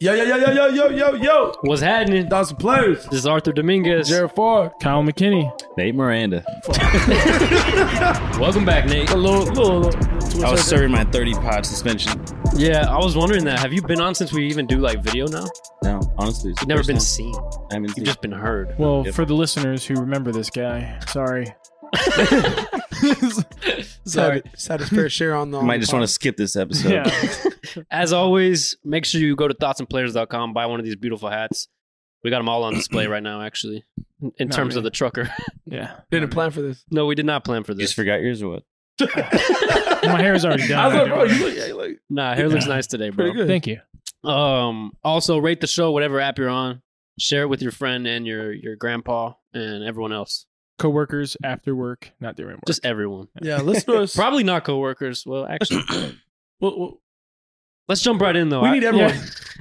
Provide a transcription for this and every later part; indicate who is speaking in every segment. Speaker 1: Yo, yo, yo, yo, yo, yo, yo, yo.
Speaker 2: What's happening?
Speaker 1: That's the players.
Speaker 2: This is Arthur Dominguez.
Speaker 1: Jared Ford.
Speaker 3: Kyle McKinney.
Speaker 4: Nate Miranda.
Speaker 2: Welcome back, Nate.
Speaker 1: Little, little, little
Speaker 4: I was serving my 30 pod suspension.
Speaker 2: Yeah, I was wondering that. Have you been on since we even do like video now?
Speaker 4: No, honestly, it's the
Speaker 2: You've never
Speaker 4: first
Speaker 2: been
Speaker 4: time.
Speaker 2: seen.
Speaker 4: I haven't seen
Speaker 2: You've just been heard.
Speaker 3: Well,
Speaker 4: Yep.
Speaker 3: for the listeners who remember this guy, sorry.
Speaker 5: Sorry. Just had his fair share on the.
Speaker 4: I might just want to skip this episode.
Speaker 3: Yeah.
Speaker 2: As always, make sure you go to thoughtsandplayers.com, buy one of these beautiful hats. We got them all on display right now, actually, in- in
Speaker 3: Not
Speaker 2: terms of
Speaker 3: me.
Speaker 2: the trucker.
Speaker 3: Yeah.
Speaker 5: Didn't plan for this.
Speaker 2: No, we did not plan for
Speaker 4: You just
Speaker 2: this.
Speaker 4: forgot yours or what?
Speaker 3: My hair is already
Speaker 1: I
Speaker 3: done.
Speaker 1: was like, bro, you look, yeah, you look
Speaker 2: Nah, hair looks nice today, bro.
Speaker 1: pretty good.
Speaker 3: Thank you.
Speaker 2: Um, also rate the show, whatever app you're on. Share it with your friend and your your grandpa and everyone else.
Speaker 3: Coworkers after work, not during work.
Speaker 2: Just everyone.
Speaker 5: Yeah, listeners.
Speaker 2: Probably not coworkers. Well, actually,
Speaker 1: Well, well,
Speaker 2: let's jump right in though.
Speaker 1: we
Speaker 2: I-
Speaker 1: need everyone.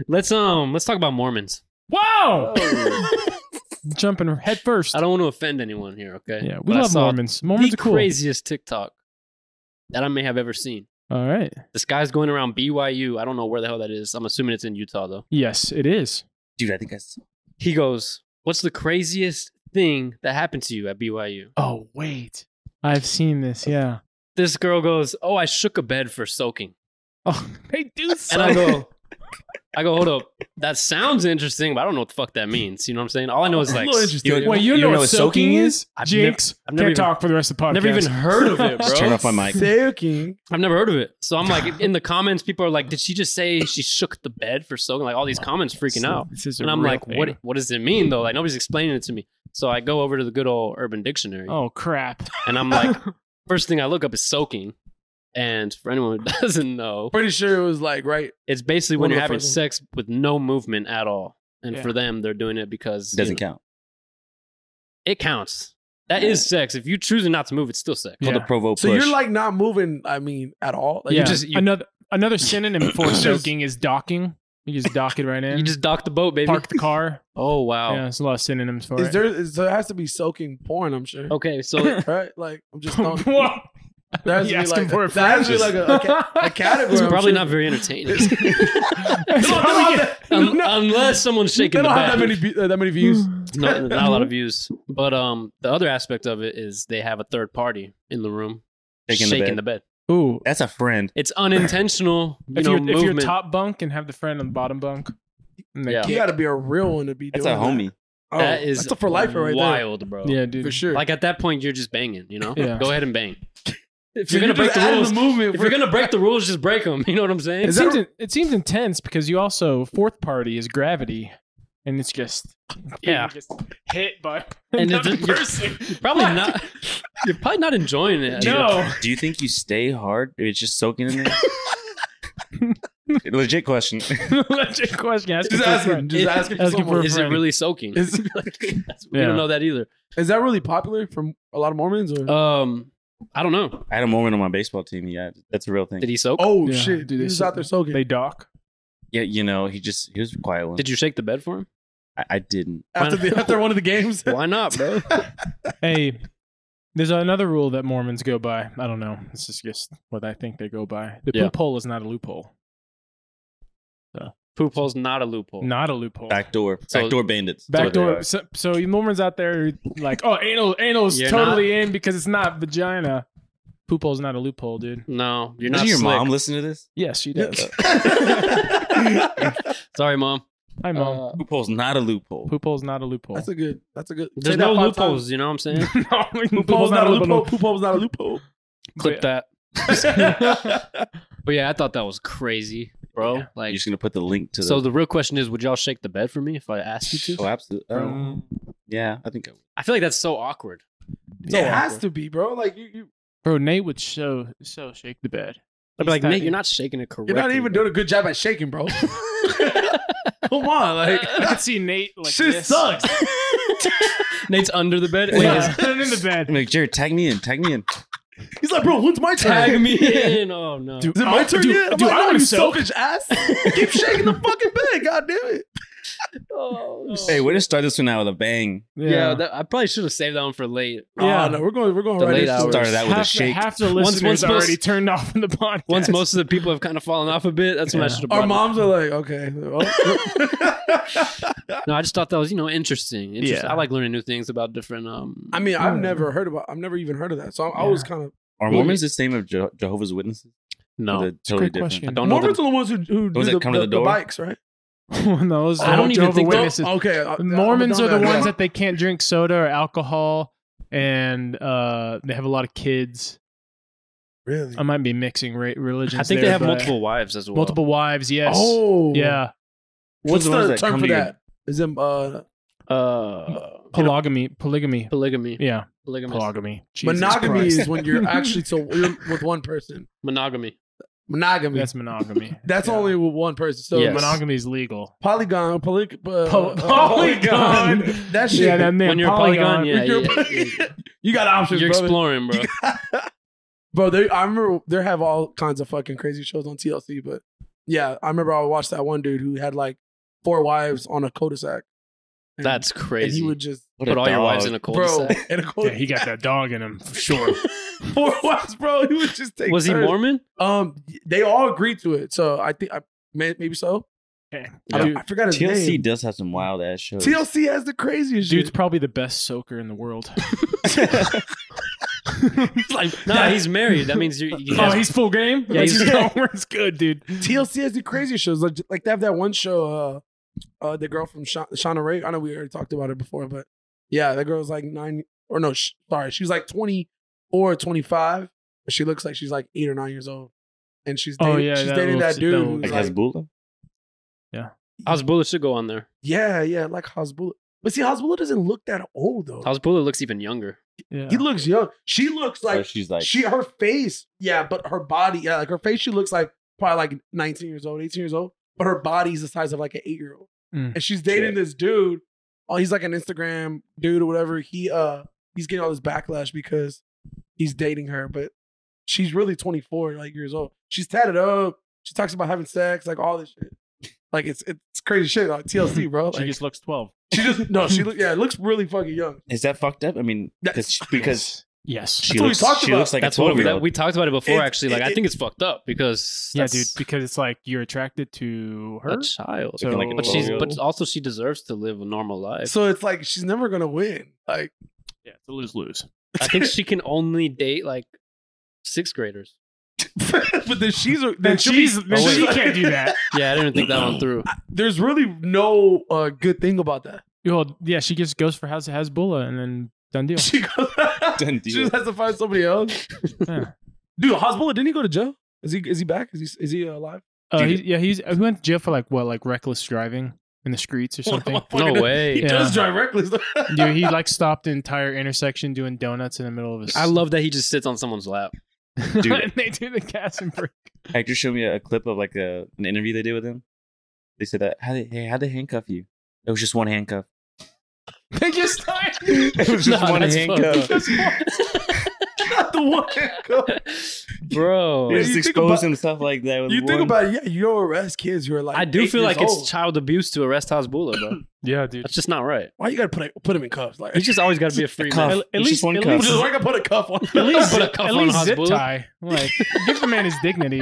Speaker 2: Let's um let's talk about Mormons.
Speaker 3: wow.
Speaker 1: Oh.
Speaker 3: Jumping head first.
Speaker 2: I don't want to offend anyone here, okay?
Speaker 3: yeah, we
Speaker 2: But I
Speaker 3: love
Speaker 2: saw
Speaker 3: Mormons. Mormons
Speaker 2: the
Speaker 3: are cool.
Speaker 2: craziest TikTok that I may have ever seen.
Speaker 3: All right.
Speaker 2: This guy's going around BYU. I don't know where the hell that is. I'm assuming it's in Utah though.
Speaker 3: Yes, it is.
Speaker 4: Dude, I think I saw.
Speaker 2: He goes, "What's the craziest thing that happened to you at BYU?"
Speaker 3: Oh wait, I've seen this. Yeah.
Speaker 2: This girl goes, "Oh, I shook a bed for soaking."
Speaker 3: Oh, they do. So-
Speaker 2: And I go, I go, hold up. That sounds interesting, but I don't know what the fuck that means. You know what I'm saying? All I know is
Speaker 1: It's a
Speaker 2: like,
Speaker 1: little interesting.
Speaker 4: you-
Speaker 3: wait, you,
Speaker 4: you
Speaker 3: know, what soaking is?
Speaker 2: I've never-
Speaker 3: Jinx.
Speaker 2: I've never
Speaker 3: Can't
Speaker 2: even-
Speaker 3: talk for the rest of the podcast.
Speaker 2: never even heard of it,
Speaker 4: Just turn
Speaker 2: bro.
Speaker 4: off my mic.
Speaker 5: Soaking.
Speaker 2: I've never heard of it. So I'm like, in the comments, people are like, did she just say she shook the bed for soaking? Like all these comments freaking out.
Speaker 3: This is a
Speaker 2: And I'm
Speaker 3: real
Speaker 2: like,
Speaker 3: thing.
Speaker 2: what? What does it mean though? Like nobody's explaining it to me. So I go over to the good old Urban Dictionary,
Speaker 3: Oh crap.
Speaker 2: and I'm like, first thing I look up is soaking. And for anyone who doesn't know,
Speaker 5: Pretty sure it was like right.
Speaker 2: it's basically
Speaker 5: One
Speaker 2: when
Speaker 5: of
Speaker 2: you're
Speaker 5: the
Speaker 2: having
Speaker 5: first ones.
Speaker 2: sex with no movement at all. And
Speaker 3: Yeah.
Speaker 2: for them, they're doing it because
Speaker 4: It
Speaker 2: you
Speaker 4: doesn't
Speaker 2: know,
Speaker 4: count.
Speaker 2: it counts. That is sex. If you choosing not to move, it's still sex.
Speaker 4: Called the
Speaker 3: Yeah.
Speaker 4: Provo
Speaker 5: So
Speaker 4: push.
Speaker 5: you're like not moving. I mean, at all. Like,
Speaker 3: yeah.
Speaker 5: You just
Speaker 2: just- you-
Speaker 3: another another synonym for soaking is docking. You just dock it right in.
Speaker 2: You just dock the boat, baby.
Speaker 3: park the car.
Speaker 2: Oh wow.
Speaker 3: Yeah, there's a lot of synonyms for
Speaker 5: is
Speaker 3: it.
Speaker 5: there? Is, there has to be soaking porn. I'm sure.
Speaker 2: Okay, so
Speaker 5: Right? Like I'm just throwing.
Speaker 3: Whoa.
Speaker 5: There has
Speaker 3: You
Speaker 5: to be
Speaker 3: asking
Speaker 5: like
Speaker 3: for
Speaker 5: a,
Speaker 3: a
Speaker 5: there has to be like a, a, ca- a category.
Speaker 2: it's
Speaker 5: I'm
Speaker 2: probably
Speaker 5: sure.
Speaker 2: not very entertaining
Speaker 3: That's
Speaker 5: They don't
Speaker 3: how we
Speaker 5: have
Speaker 3: get-
Speaker 5: that-
Speaker 2: Un- Um, unless someone's
Speaker 5: They
Speaker 2: shaking
Speaker 5: don't
Speaker 2: the
Speaker 5: have
Speaker 2: bed.
Speaker 5: that many be- uh, that many views.
Speaker 2: No, not a lot of views. But um, the other aspect of it is they have a third party in the room
Speaker 4: Shaking the bed.
Speaker 3: Ooh.
Speaker 4: That's a friend.
Speaker 2: It's unintentional, you
Speaker 3: If
Speaker 2: know,
Speaker 3: you're, if you're
Speaker 2: movement.
Speaker 3: top bunk and have the friend on the bottom bunk, and they
Speaker 2: Yeah.
Speaker 5: You
Speaker 3: kick-
Speaker 5: got to be a real one to be
Speaker 4: That's a
Speaker 5: doing
Speaker 4: homie.
Speaker 5: That. Oh,
Speaker 2: that is
Speaker 5: that's a for life right there.
Speaker 2: wild, bro.
Speaker 3: yeah, dude.
Speaker 5: For sure.
Speaker 2: Like at that point, you're just banging. You know,
Speaker 3: Yeah.
Speaker 2: go ahead and bang. If
Speaker 5: So
Speaker 2: you're gonna break
Speaker 5: just
Speaker 2: the
Speaker 5: adding
Speaker 2: rules,
Speaker 5: movement
Speaker 2: if
Speaker 5: for-
Speaker 2: you're gonna break the rules, just break them. You know what I'm saying?
Speaker 3: It
Speaker 5: Is that
Speaker 3: seems it seems intense because you also fourth party is gravity, and it's just
Speaker 2: Yeah.
Speaker 3: you just hit by
Speaker 2: And it's-
Speaker 3: another
Speaker 2: you're-
Speaker 3: person.
Speaker 2: Probably not. You're probably not enjoying it.
Speaker 4: Do you-
Speaker 3: No.
Speaker 4: do you think you stay hard? if It's just soaking in there. Legit question.
Speaker 3: Legit question. Ask
Speaker 5: Just
Speaker 3: your
Speaker 5: asking,
Speaker 3: friend.
Speaker 5: just
Speaker 2: It-
Speaker 5: asking for
Speaker 3: asking
Speaker 5: someone.
Speaker 3: for-
Speaker 2: Is it
Speaker 3: friend.
Speaker 2: really soaking?
Speaker 5: Is-
Speaker 2: Like, that's- We
Speaker 3: Yeah.
Speaker 2: don't know that either.
Speaker 5: Is that really popular from a lot of Mormons? Or?
Speaker 2: Um, I don't know.
Speaker 4: I had a moment on my baseball team. Yeah, that's a real thing.
Speaker 2: Did he soak?
Speaker 5: oh
Speaker 3: Yeah,
Speaker 5: shit,
Speaker 3: dude,
Speaker 5: dude!
Speaker 3: they
Speaker 5: He's
Speaker 3: so-
Speaker 5: out there soaking.
Speaker 3: They dock.
Speaker 4: yeah, you know, he just he was a quiet one.
Speaker 2: Did you shake the bed for him?
Speaker 4: I, I didn't.
Speaker 5: after the after one of the games.
Speaker 2: Why not, bro?
Speaker 3: Hey, there's another rule that Mormons go by. I don't know. This is just what I think they go by. The
Speaker 2: Yeah.
Speaker 3: poop hole is not a loophole.
Speaker 2: Poop hole's not a loophole.
Speaker 3: Not a loophole.
Speaker 4: Backdoor.
Speaker 2: So-
Speaker 4: Backdoor bandits. That's what they
Speaker 3: Backdoor.
Speaker 4: are.
Speaker 3: So, so you Mormons out there are like, oh, anal, anal's
Speaker 2: You're
Speaker 3: totally in because it's not vagina. Poop hole's not a loophole, dude.
Speaker 2: No, you're not
Speaker 4: Doesn't your
Speaker 2: slick.
Speaker 4: mom listen to this?
Speaker 3: Yes, she does.
Speaker 2: Sorry, mom.
Speaker 3: Hi, mom.
Speaker 2: Uh,
Speaker 4: Loophole's not a loophole.
Speaker 3: poop hole's not a loophole.
Speaker 5: That's a good. That's a good.
Speaker 2: there's
Speaker 5: say that
Speaker 2: no
Speaker 5: five times.
Speaker 2: loopholes. You know what I'm saying?
Speaker 3: no, poop
Speaker 5: Poop hole's not a loophole. Poop hole's not a loophole.
Speaker 2: Clip that. But yeah, I thought that was crazy, bro.
Speaker 3: Yeah.
Speaker 4: You're
Speaker 2: Like,
Speaker 4: just gonna put the link to
Speaker 2: so
Speaker 4: the.
Speaker 2: the real question is, would y'all shake the bed for me if I asked you to?
Speaker 4: oh, absolutely. Um, yeah, I think I would.
Speaker 2: I feel like that's so awkward.
Speaker 5: So it has to be, bro. Like you, you
Speaker 3: Bro, Nate would so so shake the bed.
Speaker 2: I'd be like,
Speaker 3: He's
Speaker 2: Nate,
Speaker 3: tight.
Speaker 2: you're not shaking it correctly.
Speaker 5: you're not even doing a good job at shaking, bro. Come on, like
Speaker 3: I could see Nate like
Speaker 5: shit
Speaker 3: this.
Speaker 5: sucks.
Speaker 2: Nate's under the bed. Wait,
Speaker 3: Yeah,
Speaker 2: is-
Speaker 3: in the
Speaker 4: I'm
Speaker 3: bed.
Speaker 4: like Jared, tag me in, tag me in.
Speaker 5: He's like, bro, when's my turn?
Speaker 2: tag me in. Oh no.
Speaker 3: Dude,
Speaker 5: Is it my
Speaker 3: I'll-
Speaker 5: turn
Speaker 3: dude,
Speaker 5: yet? I'm
Speaker 3: dude,
Speaker 5: like,
Speaker 3: I
Speaker 5: no,
Speaker 3: wanna
Speaker 5: you
Speaker 3: soak.
Speaker 5: selfish ass. Keep shaking the fucking bed. God damn it.
Speaker 2: Oh,
Speaker 4: Hey, we're gonna start this one out with a bang.
Speaker 2: yeah, that, I probably should have saved that one for late.
Speaker 3: Yeah.
Speaker 1: Oh, no, we're going. We're going
Speaker 2: The
Speaker 1: right
Speaker 2: late
Speaker 1: into it.
Speaker 2: hours.
Speaker 4: Started out with a
Speaker 3: half,
Speaker 4: shake.
Speaker 3: half the
Speaker 2: Once-
Speaker 3: listeners
Speaker 2: once most-
Speaker 3: already turned off in the podcast.
Speaker 2: Once most of the people have kind of fallen off a bit, that's when I
Speaker 3: Yeah.
Speaker 2: should have.
Speaker 1: Our
Speaker 2: brought
Speaker 1: moms are like, okay. Oh.
Speaker 2: it. No, I just thought that was you know interesting. interesting.
Speaker 1: Yeah.
Speaker 2: I like learning new things about different. Um,
Speaker 1: I mean, I've
Speaker 3: Mm.
Speaker 1: never heard about. I've never even heard of that. So I'm, I was kind of.
Speaker 4: Are Mormons the same of Je- Jehovah's Witnesses? Or
Speaker 2: no,
Speaker 4: they're totally
Speaker 3: good
Speaker 4: different.
Speaker 3: question.
Speaker 2: I don't know.
Speaker 1: Mormons
Speaker 2: The,
Speaker 1: are the ones who, who do
Speaker 4: ones
Speaker 1: the,
Speaker 4: that come to
Speaker 1: the-
Speaker 4: the
Speaker 1: the
Speaker 4: door?
Speaker 1: bikes, right?
Speaker 3: those
Speaker 2: I don't even
Speaker 3: Jehovah's
Speaker 2: think-
Speaker 3: Witnesses.
Speaker 1: Don't- okay, I- I-
Speaker 3: The Mormons
Speaker 1: don't
Speaker 3: are the
Speaker 1: know.
Speaker 3: ones that they can't drink soda or alcohol, and uh, they have a lot of kids.
Speaker 1: really.
Speaker 3: I might be mixing ra- religions.
Speaker 2: I think they
Speaker 3: there,
Speaker 2: have
Speaker 3: but-
Speaker 2: multiple wives as well.
Speaker 3: multiple wives. Yes.
Speaker 1: Oh,
Speaker 3: Yeah.
Speaker 1: What's
Speaker 4: Those are the ones
Speaker 1: the
Speaker 4: that
Speaker 1: term
Speaker 4: come
Speaker 1: for
Speaker 4: to you.
Speaker 1: that? Is it uh,
Speaker 2: uh,
Speaker 3: Polygamy. Polygamy.
Speaker 2: polygamy.
Speaker 3: Yeah.
Speaker 2: Polygamy.
Speaker 3: Polygamy. Jesus
Speaker 1: monogamy?
Speaker 3: Christ.
Speaker 1: Is when you're actually so you're with one person.
Speaker 2: Monogamy.
Speaker 1: Monogamy.
Speaker 3: That's
Speaker 1: That's,
Speaker 3: monogamy. Yeah.
Speaker 1: only with one person. So
Speaker 2: Yes.
Speaker 3: monogamy is legal.
Speaker 1: polygon, poly, uh,
Speaker 3: Po-
Speaker 1: uh,
Speaker 3: polygon.
Speaker 1: that shit.
Speaker 3: Yeah, that man.
Speaker 2: When you're a polygon, yeah,
Speaker 1: You're-
Speaker 2: yeah, yeah, yeah.
Speaker 1: you got options,
Speaker 2: You're
Speaker 1: brother.
Speaker 2: exploring, bro.
Speaker 1: Bro, they, I remember there have all kinds of fucking crazy shows on TLC, but yeah, I remember I watched that one dude who had like four wives on a cul-de-sac. And-
Speaker 2: That's
Speaker 1: And he
Speaker 2: crazy.
Speaker 1: would just
Speaker 4: What
Speaker 2: Put
Speaker 4: a
Speaker 2: all your wives in
Speaker 4: dog.
Speaker 2: a
Speaker 1: bro
Speaker 2: cul-de-sac.
Speaker 1: in a
Speaker 3: Yeah,
Speaker 1: cul-de-sac.
Speaker 3: he got that dog in him for sure.
Speaker 1: four wives, bro. He would just take.
Speaker 2: Was he
Speaker 1: turns.
Speaker 2: Mormon?
Speaker 1: Um, they all agreed to it, so I think I may, maybe so.
Speaker 3: Okay.
Speaker 1: I,
Speaker 4: Dude,
Speaker 1: don't- I forgot his
Speaker 4: TLC
Speaker 1: name.
Speaker 4: does have some wild ass shows.
Speaker 1: TLC has the craziest
Speaker 3: Dude's
Speaker 1: shit.
Speaker 3: probably the best soaker in the world.
Speaker 2: like, nah, he's married. That means you're. You
Speaker 3: Oh, he's full game.
Speaker 2: Yeah, he's-
Speaker 3: it's good, dude.
Speaker 1: TLC has the craziest shows. Like, like they have that one show, uh, uh, the girl from Sha- Shauna Ray. I know we already talked about it before, but yeah, that girl's like nine or no, sh- sorry, she's like 24 or 25, but she looks like she's like eight or nine years old. And she's dating,
Speaker 3: Oh, yeah,
Speaker 1: she's
Speaker 3: that
Speaker 1: dating that
Speaker 3: looks- that
Speaker 1: dude.
Speaker 3: looks-
Speaker 1: who's
Speaker 4: like
Speaker 1: like,
Speaker 4: Hezbollah?
Speaker 2: Hasbullah should go on there.
Speaker 1: yeah, yeah, like Hasbullah. But see, Hasbullah doesn't look that old though.
Speaker 2: Hasbullah looks even younger.
Speaker 3: Yeah.
Speaker 1: he looks young. She looks
Speaker 4: Like,
Speaker 1: like
Speaker 4: she's like,
Speaker 1: she her face, yeah, but her body, yeah, like her face, she looks like probably like 19 years old, 18 years old, but her body's the size of like an eight year old.
Speaker 3: Mm.
Speaker 1: And she's dating this dude. Oh, he's like an Instagram dude or whatever. He uh he's getting all this backlash because he's dating her, but she's really 24, like years old. She's tatted up. She talks about having sex, like all this shit. Like it's it's crazy shit, like TLC, bro.
Speaker 3: She
Speaker 1: Like,
Speaker 3: just looks twelve.
Speaker 1: she just no, she look yeah, it looks really fucking young.
Speaker 4: is that fucked up? I mean,
Speaker 1: That-
Speaker 4: 'cause she- because
Speaker 3: Yes.
Speaker 4: she
Speaker 1: what we
Speaker 4: looks,
Speaker 1: talked
Speaker 4: she
Speaker 1: about.
Speaker 4: looks like
Speaker 2: That's
Speaker 4: a
Speaker 2: what
Speaker 4: 12
Speaker 2: we,
Speaker 4: year
Speaker 2: that,
Speaker 4: old.
Speaker 2: we talked about it before.
Speaker 1: It-
Speaker 2: actually, like I
Speaker 1: it-
Speaker 2: think it's fucked up because
Speaker 3: Yeah, dude.
Speaker 2: that's
Speaker 3: Because it's like you're attracted to her.
Speaker 2: a child.
Speaker 3: So-
Speaker 4: Like a
Speaker 2: but she's
Speaker 4: 12-year-old.
Speaker 2: but also she deserves to live a normal life.
Speaker 1: So it's like she's never gonna win. Like
Speaker 3: Yeah, it's a lose lose.
Speaker 2: I think she can only date like sixth graders.
Speaker 1: but then she's a
Speaker 3: Then
Speaker 1: she'll be-
Speaker 3: she's then
Speaker 2: Oh,
Speaker 3: she
Speaker 1: wait.
Speaker 3: can't do that.
Speaker 2: Yeah, I didn't think that one through.
Speaker 1: there's really no uh, good thing about that.
Speaker 3: Well, yeah, she just goes for Haz Hezbollah and then done deal.
Speaker 1: She goes,
Speaker 4: Done
Speaker 1: she
Speaker 4: deal.
Speaker 1: just has to find somebody else.
Speaker 3: Yeah.
Speaker 1: Dude, Hezbollah didn't he go to jail? Is he is he back? Is he is he alive?
Speaker 3: Uh,
Speaker 4: Dude.
Speaker 3: he's, yeah, he's he went to jail for like what, like reckless driving in the streets or something.
Speaker 2: No
Speaker 1: He
Speaker 2: way.
Speaker 3: Yeah.
Speaker 1: does drive reckless.
Speaker 3: Dude, he like stopped the entire intersection doing donuts in the middle of his.
Speaker 2: I love that he just sits on someone's lap.
Speaker 4: Dude.
Speaker 3: and they do the gas and brake.
Speaker 4: Hector showed me a, a clip of like a, an interview they did with him. They said that how they hey, how they handcuff you? It was just one handcuff.
Speaker 3: They just died.
Speaker 4: It was just
Speaker 2: No,
Speaker 4: one
Speaker 2: that's
Speaker 4: handcuff.
Speaker 2: fucked
Speaker 1: Not the one.
Speaker 2: Bro.
Speaker 4: They just
Speaker 1: You think
Speaker 4: expose
Speaker 1: about-
Speaker 4: himself like that. With
Speaker 1: You
Speaker 4: one-
Speaker 1: think about it, yeah, you arrest kids who are like
Speaker 2: I do
Speaker 1: eight
Speaker 2: feel
Speaker 1: years
Speaker 2: like it's
Speaker 1: old.
Speaker 2: child abuse to arrest Hasbullah, bro.
Speaker 3: Yeah, dude.
Speaker 2: That's just not right.
Speaker 1: why you gotta put put him in cuffs like.
Speaker 2: He's just always got to be a free
Speaker 4: cuff.
Speaker 2: man.
Speaker 3: At,
Speaker 4: It's
Speaker 3: at
Speaker 4: just
Speaker 3: least,
Speaker 4: one
Speaker 3: at
Speaker 4: cuff.
Speaker 3: least,
Speaker 1: Just like I put a cuff on.
Speaker 3: at least,
Speaker 2: Put a cuff
Speaker 3: at
Speaker 2: on
Speaker 3: least zip
Speaker 2: Hezbollah.
Speaker 3: tie. Like, give the man his dignity.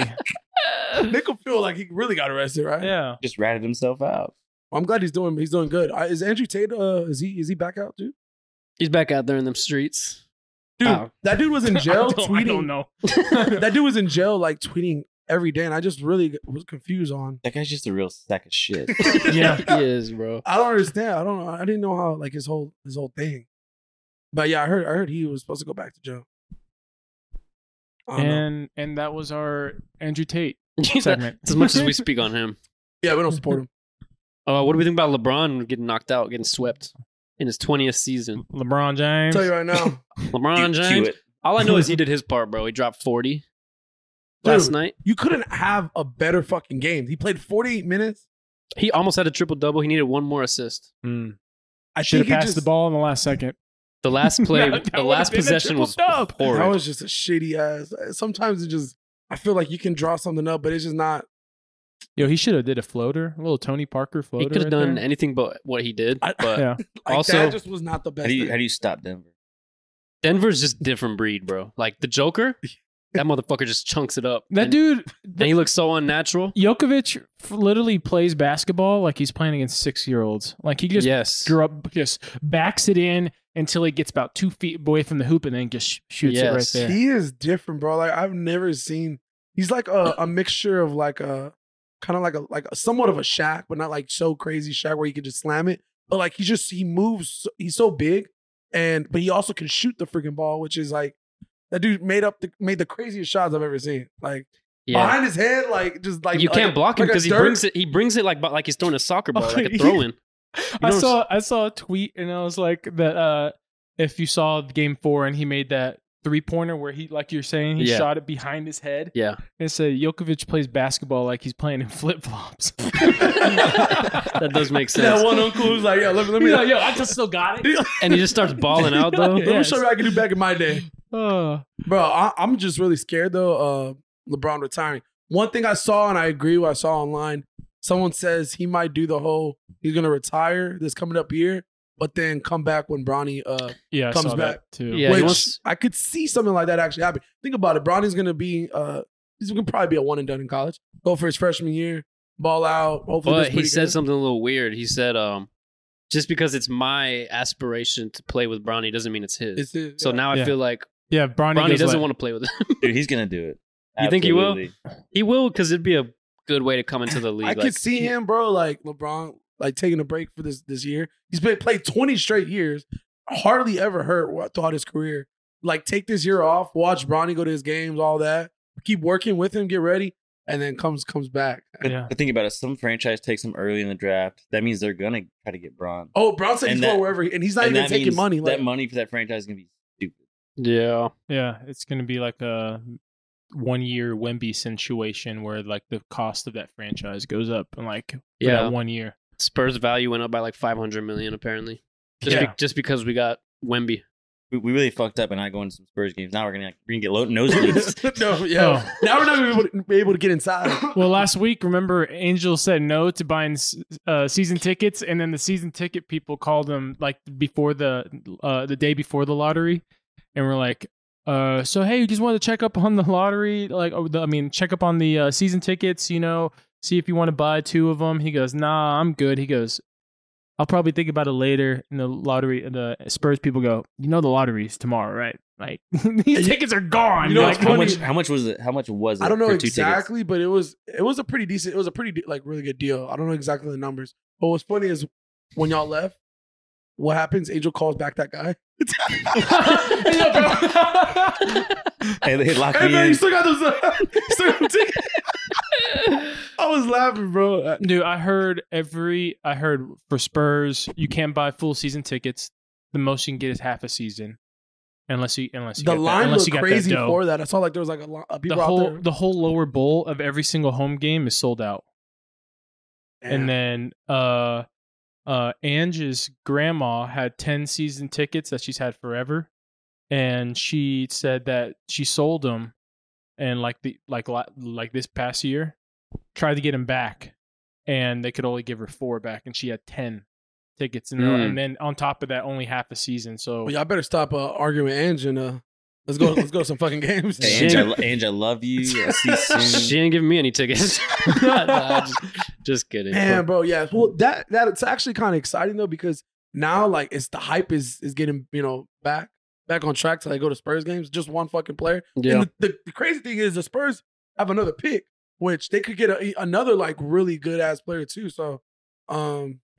Speaker 1: Make him feel like he really got arrested, right?
Speaker 3: Yeah.
Speaker 4: just ratted himself out.
Speaker 1: I'm glad he's doing he's doing good. I, is Andrew Tate uh is he is he back out, dude?
Speaker 2: He's back out there in them streets.
Speaker 1: Dude,
Speaker 2: Oh.
Speaker 1: that dude was in jail
Speaker 3: I don't, I
Speaker 1: tweeting.
Speaker 3: don't know.
Speaker 1: that dude was in jail like tweeting every day, and I just really was confused on.
Speaker 4: That guy's just a real sack of shit.
Speaker 3: Yeah.
Speaker 2: He is, bro.
Speaker 1: I don't understand. I don't know. I didn't know how like his whole his whole thing. But yeah, I heard I heard he was supposed to go back to jail. I don't know.
Speaker 3: and and that was our Andrew Tate
Speaker 2: He's not-
Speaker 3: segment.
Speaker 2: As much as we speak on him.
Speaker 1: Yeah, we don't support him.
Speaker 2: Uh, what do we think about LeBron getting knocked out, getting swept in his 20th season?
Speaker 3: LeBron James.
Speaker 1: tell you right now,
Speaker 2: LeBron
Speaker 4: You
Speaker 2: James.
Speaker 4: cue it.
Speaker 2: All I know is he did his part, bro. He dropped 40 last
Speaker 1: Dude.
Speaker 2: night.
Speaker 1: you couldn't have a better fucking game. He played 48 minutes.
Speaker 2: He almost had a triple double. He needed one more assist.
Speaker 3: Mm.
Speaker 1: I
Speaker 3: Should have
Speaker 1: think it
Speaker 3: passed
Speaker 1: just,
Speaker 3: the ball in the last second.
Speaker 2: The last play,
Speaker 3: That- that
Speaker 2: the
Speaker 3: would've
Speaker 2: last
Speaker 3: been a
Speaker 2: possession
Speaker 3: triple
Speaker 2: was
Speaker 3: dub.
Speaker 1: That
Speaker 2: horrid.
Speaker 1: was just a eh, shitty ass. Sometimes it just I feel like you can draw something up, but it's just not.
Speaker 3: Yo, he should have did a floater, a little Tony Parker floater.
Speaker 2: He could have
Speaker 3: right
Speaker 2: done
Speaker 3: there.
Speaker 2: anything but what he did.
Speaker 1: I-
Speaker 2: but
Speaker 3: Yeah.
Speaker 1: Like,
Speaker 2: Also-
Speaker 1: that just was not the best.
Speaker 4: How do you
Speaker 1: thing.
Speaker 4: how do you stop Denver?
Speaker 2: Denver's just different breed, bro. Like the Joker, that motherfucker just chunks it up.
Speaker 3: That
Speaker 2: and,
Speaker 3: dude,
Speaker 2: and he looks so unnatural.
Speaker 3: Jokovic, f- literally plays basketball like he's playing against six year olds. Like he just
Speaker 2: yes.
Speaker 3: drub, just backs it in until he gets about two feet away from the hoop and then just sh- shoots it right
Speaker 2: Yes.
Speaker 3: there.
Speaker 1: He is different, bro. Like I've never seen. He's like a, a mixture of like a kind of like a like a, somewhat of a Shaq, but not like so crazy Shaq where you can just slam it. But like he just he moves. so- He's so big, and but he also can shoot the freaking ball, which is like that dude made up the made the craziest shots I've ever seen. Like
Speaker 2: yeah.
Speaker 1: behind his head, like just like
Speaker 2: you
Speaker 1: like
Speaker 2: can't
Speaker 1: a-
Speaker 2: block him
Speaker 1: like a
Speaker 2: because he
Speaker 1: Dirk.
Speaker 2: brings it. He brings it like like he's throwing a soccer ball,
Speaker 3: Oh,
Speaker 2: like a
Speaker 3: yeah.
Speaker 2: throw in.
Speaker 3: I
Speaker 2: know,
Speaker 3: saw I saw a tweet and I was like that uh if you saw game four and he made that three pointer where he like you're saying he
Speaker 2: Yeah.
Speaker 3: shot it behind his head.
Speaker 2: Yeah.
Speaker 3: It said Jokovic plays basketball like he's playing in flip flops.
Speaker 2: That does make sense.
Speaker 1: That one uncle who's like, yo, let me let me,
Speaker 3: yo, I just still got it.
Speaker 2: and he just starts balling out though.
Speaker 1: let me show you what I can do back in my day.
Speaker 3: Oh,
Speaker 1: Bro, I, I'm just really scared though. Uh, LeBron retiring. One thing I saw, and I agree with what I saw online. Someone says he might do the whole he's gonna retire this coming up year, but then come back when Bronny. Uh,
Speaker 3: yeah, I
Speaker 1: Comes
Speaker 3: saw
Speaker 1: back.
Speaker 3: that too.
Speaker 2: Yeah, he
Speaker 1: which
Speaker 2: wants-
Speaker 1: I could see something like that actually happen. Think about it. Bronny's gonna be uh, he's gonna probably be a one and done in college. Go for his freshman year, ball out. Hopefully,
Speaker 2: But
Speaker 1: that's
Speaker 2: he
Speaker 1: pretty
Speaker 2: said
Speaker 1: good.
Speaker 2: something a little weird. He said, um, just because it's my aspiration to play with Bronny doesn't mean it's his.
Speaker 1: It's his-
Speaker 2: so now I
Speaker 3: Yeah.
Speaker 2: feel like
Speaker 3: yeah. Bronny,
Speaker 2: Bronny
Speaker 3: goes
Speaker 2: doesn't
Speaker 3: like-
Speaker 2: want to play with him.
Speaker 4: Dude, he's gonna do it.
Speaker 2: You think he will?
Speaker 4: Absolutely.
Speaker 2: he will because it'd be a good way to come into the league.
Speaker 1: I
Speaker 2: like-
Speaker 1: could see him, bro. Like LeBron, like taking a break for this this year. He's been played twenty straight years, hardly ever hurt wa- throughout his career. Like take this year off, watch Bronny go to his games, all that. Keep working with him, get ready, and then comes comes back.
Speaker 4: But,
Speaker 3: Yeah.
Speaker 4: but think about it. Some franchise takes him early in the draft. That means they're gonna try to get Bron.
Speaker 1: Oh, Brown said
Speaker 4: And
Speaker 1: he's
Speaker 4: that-
Speaker 1: going wherever, he, and he's not
Speaker 4: And
Speaker 1: even
Speaker 4: that
Speaker 1: taking
Speaker 4: means
Speaker 1: money. Like,
Speaker 4: that money for that franchise is gonna be stupid.
Speaker 2: yeah.
Speaker 3: Yeah, it's gonna be like a one year Wemby situation where like the cost of that franchise goes up and like for
Speaker 2: Yeah.
Speaker 3: that one year.
Speaker 2: Spurs value went up by like 500 million apparently. Just,
Speaker 3: Yeah.
Speaker 2: be- just because we got Wemby.
Speaker 4: We, we really fucked up and not going to some Spurs games. Now we're gonna we're gonna get low nosebleeds.
Speaker 1: no, yeah. Now we're not gonna be able to, be able to get inside.
Speaker 3: Oh. Well, last week, remember, Angel said no to buying uh, season tickets, and then the season ticket people called him like before the uh, the day before the lottery, and we're like, uh, so hey, you just wanted to check up on the lottery, like, oh, the, I mean, check up on the uh, season tickets, you know, see if you want to buy two of them. He goes, nah, I'm good. He goes. I'll probably think about it later. And the lottery, the Spurs people go, you know, the lottery's tomorrow, right? Like these tickets are gone.
Speaker 1: You know
Speaker 3: Like,
Speaker 1: what's
Speaker 4: how
Speaker 1: funny?
Speaker 4: much how much was it? How much was it?
Speaker 1: I don't know
Speaker 4: for two tickets?
Speaker 1: exactly, but it was it was a pretty decent, it was a pretty de- like really good deal. I don't know exactly the numbers, but what's funny is when y'all left, what happens? Angel calls back that guy.
Speaker 4: Hey, they locked
Speaker 1: Hey
Speaker 4: me
Speaker 1: man,
Speaker 4: in.
Speaker 1: you still got those. Uh, still got them tickets? I was laughing, bro. Uh,
Speaker 3: Dude, I heard every I heard for Spurs, you can't buy full season tickets. The most you can get is half a season, unless you unless you
Speaker 1: The
Speaker 3: got that-
Speaker 1: line
Speaker 3: unless
Speaker 1: looked
Speaker 3: you got
Speaker 1: crazy
Speaker 3: that dough.
Speaker 1: for that. I saw like there was like a lot of
Speaker 3: the
Speaker 1: people out
Speaker 3: whole
Speaker 1: there.
Speaker 3: the whole lower bowl of every single home game is sold out,
Speaker 1: Damn.
Speaker 3: and then uh, uh, Ange's grandma had ten season tickets that she's had forever, and she said that she sold them, and like the like la- like this past year, tried to get them back, and they could only give her four back, and she had ten tickets, and,
Speaker 2: Mm.
Speaker 3: and then on top of that, only half a season. So
Speaker 1: Well, y'all better stop uh, arguing with Ange and uh, let's go. let's go to some fucking games.
Speaker 4: Hey, Ange, I lo- Ange, I love you. I'll see you soon.
Speaker 1: Mm.
Speaker 2: She ain't giving me any tickets. Nah, just, just kidding.
Speaker 1: Man, bro, yeah. Well,
Speaker 2: Mm.
Speaker 1: that that it's actually kind of exciting though because now like it's the hype is is getting you know back back on track to like go to Spurs games. Just one fucking player.
Speaker 2: yeah.
Speaker 1: And the, the, the crazy thing is the Spurs have another pick, which they could get a, another like really good ass player too. So, um,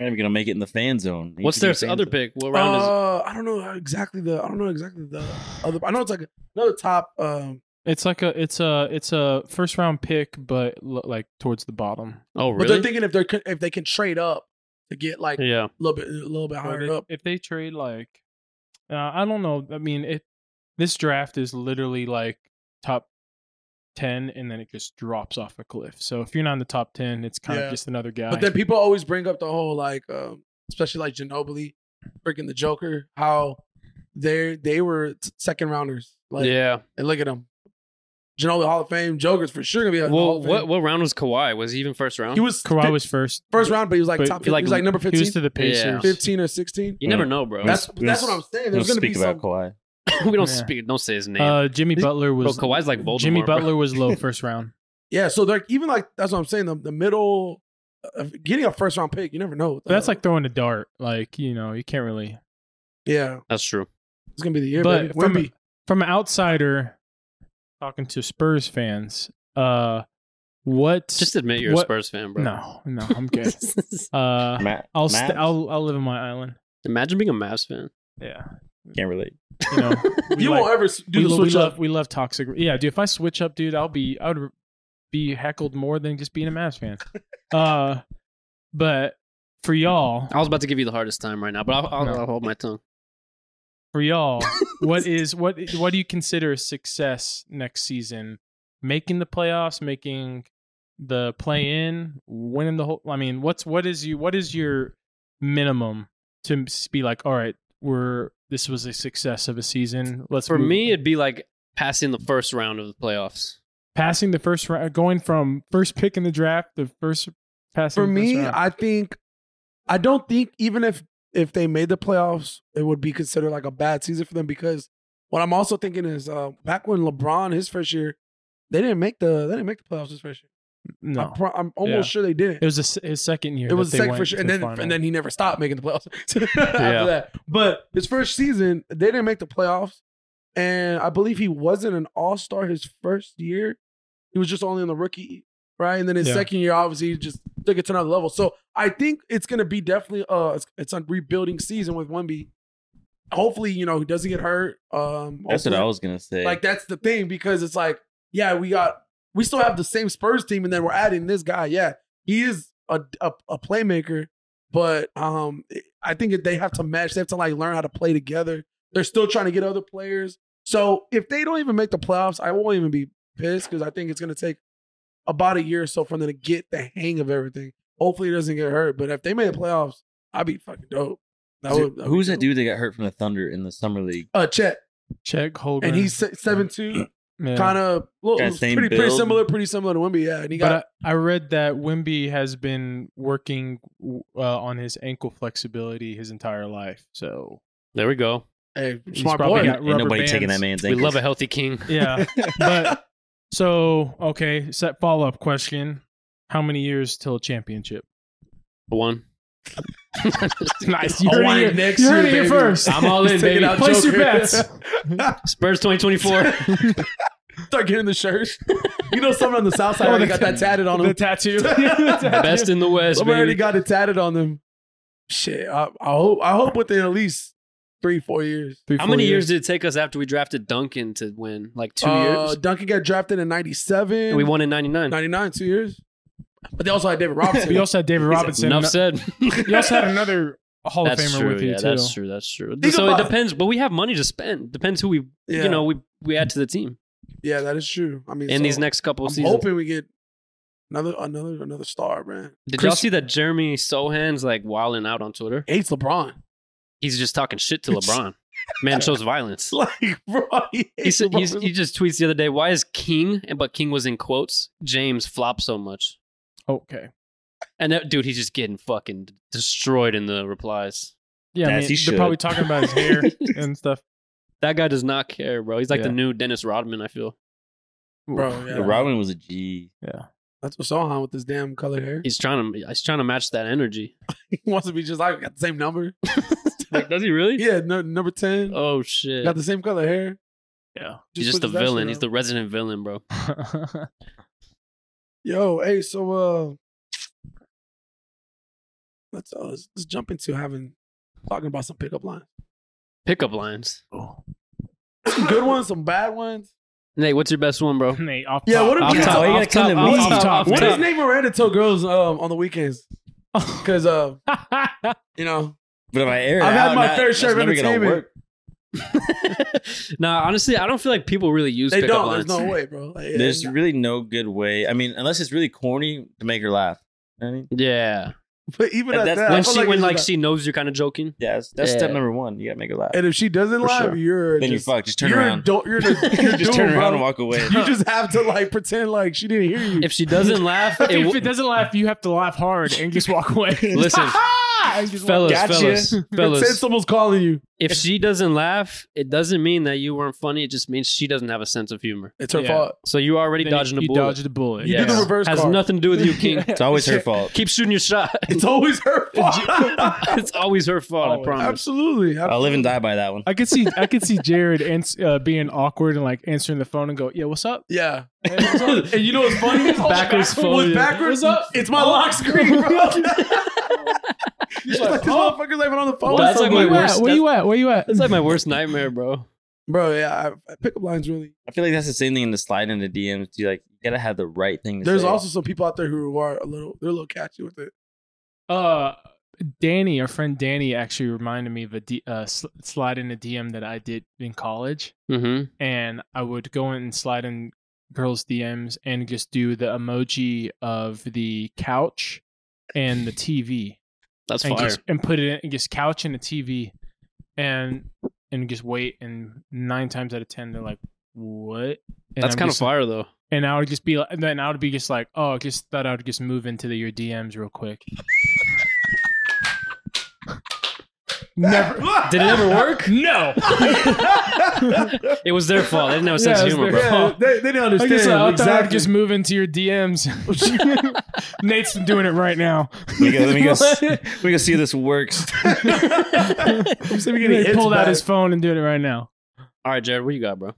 Speaker 4: We're not even gonna make it in the fan zone. You
Speaker 2: What's
Speaker 4: can
Speaker 2: their
Speaker 4: be fan
Speaker 2: other
Speaker 4: zone.
Speaker 2: pick? What round is
Speaker 1: uh, I don't know how exactly the I don't know exactly the other. I know it's like another top. Um,
Speaker 3: it's like a it's a it's a first round pick, but l- like towards the bottom.
Speaker 2: Oh,
Speaker 1: but they're
Speaker 2: really?
Speaker 1: thinking if they're co- if they can trade up to get like a
Speaker 2: yeah.
Speaker 1: little bit a little bit
Speaker 3: Or
Speaker 1: higher
Speaker 3: they-
Speaker 1: up.
Speaker 3: If they trade like, uh, I don't know. I mean, it this draft is literally like top ten, and then it just drops off a cliff. So if you're not in the top ten, it's kind
Speaker 1: Yeah.
Speaker 3: of just another guy.
Speaker 1: But then people always bring up the whole like, um, especially like Ginobili, freaking the Joker, how they they were t- second rounders. Like,
Speaker 2: yeah.
Speaker 1: and look at them. Ginobili Hall of Fame. Joker's for sure gonna be a Hall
Speaker 2: Well,
Speaker 1: of Fame.
Speaker 2: what what round was Kawhi? Was he even first round?
Speaker 1: He was
Speaker 3: Kawhi
Speaker 1: fif-
Speaker 3: was first.
Speaker 1: first round, but he was like
Speaker 3: but
Speaker 1: top.
Speaker 2: he, like,
Speaker 1: he was like number
Speaker 3: He was
Speaker 1: fifteen.
Speaker 3: to the
Speaker 2: Yeah.
Speaker 3: Pacers.
Speaker 1: 15 or 16.
Speaker 2: you never know, bro.
Speaker 1: That's
Speaker 4: we
Speaker 1: that's
Speaker 4: don't-
Speaker 1: what I'm saying.
Speaker 4: Don't
Speaker 1: There's gonna
Speaker 4: speak
Speaker 1: be
Speaker 4: about
Speaker 1: some.
Speaker 4: Kawhi.
Speaker 2: we don't
Speaker 3: Yeah.
Speaker 2: speak. Don't say his name.
Speaker 3: Uh, Jimmy Butler
Speaker 2: bro,
Speaker 3: was
Speaker 2: Kawhi's like Voldemort.
Speaker 3: Jimmy
Speaker 2: bro.
Speaker 3: Butler was low first round.
Speaker 1: Yeah, so like even like that's what I'm saying. The, the middle, uh, getting a first round pick, you never know.
Speaker 3: But that's like throwing a dart. Like you know, you can't really.
Speaker 1: yeah,
Speaker 2: That's true.
Speaker 1: it's gonna be the year.
Speaker 3: but
Speaker 1: But
Speaker 3: from
Speaker 1: baby. Wimby,
Speaker 3: from an outsider talking to Spurs fans, uh, what?
Speaker 2: Just admit you're
Speaker 3: What-
Speaker 2: a Spurs fan, bro.
Speaker 3: no, no, I'm good. uh,
Speaker 4: Matt,
Speaker 3: I'll st-
Speaker 4: Mavs?
Speaker 3: I'll I'll live on my island.
Speaker 2: Imagine being a Mavs fan.
Speaker 3: Yeah,
Speaker 4: can't relate.
Speaker 3: you know, we
Speaker 1: you
Speaker 3: like-
Speaker 1: won't ever s- do
Speaker 3: we,
Speaker 1: the
Speaker 3: lo- we
Speaker 1: switch
Speaker 3: love
Speaker 1: up.
Speaker 3: we love toxic. Yeah, dude. If I switch up, dude, I'll be I would be heckled more than just being a Mavs fan. uh, but for y'all,
Speaker 2: I was about to give you the hardest time right now, but I'll, I'll,
Speaker 3: No.
Speaker 2: I'll hold my tongue.
Speaker 3: for y'all, what is what what do you consider a success next season? Making the playoffs, making the play in, winning the whole. I mean, what's what is you what is your minimum to s- be like? All right, we're this was a success of a season. Let's
Speaker 2: For
Speaker 3: move-
Speaker 2: me, it'd be like passing the first round of the playoffs.
Speaker 3: passing the first round, going from first pick in the draft, the first passing
Speaker 1: For
Speaker 3: the first
Speaker 1: me,
Speaker 3: round.
Speaker 1: I think I don't think even if if they made the playoffs, it would be considered like a bad season for them because what I'm also thinking is uh, back when LeBron his first year, they didn't make the they didn't make the playoffs his first year.
Speaker 3: no,
Speaker 1: I pro- I'm almost
Speaker 3: Yeah.
Speaker 1: sure they didn't.
Speaker 3: it was a s his second year.
Speaker 1: It was
Speaker 3: that they
Speaker 1: second for
Speaker 3: went
Speaker 1: sure,
Speaker 3: to
Speaker 1: and
Speaker 3: the
Speaker 1: then
Speaker 3: final.
Speaker 1: and then he never stopped making the playoffs after
Speaker 2: Yeah.
Speaker 1: that. But his first season, they didn't make the playoffs, and I believe he wasn't an All Star his first year. He was just only on the rookie, right? And then his
Speaker 3: Yeah.
Speaker 1: second year, obviously, he just took it to another level. So I think it's gonna be definitely uh, it's, it's a rebuilding season with Wemby. Hopefully, you know he doesn't get hurt. Um,
Speaker 4: That's what
Speaker 1: hopefully-
Speaker 4: I was gonna say.
Speaker 1: like that's the thing because it's like, yeah, we got we still have the same Spurs team, and then we're adding this guy. Yeah, he is a a, a playmaker, but um, I think that they have to match. They have to like learn how to play together. They're still trying to get other players. So if they don't even make the playoffs, I won't even be pissed because I think it's gonna take about a year or so for them to get the hang of everything. Hopefully, it doesn't get hurt. But if they made the playoffs, I'd be fucking dope. That
Speaker 4: Dude,
Speaker 1: would- would be
Speaker 4: who's that
Speaker 1: dope.
Speaker 4: dude that got hurt from the Thunder in the summer league?
Speaker 1: Uh, Chet,
Speaker 3: check Holder
Speaker 1: and he's seven two
Speaker 3: yeah.
Speaker 1: kind of look
Speaker 4: Kinda
Speaker 1: pretty
Speaker 4: same
Speaker 1: pretty
Speaker 4: build.
Speaker 1: similar, pretty similar to Wimby. Yeah, and he got
Speaker 3: But I, I read that Wimby has been working uh, on his ankle flexibility his entire life. So
Speaker 2: There we go.
Speaker 1: hey,
Speaker 3: he's
Speaker 1: smart
Speaker 3: probably
Speaker 1: boy.
Speaker 3: got
Speaker 4: Ain't
Speaker 3: rubber
Speaker 4: nobody taking that
Speaker 3: bands.
Speaker 4: man's
Speaker 2: We
Speaker 4: ankles.
Speaker 2: love a healthy king.
Speaker 3: Yeah. but so okay, set follow up question: How many years till a championship?
Speaker 2: One.
Speaker 3: nice. You
Speaker 1: Oh,
Speaker 3: heard
Speaker 1: why
Speaker 3: it here-
Speaker 1: next
Speaker 3: you
Speaker 1: year,
Speaker 3: heard it here
Speaker 1: baby.
Speaker 3: first.
Speaker 2: I'm all in,
Speaker 1: He's taking
Speaker 2: baby.
Speaker 1: out
Speaker 3: Place your
Speaker 1: Joker.
Speaker 3: bets.
Speaker 2: Spurs 2024.
Speaker 1: Start getting the shirt. You know, someone on the south side already got that tatted on
Speaker 3: the
Speaker 1: them.
Speaker 3: tattoo.
Speaker 2: Best in the West,
Speaker 1: Someone already
Speaker 2: baby.
Speaker 1: got it tatted on them. Shit, I, I hope I hope within at least three four years.
Speaker 3: Three,
Speaker 2: How
Speaker 3: four
Speaker 2: many years did it take us after we drafted Duncan to win? Like two
Speaker 1: Uh,
Speaker 2: years?
Speaker 1: Duncan got drafted in '97.
Speaker 2: And we won in 99.
Speaker 1: ninety nine two years. But they also had David Robinson.
Speaker 3: We also had David Robinson.
Speaker 2: Enough said.
Speaker 3: You also had another Hall of
Speaker 2: That's
Speaker 3: Famer
Speaker 2: true.
Speaker 3: with you
Speaker 2: yeah,
Speaker 3: too.
Speaker 2: that's true. That's true.
Speaker 1: Think
Speaker 2: so it
Speaker 1: about it.
Speaker 2: depends, but we have money to spend. Depends who we,
Speaker 1: yeah,
Speaker 2: you know, we we add to the team
Speaker 1: yeah, that is true. I mean,
Speaker 2: in
Speaker 1: so
Speaker 2: these next couple
Speaker 1: I'm
Speaker 2: seasons.
Speaker 1: hoping we get another another another star, man.
Speaker 2: Did y'all
Speaker 1: Chris-
Speaker 2: see that Jeremy Sohan's like wilding out on Twitter?
Speaker 1: Hates LeBron.
Speaker 2: He's just talking shit to LeBron. Man shows violence.
Speaker 1: Like, bro, he
Speaker 2: He
Speaker 1: hates
Speaker 2: said,
Speaker 1: LeBron.
Speaker 2: he's, he just tweets the other day, "Why is King and but King was in quotes James flop so much?"
Speaker 3: Okay.
Speaker 2: And that dude, he's just getting fucking destroyed in the replies.
Speaker 3: Yeah, I
Speaker 4: Yes,
Speaker 3: mean,
Speaker 4: he
Speaker 3: they're
Speaker 4: should.
Speaker 3: probably talking about his hair and stuff.
Speaker 2: That guy does not care, bro. He's like the
Speaker 3: Yeah.
Speaker 2: new Dennis Rodman. I feel
Speaker 1: Bro, yeah.
Speaker 4: The Robin was a G.
Speaker 1: That's what's going on with this damn colored hair.
Speaker 2: he's trying to he's trying to match that energy.
Speaker 1: He wants to be just like got the same number.
Speaker 2: Like, does he really?
Speaker 1: Yeah, no, number ten.
Speaker 2: Oh shit!
Speaker 1: Got the same color hair.
Speaker 3: Yeah.
Speaker 2: he's just the
Speaker 1: puts that
Speaker 2: villain.
Speaker 1: shit
Speaker 2: He's
Speaker 1: on.
Speaker 2: the resident villain, bro.
Speaker 1: yo. Hey, so uh, let's uh, let's, let's jump into having talking about some pickup lines.
Speaker 2: Pickup lines.
Speaker 1: Some good ones, some bad ones.
Speaker 2: Nate, what's your best one, bro?
Speaker 3: Nate, off
Speaker 1: Yeah, what
Speaker 2: Off
Speaker 1: Yeah,
Speaker 2: top,
Speaker 1: why you
Speaker 2: off top,
Speaker 4: gotta come to
Speaker 2: off
Speaker 4: me?
Speaker 2: top, off
Speaker 1: What
Speaker 2: top.
Speaker 1: does Nate Miranda tell girls um on the weekends? Because uh, you know,
Speaker 4: But if I air it
Speaker 1: I've had
Speaker 4: out,
Speaker 1: my
Speaker 4: not-
Speaker 1: fair share
Speaker 4: that's
Speaker 1: of
Speaker 4: never gonna
Speaker 1: entertainment.
Speaker 4: work.
Speaker 2: nah, honestly, I don't feel like people really use
Speaker 1: they
Speaker 2: pickup
Speaker 1: don't.
Speaker 2: lines.
Speaker 1: There's no way, bro. Like, yeah,
Speaker 4: There's really no good way. I mean, unless it's really corny to make her laugh. You know what I mean,
Speaker 2: Yeah.
Speaker 1: But even
Speaker 4: And
Speaker 1: at
Speaker 4: that's-
Speaker 1: that, I
Speaker 2: when
Speaker 1: felt
Speaker 2: she when
Speaker 1: it was
Speaker 2: like she knows you're kind of joking.
Speaker 4: Yeah, that's, that's step
Speaker 2: Yeah.
Speaker 4: number one. You gotta make her laugh.
Speaker 1: and if she doesn't
Speaker 4: For
Speaker 1: laugh,
Speaker 4: sure.
Speaker 1: you're
Speaker 4: Then
Speaker 1: just,
Speaker 4: you're fucked. Just turn
Speaker 1: you're
Speaker 4: around.
Speaker 1: do- you're just, you're
Speaker 4: just turn
Speaker 1: doomed, bro.
Speaker 4: around and walk away.
Speaker 1: You just have to like pretend like she didn't hear you.
Speaker 2: If she doesn't laugh, it
Speaker 3: if
Speaker 2: w-
Speaker 3: it doesn't laugh, you have to laugh hard and just walk away.
Speaker 2: Listen,
Speaker 1: Ah!
Speaker 3: And just walk-
Speaker 2: fellas,
Speaker 4: Gotcha.
Speaker 2: fellas,
Speaker 1: Pretend
Speaker 2: fellas.
Speaker 1: someone's calling you.
Speaker 2: If she doesn't laugh, it doesn't mean that you weren't funny. It just means she doesn't have a sense of humor.
Speaker 1: It's her
Speaker 3: Yeah.
Speaker 1: fault.
Speaker 2: So you already
Speaker 3: Then you-
Speaker 2: dodging a
Speaker 3: you
Speaker 2: bullet.
Speaker 3: dodged a bullet.
Speaker 1: You did the
Speaker 2: Yeah.
Speaker 1: reverse
Speaker 2: Has
Speaker 1: card.
Speaker 2: nothing to do with you, King.
Speaker 4: it's always her fault.
Speaker 2: Keep shooting your shot.
Speaker 1: It's always her fault.
Speaker 2: it's always her fault. I
Speaker 3: Always.
Speaker 2: promise.
Speaker 1: Absolutely.
Speaker 4: I live and die by that one.
Speaker 3: I could see I could see Jared ans- uh, being awkward and like answering the phone and go, "Yeah, what's up?"
Speaker 1: Yeah.
Speaker 3: Hey, what's up?
Speaker 1: And you know what's funny? It's
Speaker 2: Backwards phone,
Speaker 1: What's
Speaker 2: yeah.
Speaker 1: backwards?
Speaker 3: What's up? Oh.
Speaker 1: It's my lock screen, bro. She's like, this
Speaker 3: "Oh."
Speaker 1: motherfucker's even on the phone.
Speaker 2: Well, that's
Speaker 1: So
Speaker 2: like
Speaker 1: we
Speaker 2: my
Speaker 1: went-
Speaker 3: Where you
Speaker 2: worst-
Speaker 3: at? Where you at? Where you at?
Speaker 2: It's like my worst nightmare, bro.
Speaker 1: Bro, yeah. I, I pickup lines really.
Speaker 4: I feel like that's the same thing in the slide and the DMs. You like you gotta have the right thing. To
Speaker 1: There's
Speaker 4: say.
Speaker 1: also some people out there who are a little, they're a little catchy with it.
Speaker 3: Uh, Danny, our friend Danny, actually reminded me of a D- uh, sl- slide in a DM that I did in college,
Speaker 2: Mm-hmm.
Speaker 3: and I would go in and slide in girls' DMs and just do the emoji of the couch and the TV,
Speaker 2: That's
Speaker 3: and,
Speaker 2: fire.
Speaker 3: just- and put it in and just couch and the TV, and and just wait. And nine times out of ten, they're like, "What?" And
Speaker 2: That's
Speaker 3: I'm
Speaker 2: kind of
Speaker 3: just-
Speaker 2: fire, though.
Speaker 3: And I would just be like, and then I would be just like, oh, just thought I would just move into the, your DMs real quick. Never.
Speaker 2: Did it ever work? no. it was their fault. They didn't have a sense
Speaker 3: Yeah,
Speaker 2: of
Speaker 3: it's
Speaker 2: humor,
Speaker 3: their
Speaker 2: bro.
Speaker 1: Yeah, they, they didn't
Speaker 3: I
Speaker 1: understand.
Speaker 3: guess I thought I'd
Speaker 1: exactly.
Speaker 3: just move into your DMs. Nate's doing it right now.
Speaker 4: Let me go. Let me go, s- let me go see if this works.
Speaker 1: I'm see if we get any
Speaker 3: Nate
Speaker 1: hits
Speaker 3: pulled out
Speaker 1: back.
Speaker 3: his phone and doing it right now.
Speaker 2: All right, Jared, what you got, bro?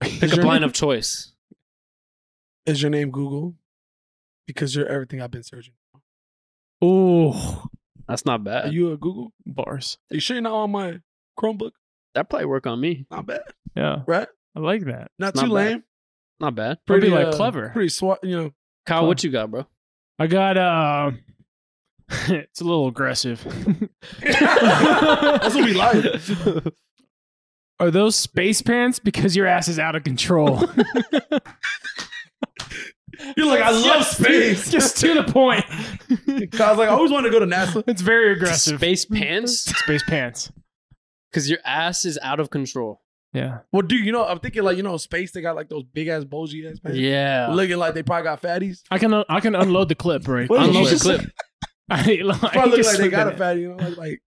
Speaker 2: Pick
Speaker 1: Is
Speaker 2: a
Speaker 1: your
Speaker 2: line
Speaker 1: name-
Speaker 2: of choice.
Speaker 1: Is your name Google? Because you're everything I've been searching.
Speaker 3: Ooh,
Speaker 2: That's not
Speaker 1: Are
Speaker 2: bad.
Speaker 1: you a Google?
Speaker 3: bars.
Speaker 1: Are you sure you're not on my Chromebook?
Speaker 2: That probably work on me.
Speaker 1: Not bad,
Speaker 3: Yeah,
Speaker 1: right?
Speaker 3: I like that.
Speaker 1: Not,
Speaker 2: Not
Speaker 1: too
Speaker 2: bad.
Speaker 1: lame.
Speaker 2: Not bad.
Speaker 3: Pretty like clever.
Speaker 1: Pretty swat. You know,
Speaker 2: Kyle, what you got, bro?
Speaker 3: I got uh, it's a little aggressive.
Speaker 1: that's what we like.
Speaker 3: Are those space pants? Because your ass is out of control.
Speaker 1: You're like, I love space.
Speaker 3: Just to the point.
Speaker 1: I was like, I always wanted to go to NASA.
Speaker 3: It's very aggressive.
Speaker 2: Space pants?
Speaker 3: Space pants.
Speaker 2: Because your ass is out of control.
Speaker 3: Yeah.
Speaker 1: Well, dude, you know, I'm thinking like, you know, space. They got like those big ass bulgy ass pants.
Speaker 2: Yeah.
Speaker 1: Looking like they probably got fatties.
Speaker 3: I can uh, I can unload the clip, right?
Speaker 1: What did you
Speaker 2: Unload the
Speaker 1: just-
Speaker 2: clip.
Speaker 3: I, like,
Speaker 1: Probably look like they
Speaker 3: slip
Speaker 1: got
Speaker 3: in
Speaker 1: a
Speaker 3: it.
Speaker 1: fatty. You know, like, like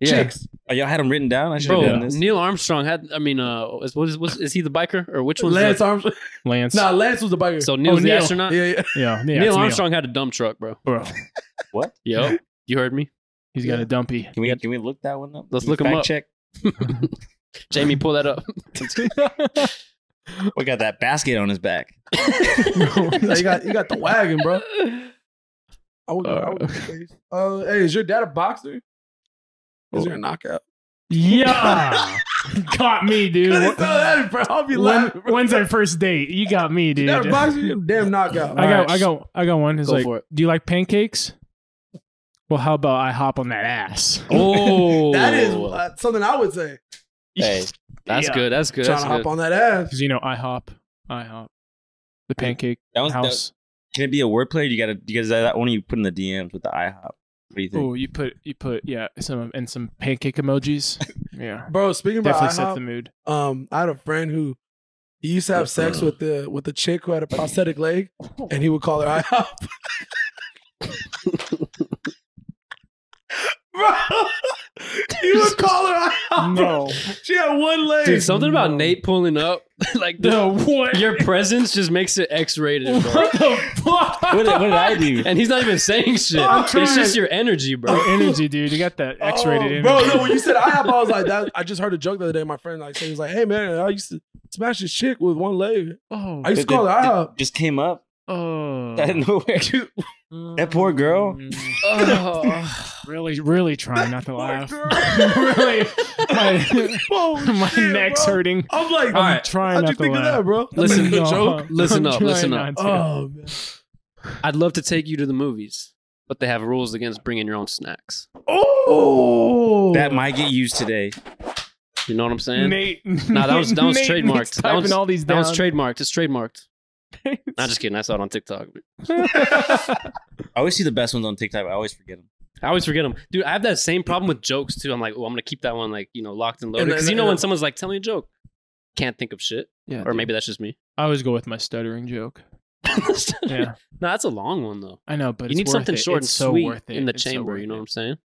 Speaker 2: Yeah.
Speaker 1: chicks.
Speaker 4: Oh, y'all had them written down. I should have
Speaker 2: Bro,
Speaker 4: done this.
Speaker 2: Neil Armstrong had. I mean, uh, is, what is, what's is he the biker or which one's
Speaker 1: Lance
Speaker 2: the,
Speaker 1: Armstrong.
Speaker 3: Lance.
Speaker 1: Nah, Lance was the biker.
Speaker 2: So Neil's
Speaker 3: Oh,
Speaker 2: the
Speaker 3: Neil.
Speaker 2: astronaut.
Speaker 1: yeah, yeah.
Speaker 3: Yeah. yeah,
Speaker 2: Neil
Speaker 3: it's
Speaker 2: Armstrong had a dump truck, bro.
Speaker 3: Bro,
Speaker 4: What?
Speaker 2: Yo, you heard me.
Speaker 3: he's got a dumpy.
Speaker 4: Can we can we look that one up?
Speaker 2: Let's
Speaker 4: Can we
Speaker 2: look 'em
Speaker 4: fact
Speaker 2: up.
Speaker 4: Check.
Speaker 2: Jamie, pull that up.
Speaker 4: We got that basket on his back.
Speaker 1: Like, you got you got the wagon, bro. I would, I would go space. Uh, hey, is your dad a boxer? Is
Speaker 3: Oh.
Speaker 1: there a knockout?
Speaker 3: yeah. got me, dude.
Speaker 1: I'll be
Speaker 3: When,
Speaker 1: laughing. bro.
Speaker 3: when's our first date? You got me, dude.
Speaker 1: Dad a boxer? You're a damn knockout.
Speaker 3: I got, I got, I got one. Who's
Speaker 2: Go
Speaker 3: like,
Speaker 2: for it.
Speaker 3: do you like pancakes? Well, how about I hop on that ass?
Speaker 2: Oh,
Speaker 1: That is uh, something I would say.
Speaker 4: Hey,
Speaker 2: that's
Speaker 3: Yeah.
Speaker 2: good. That's good.
Speaker 1: Trying
Speaker 2: That's
Speaker 1: to hop
Speaker 2: good.
Speaker 1: on that ass.
Speaker 3: Because you know, I hop, I hop, the pancake
Speaker 4: That one's that,
Speaker 3: house.
Speaker 4: can it be a wordplay? or You gotta you guys that one you put in the DMs with the IHOP. What do you think?
Speaker 3: Oh, you put, you put, yeah, some and some pancake emojis. Yeah,
Speaker 1: Bro, speaking about
Speaker 3: definitely sets the
Speaker 1: IHOP,
Speaker 3: mood.
Speaker 1: um, I had a friend who he used to have
Speaker 2: Uh-huh.
Speaker 1: sex with the with a chick who had a prosthetic leg, and he would call her IHOP. Bro, he would call her IHOP. She had one leg.
Speaker 2: Dude, something about Nate pulling up, like the,
Speaker 3: what?
Speaker 2: your presence just makes it X-rated, bro.
Speaker 3: the fuck?
Speaker 4: What, did, what did I do?
Speaker 2: And he's not even saying shit.
Speaker 1: I'm
Speaker 2: It's just
Speaker 1: trying.
Speaker 2: your energy, bro.
Speaker 3: Your energy, dude. You got that X-rated
Speaker 1: Oh,
Speaker 3: energy.
Speaker 1: Bro, no, when you said IHOP, I was like, that, I just heard a joke the other day. My friend like said, he was like, hey man, I used to smash this chick with one leg.
Speaker 3: oh,
Speaker 1: I used to call her IHOP.
Speaker 4: Just came up
Speaker 3: oh,
Speaker 4: out of nowhere. that poor girl.
Speaker 2: Oh.
Speaker 3: Mm, Really, really trying not to
Speaker 1: Poor
Speaker 3: laugh.
Speaker 1: girl.
Speaker 3: really, my,
Speaker 1: Oh,
Speaker 3: my
Speaker 1: shit,
Speaker 3: neck's
Speaker 1: bro.
Speaker 3: hurting.
Speaker 1: I'm like,
Speaker 2: All right.
Speaker 3: I'm trying
Speaker 1: how'd
Speaker 3: not
Speaker 1: you
Speaker 3: to
Speaker 1: think of
Speaker 3: laugh.
Speaker 1: that, bro? That's
Speaker 2: Listen,
Speaker 1: a good
Speaker 3: No,
Speaker 1: joke.
Speaker 2: Listen
Speaker 3: I'm
Speaker 2: up, listen
Speaker 3: trying
Speaker 2: up.
Speaker 3: not to.
Speaker 1: Oh man.
Speaker 2: I'd love to take you to the movies, but they have rules against bringing your own snacks.
Speaker 1: Oh,
Speaker 4: That might get used today.
Speaker 2: You know what I'm saying?
Speaker 3: Nate,
Speaker 2: Nah, that was that was
Speaker 3: Oh, Nate- Nate's
Speaker 2: trademarked. That
Speaker 3: typing
Speaker 2: was,
Speaker 3: all these
Speaker 2: that was
Speaker 3: down.
Speaker 2: trademarked. It's trademarked. Not just kidding. I saw it on TikTok.
Speaker 4: I always see the best ones on TikTok. I always forget them.
Speaker 2: I always forget them, dude. I have that same problem with jokes too. I'm like, oh, I'm gonna keep that one like you know locked and loaded
Speaker 1: And-
Speaker 2: because
Speaker 1: and-
Speaker 2: you know when
Speaker 1: and-
Speaker 2: someone's like, tell me a joke, can't think of shit,
Speaker 3: yeah,
Speaker 2: or maybe that's just me.
Speaker 3: I always go with my stuttering joke.
Speaker 2: no,
Speaker 3: Yeah,
Speaker 2: that's a long one though.
Speaker 3: I know, but
Speaker 2: you
Speaker 3: it's
Speaker 2: need
Speaker 3: worth
Speaker 2: something
Speaker 3: it.
Speaker 2: short
Speaker 3: It's
Speaker 2: and
Speaker 3: so
Speaker 2: sweet
Speaker 3: worth it.
Speaker 2: in the
Speaker 3: It's so
Speaker 2: chamber.
Speaker 3: worth
Speaker 2: you know
Speaker 3: it.
Speaker 2: what I'm saying?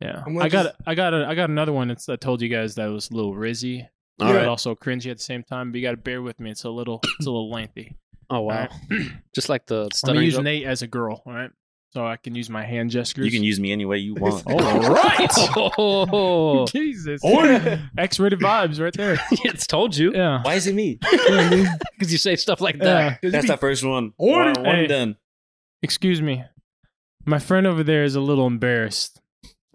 Speaker 3: Yeah,
Speaker 1: I'm gonna
Speaker 3: I got
Speaker 1: just-
Speaker 3: I got a, I got another one. It's I told you guys that was a little rizzy,
Speaker 2: All
Speaker 3: but
Speaker 2: right.
Speaker 3: also cringy at the same time. But you got to bear with me. It's a little it's a little lengthy.
Speaker 2: Oh wow.
Speaker 3: All
Speaker 2: Just like the
Speaker 3: I'm gonna
Speaker 2: stuttering
Speaker 3: use
Speaker 2: joke.
Speaker 3: Nate as a girl, all right? So I can use my hand gestures.
Speaker 4: You can use me any way you want.
Speaker 3: all right.
Speaker 2: Oh,
Speaker 3: Jesus,
Speaker 1: Oi.
Speaker 3: X-rated vibes right there.
Speaker 2: it's told you
Speaker 3: Yeah,
Speaker 4: Why is it me?
Speaker 2: because you say stuff like that.
Speaker 3: yeah.
Speaker 1: Does it
Speaker 4: That's
Speaker 1: be-
Speaker 4: that first one.
Speaker 1: Order-
Speaker 4: One, one
Speaker 3: Hey.
Speaker 4: done.
Speaker 3: Excuse me, my friend over there is a little embarrassed.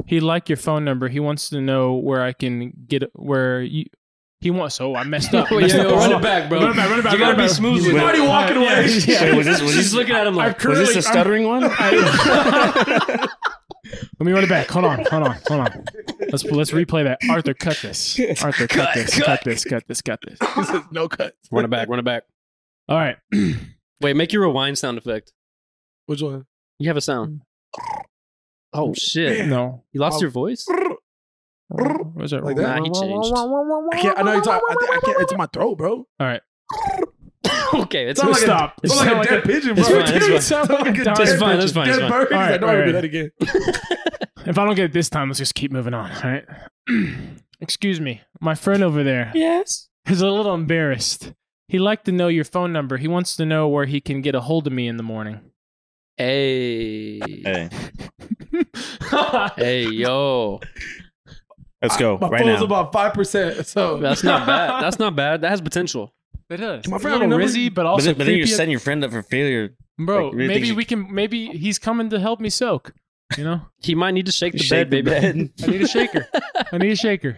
Speaker 3: He liked your phone number. He wants to know where I can get where you. He wants. Oh, I messed up.
Speaker 2: Yo,
Speaker 3: Messed
Speaker 2: yo,
Speaker 3: up.
Speaker 2: run
Speaker 3: Oh,
Speaker 2: it back, bro.
Speaker 3: Run it back. Run it back.
Speaker 2: You
Speaker 3: run it
Speaker 2: gotta be
Speaker 3: back.
Speaker 2: smooth
Speaker 4: with it.
Speaker 1: already walking
Speaker 3: Yeah,
Speaker 1: away.
Speaker 3: yeah.
Speaker 4: Wait, was this- was
Speaker 2: She's
Speaker 4: this-
Speaker 2: looking at him like,
Speaker 4: Was this a
Speaker 1: Curly- I'm-
Speaker 4: stuttering one?
Speaker 3: Let me run it back. Hold on. Hold on. Hold on. Let's let's replay that. Arthur, cut this. Arthur, cut,
Speaker 2: Cut,
Speaker 3: this.
Speaker 2: cut.
Speaker 3: Cut. this. Cut this. Cut this.
Speaker 1: This is no cuts.
Speaker 2: run it back, run it back.
Speaker 3: All right.
Speaker 2: Wait, make your rewind sound effect.
Speaker 1: Which one?
Speaker 2: You have a sound. Oh shit!
Speaker 3: No.
Speaker 2: You lost your voice.
Speaker 3: Was that?
Speaker 1: Like
Speaker 3: wrong?
Speaker 1: that?
Speaker 2: Nah, he changed.
Speaker 1: I can't. I know you're talking. I, think- I can't. It's in my throat, bro.
Speaker 3: All right.
Speaker 2: okay, it's
Speaker 1: Sound like a-
Speaker 3: Stop.
Speaker 1: It's
Speaker 2: It's
Speaker 1: like
Speaker 3: Sound
Speaker 1: a
Speaker 3: like
Speaker 1: dead pigeon, bro.
Speaker 2: it's fine, it's fine.
Speaker 1: Sound like a
Speaker 3: It's fine,
Speaker 1: dead
Speaker 2: it's fine,
Speaker 1: pigeon. Dead
Speaker 2: it's fine.
Speaker 1: bird.
Speaker 3: All
Speaker 1: I
Speaker 3: right,
Speaker 1: know how to do
Speaker 3: right.
Speaker 1: that again.
Speaker 3: If I don't get it this time, let's just keep moving on. All right. Excuse me. My friend over there
Speaker 4: Yes.
Speaker 3: is a little embarrassed. He'd like to know your phone number. He wants to know where he can get a hold of me in the morning.
Speaker 2: hey,
Speaker 4: Hey,
Speaker 2: hey, yo,
Speaker 4: let's go
Speaker 1: My
Speaker 4: right
Speaker 1: phone's
Speaker 4: now.
Speaker 1: about five percent. So
Speaker 2: that's not bad. That's not bad. That has potential.
Speaker 3: It is.
Speaker 1: My friend
Speaker 3: My friend a little
Speaker 1: remember-
Speaker 3: rizzy, but
Speaker 4: but
Speaker 3: also
Speaker 4: then, but then you're
Speaker 3: creepy at-
Speaker 4: setting your friend up for failure.
Speaker 3: Bro,
Speaker 4: Like, really
Speaker 3: maybe
Speaker 4: things
Speaker 3: we can. Maybe he's coming to help me soak. You know,
Speaker 2: He might need to shake the
Speaker 4: Shake
Speaker 2: bed,
Speaker 4: the
Speaker 2: baby.
Speaker 4: bed.
Speaker 3: I need a shaker. I need a shaker.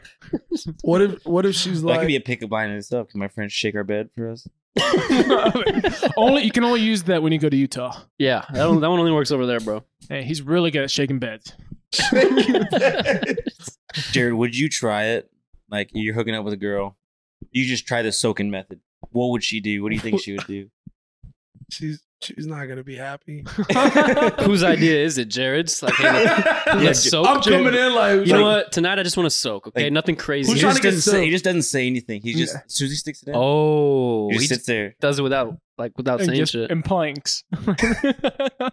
Speaker 1: what if? What if she's
Speaker 4: that could be
Speaker 1: like?
Speaker 4: a pickup line in itself. Can my friend shake our bed for us?
Speaker 3: only you can only use that when you go to Utah.
Speaker 2: yeah, that one, that one only works over there, bro.
Speaker 3: Hey, he's really good at shaking beds.
Speaker 4: Jared, would you try it? Like you're hooking up with a girl, you just try the soaking method. What would she do? What do you think she would do?
Speaker 1: She's she's not gonna be happy.
Speaker 2: Whose idea is it, Jared's? Like, hey, look, let's soak.
Speaker 1: I'm coming in like
Speaker 2: You know
Speaker 1: like,
Speaker 2: what? Tonight I just want to soak. Okay,
Speaker 4: Like,
Speaker 2: nothing
Speaker 4: He
Speaker 2: crazy.
Speaker 1: Who's trying
Speaker 4: just,
Speaker 1: to get
Speaker 4: doesn't say, he
Speaker 1: soaked?
Speaker 4: just doesn't say anything. He just
Speaker 1: Yeah.
Speaker 4: Susie sticks it in.
Speaker 2: oh,
Speaker 4: he
Speaker 2: he
Speaker 4: just
Speaker 2: just
Speaker 4: sits there.
Speaker 2: does it without like without
Speaker 3: and,
Speaker 2: saying
Speaker 3: just,
Speaker 2: shit.
Speaker 3: and planks.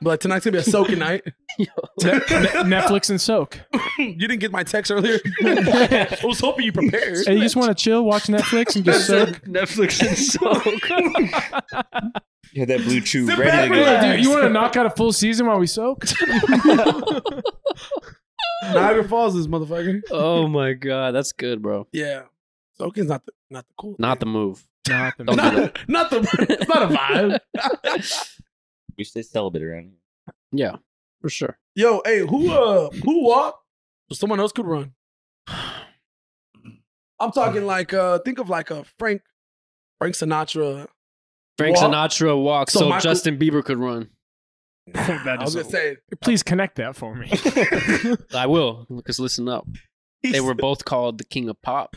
Speaker 1: But tonight's gonna be a soaking night.
Speaker 3: Netflix and soak.
Speaker 1: you didn't get my text earlier. I was hoping you prepared.
Speaker 3: Hey, you just want to chill, watch Netflix, and just soak.
Speaker 2: Netflix and soak.
Speaker 4: You had that blue chew
Speaker 1: Sit
Speaker 4: ready to
Speaker 1: back,
Speaker 4: go.
Speaker 1: relax.
Speaker 3: Dude, you want to knock out a full season while we soak?
Speaker 1: Niagara Falls, this motherfucker.
Speaker 2: oh my god, that's good, bro.
Speaker 1: Yeah, soaking's not the not the cool.
Speaker 2: Not the move.
Speaker 3: Not the
Speaker 2: Don't do that.
Speaker 1: Not, not the. It's not a vibe.
Speaker 4: We stay celibate around here.
Speaker 2: Yeah, for sure.
Speaker 1: Yo, hey, who uh who walked? So someone else could run. I'm talking like uh think of like a Frank Frank Sinatra.
Speaker 2: Frank
Speaker 1: Walk.
Speaker 2: Sinatra walked so,
Speaker 1: So Michael-
Speaker 2: Justin Bieber could run.
Speaker 1: I was gonna say
Speaker 3: Please connect that for me.
Speaker 2: I will, because listen up. They were both called the King of Pop.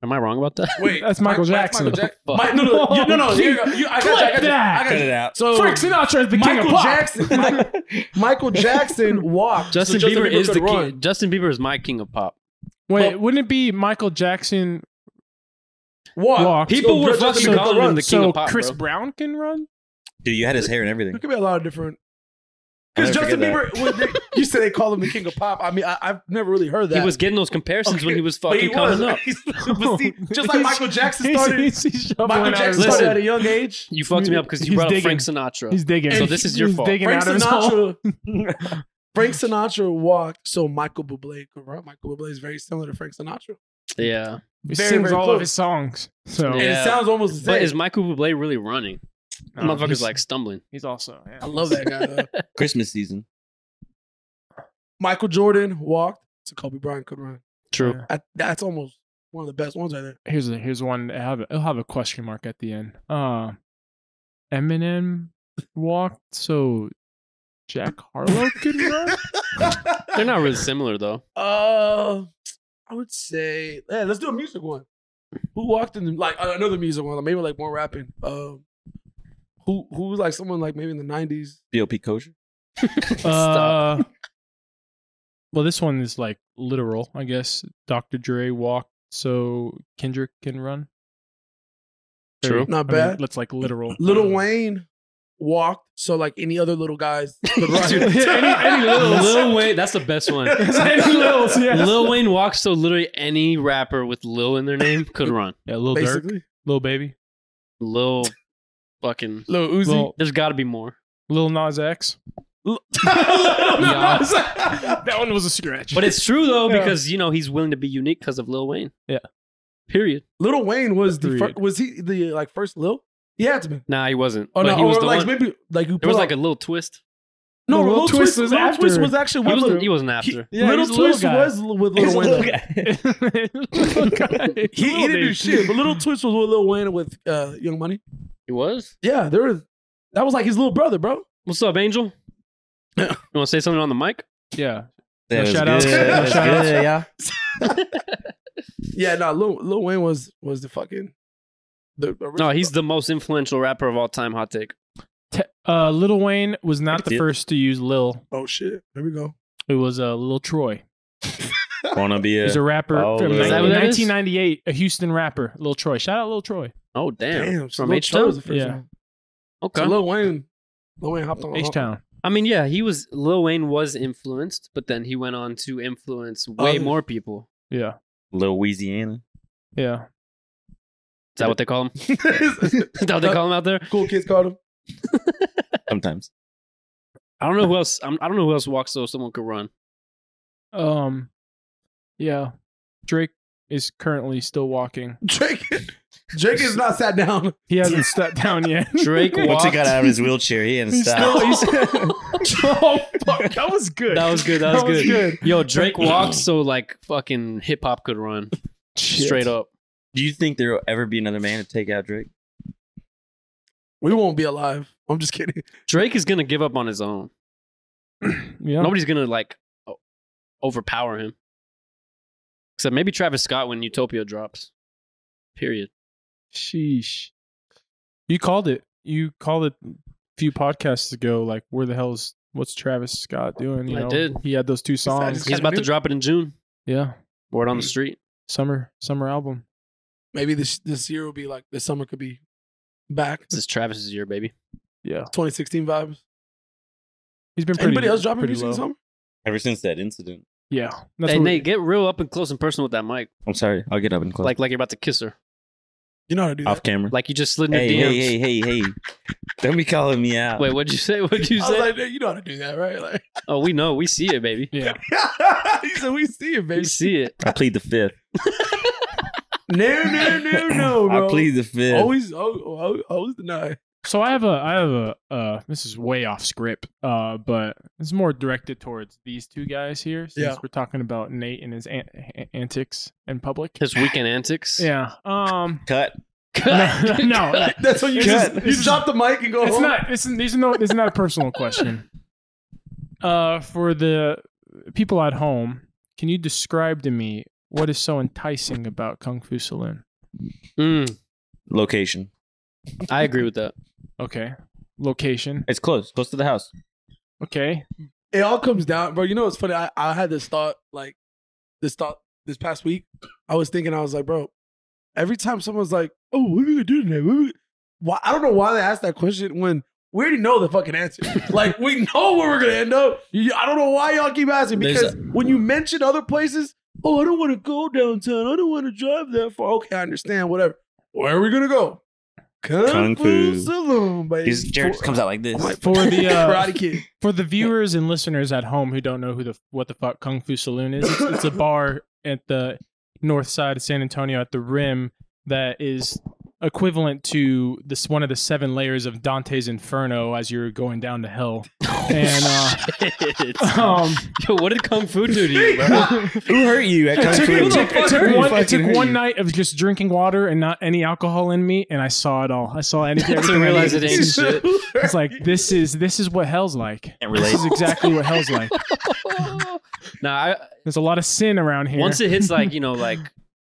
Speaker 2: Am I wrong about that?
Speaker 1: wait.
Speaker 3: That's Michael
Speaker 1: Mi- Mi-
Speaker 3: Jackson.
Speaker 1: Michael Jack-
Speaker 2: Fuck.
Speaker 1: Mi- no, no, you, no, no. Here, you, go. you, I got you. I got you. I
Speaker 4: Cut
Speaker 1: got
Speaker 4: it
Speaker 1: you.
Speaker 4: out.
Speaker 1: So
Speaker 3: Frank Sinatra is the king
Speaker 1: Michael
Speaker 3: of pop.
Speaker 1: Jackson. Mi- Michael Jackson walked. so
Speaker 2: Justin, Bieber, is
Speaker 1: could
Speaker 2: the
Speaker 1: run.
Speaker 2: king. Justin Bieber is my King of Pop.
Speaker 3: Wait,
Speaker 1: Well-
Speaker 3: wouldn't it be Michael Jackson
Speaker 1: Walked.
Speaker 3: walked?
Speaker 2: People were
Speaker 1: Justin
Speaker 2: fucking
Speaker 1: Bieber could
Speaker 2: calling him
Speaker 1: run.
Speaker 2: the King
Speaker 3: so
Speaker 2: of Pop.
Speaker 3: Chris
Speaker 2: bro.
Speaker 3: Brown can run.
Speaker 4: Dude, you had his hair and everything.
Speaker 1: There could be a lot of different.
Speaker 4: I'll never
Speaker 1: Because Justin
Speaker 4: forget
Speaker 1: Bieber, when they, you said they call him the king of pop. I mean, I, I've never really heard that.
Speaker 2: He was getting those comparisons when he was fucking coming up.
Speaker 1: but see, just like Michael Jackson
Speaker 3: He's-
Speaker 1: started,
Speaker 3: he's- he's shoveling
Speaker 1: Michael
Speaker 3: out his-
Speaker 1: Jackson started
Speaker 2: Listen.
Speaker 1: at a young age.
Speaker 2: You fucked me up because you
Speaker 3: He's
Speaker 2: brought up
Speaker 3: digging.
Speaker 2: Frank Sinatra.
Speaker 3: He's digging.
Speaker 2: So this is your
Speaker 3: He's
Speaker 2: fault.
Speaker 3: digging
Speaker 1: Frank
Speaker 3: out of his hole.
Speaker 1: Sinatra. Frank Sinatra walked, so Michael Bublé could run. Michael Bublé is very similar to Frank Sinatra,
Speaker 2: yeah.
Speaker 3: He
Speaker 1: Very,
Speaker 3: sings
Speaker 1: very
Speaker 3: all
Speaker 1: close.
Speaker 3: of his songs. So
Speaker 1: and
Speaker 2: Yeah.
Speaker 1: it sounds almost the same.
Speaker 2: But is Michael Bublé really running?
Speaker 3: No,
Speaker 2: Motherfucker's
Speaker 3: he's-
Speaker 2: like stumbling.
Speaker 3: he's also. yeah.
Speaker 1: I love that guy. though.
Speaker 4: Christmas season.
Speaker 1: Michael Jordan walked, so Kobe Bryant could run.
Speaker 2: True.
Speaker 3: Yeah.
Speaker 1: I, that's almost one of the best ones right there.
Speaker 3: Here's a, here's one. I have a, it'll have a question mark at the end. Uh, Eminem walked, so Jack Harlow could run.
Speaker 2: They're not really similar though.
Speaker 1: Uh, I would say, yeah, let's do a music one. Who walked in the, like another music one? Maybe like more rapping. Um, Who who was like someone like maybe in the nineties?
Speaker 4: DOP kosher.
Speaker 3: Uh, well, this one is like literal, I guess. Dr. Dre walked so Kendrick can run.
Speaker 2: True.
Speaker 3: I mean,
Speaker 1: Not bad.
Speaker 3: that's like literal. Uh,
Speaker 2: Mm.
Speaker 1: Little Wayne walked, so like any other little guys could run.
Speaker 2: Dude, any, any little Lil Wayne, that's the best one.
Speaker 3: Any Lils, yeah.
Speaker 2: Lil Wayne walks so literally any rapper with Lil in their name could run.
Speaker 3: yeah, Lil Durk,
Speaker 1: basically.
Speaker 3: Lil Baby,
Speaker 2: Lil, fucking.
Speaker 1: Little Uzi.
Speaker 3: Lil,
Speaker 2: There's got to be more.
Speaker 3: Lil Nas X.
Speaker 2: Yeah.
Speaker 3: that one was a scratch.
Speaker 2: But it's true though
Speaker 3: Yeah.
Speaker 2: because you know he's willing to be unique because of Lil Wayne.
Speaker 3: Yeah.
Speaker 2: Period.
Speaker 1: Little Wayne was the fir-
Speaker 3: Agreed.
Speaker 1: was he the like first Lil? He had to be.
Speaker 2: Nah, he wasn't.
Speaker 1: Oh
Speaker 2: but
Speaker 1: no,
Speaker 2: he was
Speaker 1: or
Speaker 2: the
Speaker 1: like
Speaker 2: one.
Speaker 1: maybe like you
Speaker 2: There was like a little twist.
Speaker 1: no.
Speaker 3: No,
Speaker 1: Lil,
Speaker 3: Lil
Speaker 1: Twist, was
Speaker 3: Twist was
Speaker 1: Lil
Speaker 3: after.
Speaker 1: Twist was actually
Speaker 2: He
Speaker 1: with
Speaker 2: wasn't,
Speaker 1: Lil,
Speaker 2: he wasn't
Speaker 1: he-
Speaker 2: after.
Speaker 3: Yeah,
Speaker 1: Little
Speaker 3: he's a little
Speaker 1: Twist
Speaker 3: guy.
Speaker 1: was with Lil Wayne. though.
Speaker 3: Little guy.
Speaker 1: He, he didn't do
Speaker 3: Little
Speaker 1: shit, but Little Twist was with Lil Wayne with uh, Young Money.
Speaker 2: He was.
Speaker 1: Yeah, there was that was like his little brother, bro.
Speaker 2: What's up, Angel? you want to say something on the mic?
Speaker 3: Yeah.
Speaker 4: That
Speaker 3: No
Speaker 4: was
Speaker 3: shout-outs?
Speaker 4: good.
Speaker 1: No
Speaker 4: That was
Speaker 3: shout-outs?
Speaker 4: good, yeah.
Speaker 1: Yeah, no, Lil, Lil Wayne was was the fucking the
Speaker 2: No, he's the most influential rapper of all time. Hot take.
Speaker 3: Te- uh, Little Wayne was not the
Speaker 4: Yeah.
Speaker 3: first to use Lil.
Speaker 1: oh shit. There we go.
Speaker 3: It was uh, Lil Troy.
Speaker 4: Wanna be a
Speaker 3: He's a rapper
Speaker 4: Oh,
Speaker 3: from
Speaker 4: Lil.
Speaker 2: Is that what that is?
Speaker 3: 1998, a Houston rapper, Lil Troy. Shout out Lil Troy.
Speaker 2: Oh damn!
Speaker 1: so
Speaker 2: From
Speaker 1: Lil
Speaker 2: H
Speaker 1: Troy was
Speaker 2: Town.
Speaker 1: the first
Speaker 3: Yeah.
Speaker 1: one.
Speaker 2: Okay.
Speaker 1: So Lil Wayne, Lil Wayne hopped on
Speaker 3: H Town.
Speaker 2: I mean, yeah, he was Lil Wayne was influenced, but then he went on to influence way
Speaker 1: Others.
Speaker 2: more people.
Speaker 3: Yeah.
Speaker 4: Lil Louisiana.
Speaker 3: Yeah.
Speaker 2: Is that what they call him? Is that what they
Speaker 1: Uh,
Speaker 2: call him out there?
Speaker 1: cool kids called him.
Speaker 4: Sometimes.
Speaker 2: I don't know who else. I'm, I don't know who else walks so someone could run.
Speaker 3: Um, yeah. Drake is currently still walking.
Speaker 1: Drake. Drake is not sat down.
Speaker 3: He hasn't stepped down yet.
Speaker 2: Drake
Speaker 4: Once he
Speaker 2: walked.
Speaker 4: got out of his wheelchair, he didn't
Speaker 3: He's
Speaker 4: stop.
Speaker 3: still- he's- oh fuck! That was good.
Speaker 2: That was good. That was good.
Speaker 3: good.
Speaker 2: Yo, Drake walked so like fucking hip hop could run straight up.
Speaker 4: Do you think there will ever be another man to take out Drake?
Speaker 1: We won't be alive. I'm just kidding.
Speaker 2: Drake is gonna give up on his own.
Speaker 3: Yeah.
Speaker 2: Nobody's gonna like o- overpower him. Except maybe Travis Scott when Utopia drops. Period.
Speaker 3: Sheesh. You called it. You called it a few podcasts ago. Like, where the hell is what's Travis Scott doing? You
Speaker 2: I
Speaker 3: know,
Speaker 2: did.
Speaker 3: He had those two songs.
Speaker 1: kinda
Speaker 2: He's about to
Speaker 1: new.
Speaker 2: drop it in June.
Speaker 3: yeah,
Speaker 2: Word on the street.
Speaker 3: summer summer album.
Speaker 1: Maybe this this year will be like this summer could be back.
Speaker 2: This is Travis's year, baby.
Speaker 3: Yeah,
Speaker 1: 2016 vibes.
Speaker 3: he's been pretty.
Speaker 1: Anybody else dropping
Speaker 3: pretty
Speaker 1: music
Speaker 3: low.
Speaker 1: this summer?
Speaker 4: Ever since that incident.
Speaker 3: Yeah, that's
Speaker 2: Hey
Speaker 3: what we-
Speaker 2: Nate, get real up and close and personal with that mic.
Speaker 4: I'm sorry. I'll get up and close.
Speaker 2: Like like you're about to kiss her.
Speaker 1: You know how to do that.
Speaker 4: off camera.
Speaker 2: Like you just slid in
Speaker 4: hey,
Speaker 2: your DMs.
Speaker 4: hey, hey, hey, hey. Don't be calling me out.
Speaker 2: Wait, what'd you say? What'd you
Speaker 1: I was
Speaker 2: say?
Speaker 1: like, "Nate, you know how to do that, right? Like,
Speaker 2: oh, we know. We see it, baby.
Speaker 3: Yeah,
Speaker 1: he said, we see it,
Speaker 2: We
Speaker 1: baby.
Speaker 2: see it.
Speaker 4: I plead the fifth.
Speaker 1: No, no, no, no, bro.
Speaker 4: I plead the fifth.
Speaker 1: Always, always, always, always deny.
Speaker 3: So I have a I have a uh this is way off script, uh, but it's more directed towards these two guys here since
Speaker 1: Yeah.
Speaker 3: we're talking about Nate and his an- a- antics in public.
Speaker 2: His weekend antics.
Speaker 3: Yeah. Um
Speaker 4: Cut.
Speaker 3: no, no,
Speaker 1: That's what you
Speaker 3: Cut.
Speaker 1: just, you drop the mic and go
Speaker 3: it's
Speaker 1: home.
Speaker 3: not this is these are no this is not a personal question. Uh for the people at home, can you describe to me what is so enticing about Kung Fu Saloon?
Speaker 2: Mm,
Speaker 4: Location.
Speaker 2: I agree with that.
Speaker 3: Okay. Location.
Speaker 4: It's close. Close to the house.
Speaker 3: Okay.
Speaker 1: it all comes down, bro. You know what's funny? I, I had this thought, like this thought this past week. I was thinking, I was like, bro, every time someone's like, "Oh, what are we gonna do today?" What are we- Why? I don't know why they asked that question when we already know the fucking answer. like we know where we're gonna end up. You- I don't know why y'all keep asking
Speaker 4: There's
Speaker 1: because when you mention other places, oh, I don't want to go downtown. I don't want to drive that far. Okay, I understand. Whatever. Where are we gonna go? Kung,
Speaker 4: Kung
Speaker 1: Fu
Speaker 4: Fu.
Speaker 1: Saloon, baby.
Speaker 4: His Jared just comes out like this.
Speaker 1: I'm like,
Speaker 3: For the uh,
Speaker 1: Karate Kid.
Speaker 3: For the viewers and listeners at home who don't know who the what the fuck Kung Fu Saloon is, it's, it's a bar at the north side of San Antonio at the rim that is equivalent to this one of the seven layers of Dante's Inferno as you're going down to hell.
Speaker 1: Oh,
Speaker 3: And uh,
Speaker 2: Shit.
Speaker 3: um,
Speaker 2: Yo, what did Kung Fu do to you, bro?
Speaker 4: Who hurt you at
Speaker 3: it
Speaker 4: Kung
Speaker 3: took,
Speaker 4: Fu?
Speaker 3: it took- it took
Speaker 1: Who
Speaker 3: one, it
Speaker 1: fucking
Speaker 3: took
Speaker 1: hurt
Speaker 3: one
Speaker 1: you?
Speaker 3: night of just drinking water and not any alcohol in me, and I saw it all. I saw anything.
Speaker 2: To
Speaker 3: everything I
Speaker 2: realize it
Speaker 3: needed to
Speaker 2: ain't
Speaker 3: see.
Speaker 2: shit.
Speaker 3: It's like this is this is what hell's like.
Speaker 4: Can't
Speaker 3: This
Speaker 4: relate.
Speaker 3: is exactly what hell's like.
Speaker 2: nah, I,
Speaker 3: There's a lot of sin around here.
Speaker 2: once it hits like you know like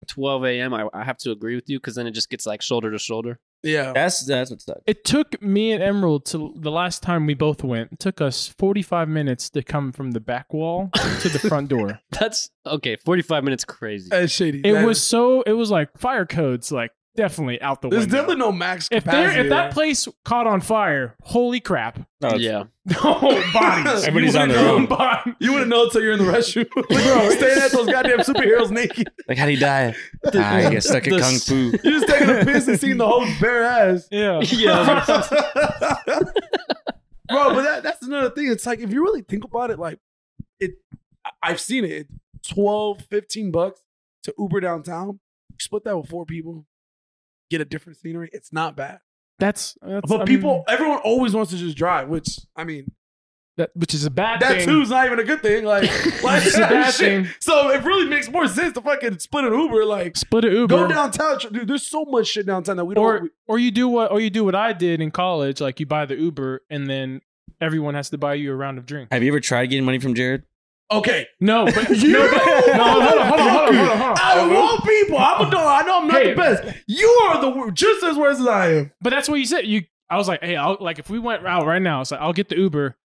Speaker 2: 12 a.m., I, I have to agree with you because then it just gets like shoulder to shoulder.
Speaker 1: Yeah.
Speaker 4: That's that's what sucks.
Speaker 3: It took me and Emerald to the last time we both went. It took us 45 minutes to come from the back wall to the front door.
Speaker 2: That's okay. Forty-five minutes, crazy.
Speaker 1: That's shady.
Speaker 3: It
Speaker 1: That
Speaker 3: was
Speaker 1: is-
Speaker 3: so. It was like fire codes, like definitely out the
Speaker 1: There's
Speaker 3: window.
Speaker 1: definitely no max
Speaker 3: if there,
Speaker 1: capacity.
Speaker 3: if that place caught on fire, holy crap!
Speaker 4: No, it's-
Speaker 2: yeah,
Speaker 3: Oh, bodies.
Speaker 4: Everybody's
Speaker 3: You
Speaker 4: on
Speaker 3: wouldn't
Speaker 4: their
Speaker 3: know
Speaker 4: own.
Speaker 3: bodies.
Speaker 1: you wouldn't know until you're in the restroom. Bro, staying at those goddamn superheroes naked.
Speaker 4: Like how do you die? I get stuck
Speaker 2: The-
Speaker 4: at kung fu.
Speaker 1: You're just taking a piss and seeing the whole bare ass.
Speaker 3: Yeah.
Speaker 2: yeah.
Speaker 1: Bro, but that, that's another thing. It's like if you really think about it, like it I- I've seen it. 12, 15 bucks to Uber downtown. Split that with four people. Get a different scenery. It's not bad.
Speaker 3: That's, that's
Speaker 1: But
Speaker 3: I mean,
Speaker 1: people, everyone always wants to just drive, which I mean,
Speaker 3: that, which is a bad
Speaker 1: that
Speaker 3: thing.
Speaker 1: two's not even a good thing. Like, like
Speaker 3: It's a bad
Speaker 1: shit.
Speaker 3: thing.
Speaker 1: So it really makes more sense to fucking split an Uber. Like,
Speaker 3: Split a Uber.
Speaker 1: go downtown, tr- dude. There's so much shit downtown that we don't.
Speaker 3: or
Speaker 1: we-
Speaker 3: or you do what or you do what I did in college, like you buy the Uber and then everyone has to buy you a round of drink.
Speaker 4: Have you ever tried getting money from Jared?
Speaker 1: okay,
Speaker 3: No, but
Speaker 1: You-
Speaker 3: no, but, no, hold on, hold on, hold on, hold on, hold on.
Speaker 1: out of all people, I'm a dog. I know I'm not
Speaker 3: Hey.
Speaker 1: the best. You are the wor- just as worse as I am.
Speaker 3: But that's what you said. You, I was like, hey, I'll, like if we went out right now, it's like I'll get the Uber.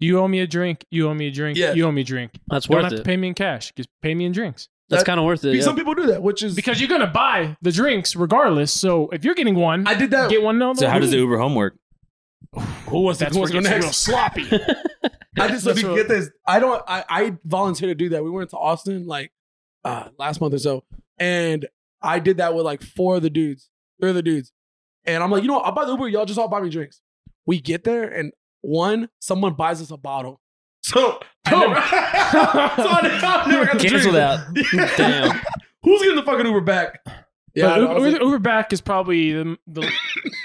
Speaker 3: You owe me a drink. You owe me a drink.
Speaker 1: Yes.
Speaker 3: You owe me a drink.
Speaker 2: That's
Speaker 3: You don't
Speaker 2: worth
Speaker 3: have to
Speaker 2: it.
Speaker 3: pay me in cash. Just pay me in drinks.
Speaker 2: That's kind of worth it.
Speaker 1: Some
Speaker 2: Yeah.
Speaker 1: people do that, which is
Speaker 3: Because you're gonna buy the drinks regardless. So if you're getting one,
Speaker 1: I did that.
Speaker 3: get one. No,
Speaker 4: So how does the Uber home work?
Speaker 1: Who wants
Speaker 3: That's where it gets real sloppy.
Speaker 1: I just so
Speaker 3: That's
Speaker 1: you can
Speaker 3: what-
Speaker 1: get this. I don't. I, I volunteered to do that. We went to Austin like uh, last month or so, and I did that with like four of the dudes, three of the dudes, and I'm like, you know, what? I'll buy the Uber. Y'all just all buy me drinks. We get there, and one someone buys us a bottle. So I
Speaker 3: Oh.
Speaker 1: never, so I never, I never got the
Speaker 4: Cancel
Speaker 1: drink.
Speaker 4: that.
Speaker 1: Yeah.
Speaker 2: Damn.
Speaker 1: Who's getting the fucking Uber back?
Speaker 3: Yeah,
Speaker 1: I know, I was
Speaker 3: Uber,
Speaker 1: like-
Speaker 3: Uber back is probably the, the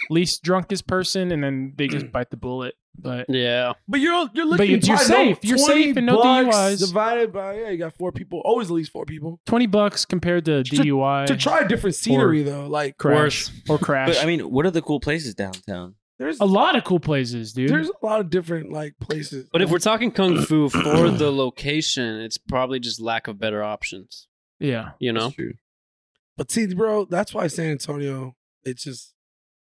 Speaker 3: least drunkest person, and then they just bite the bullet. But
Speaker 2: Yeah.
Speaker 1: But you're you're
Speaker 3: But
Speaker 1: looking.
Speaker 3: you're
Speaker 1: probably
Speaker 3: safe. You're
Speaker 1: 20
Speaker 3: safe and no
Speaker 1: bucks
Speaker 3: DUIs.
Speaker 1: Divided by yeah, you got four people. Always at least four people
Speaker 3: twenty bucks compared to DUI
Speaker 1: to try a different scenery though. Like
Speaker 3: crash
Speaker 2: Worse.
Speaker 3: or crash.
Speaker 4: But I mean, what are the cool places downtown?
Speaker 1: there's
Speaker 3: a lot of cool places, dude.
Speaker 1: there's a lot of different like places.
Speaker 2: But if we're talking kung fu for the location, it's probably just lack of better options.
Speaker 3: yeah,
Speaker 2: You know,
Speaker 4: That's true.
Speaker 1: but see, bro, that's why San Antonio. It's just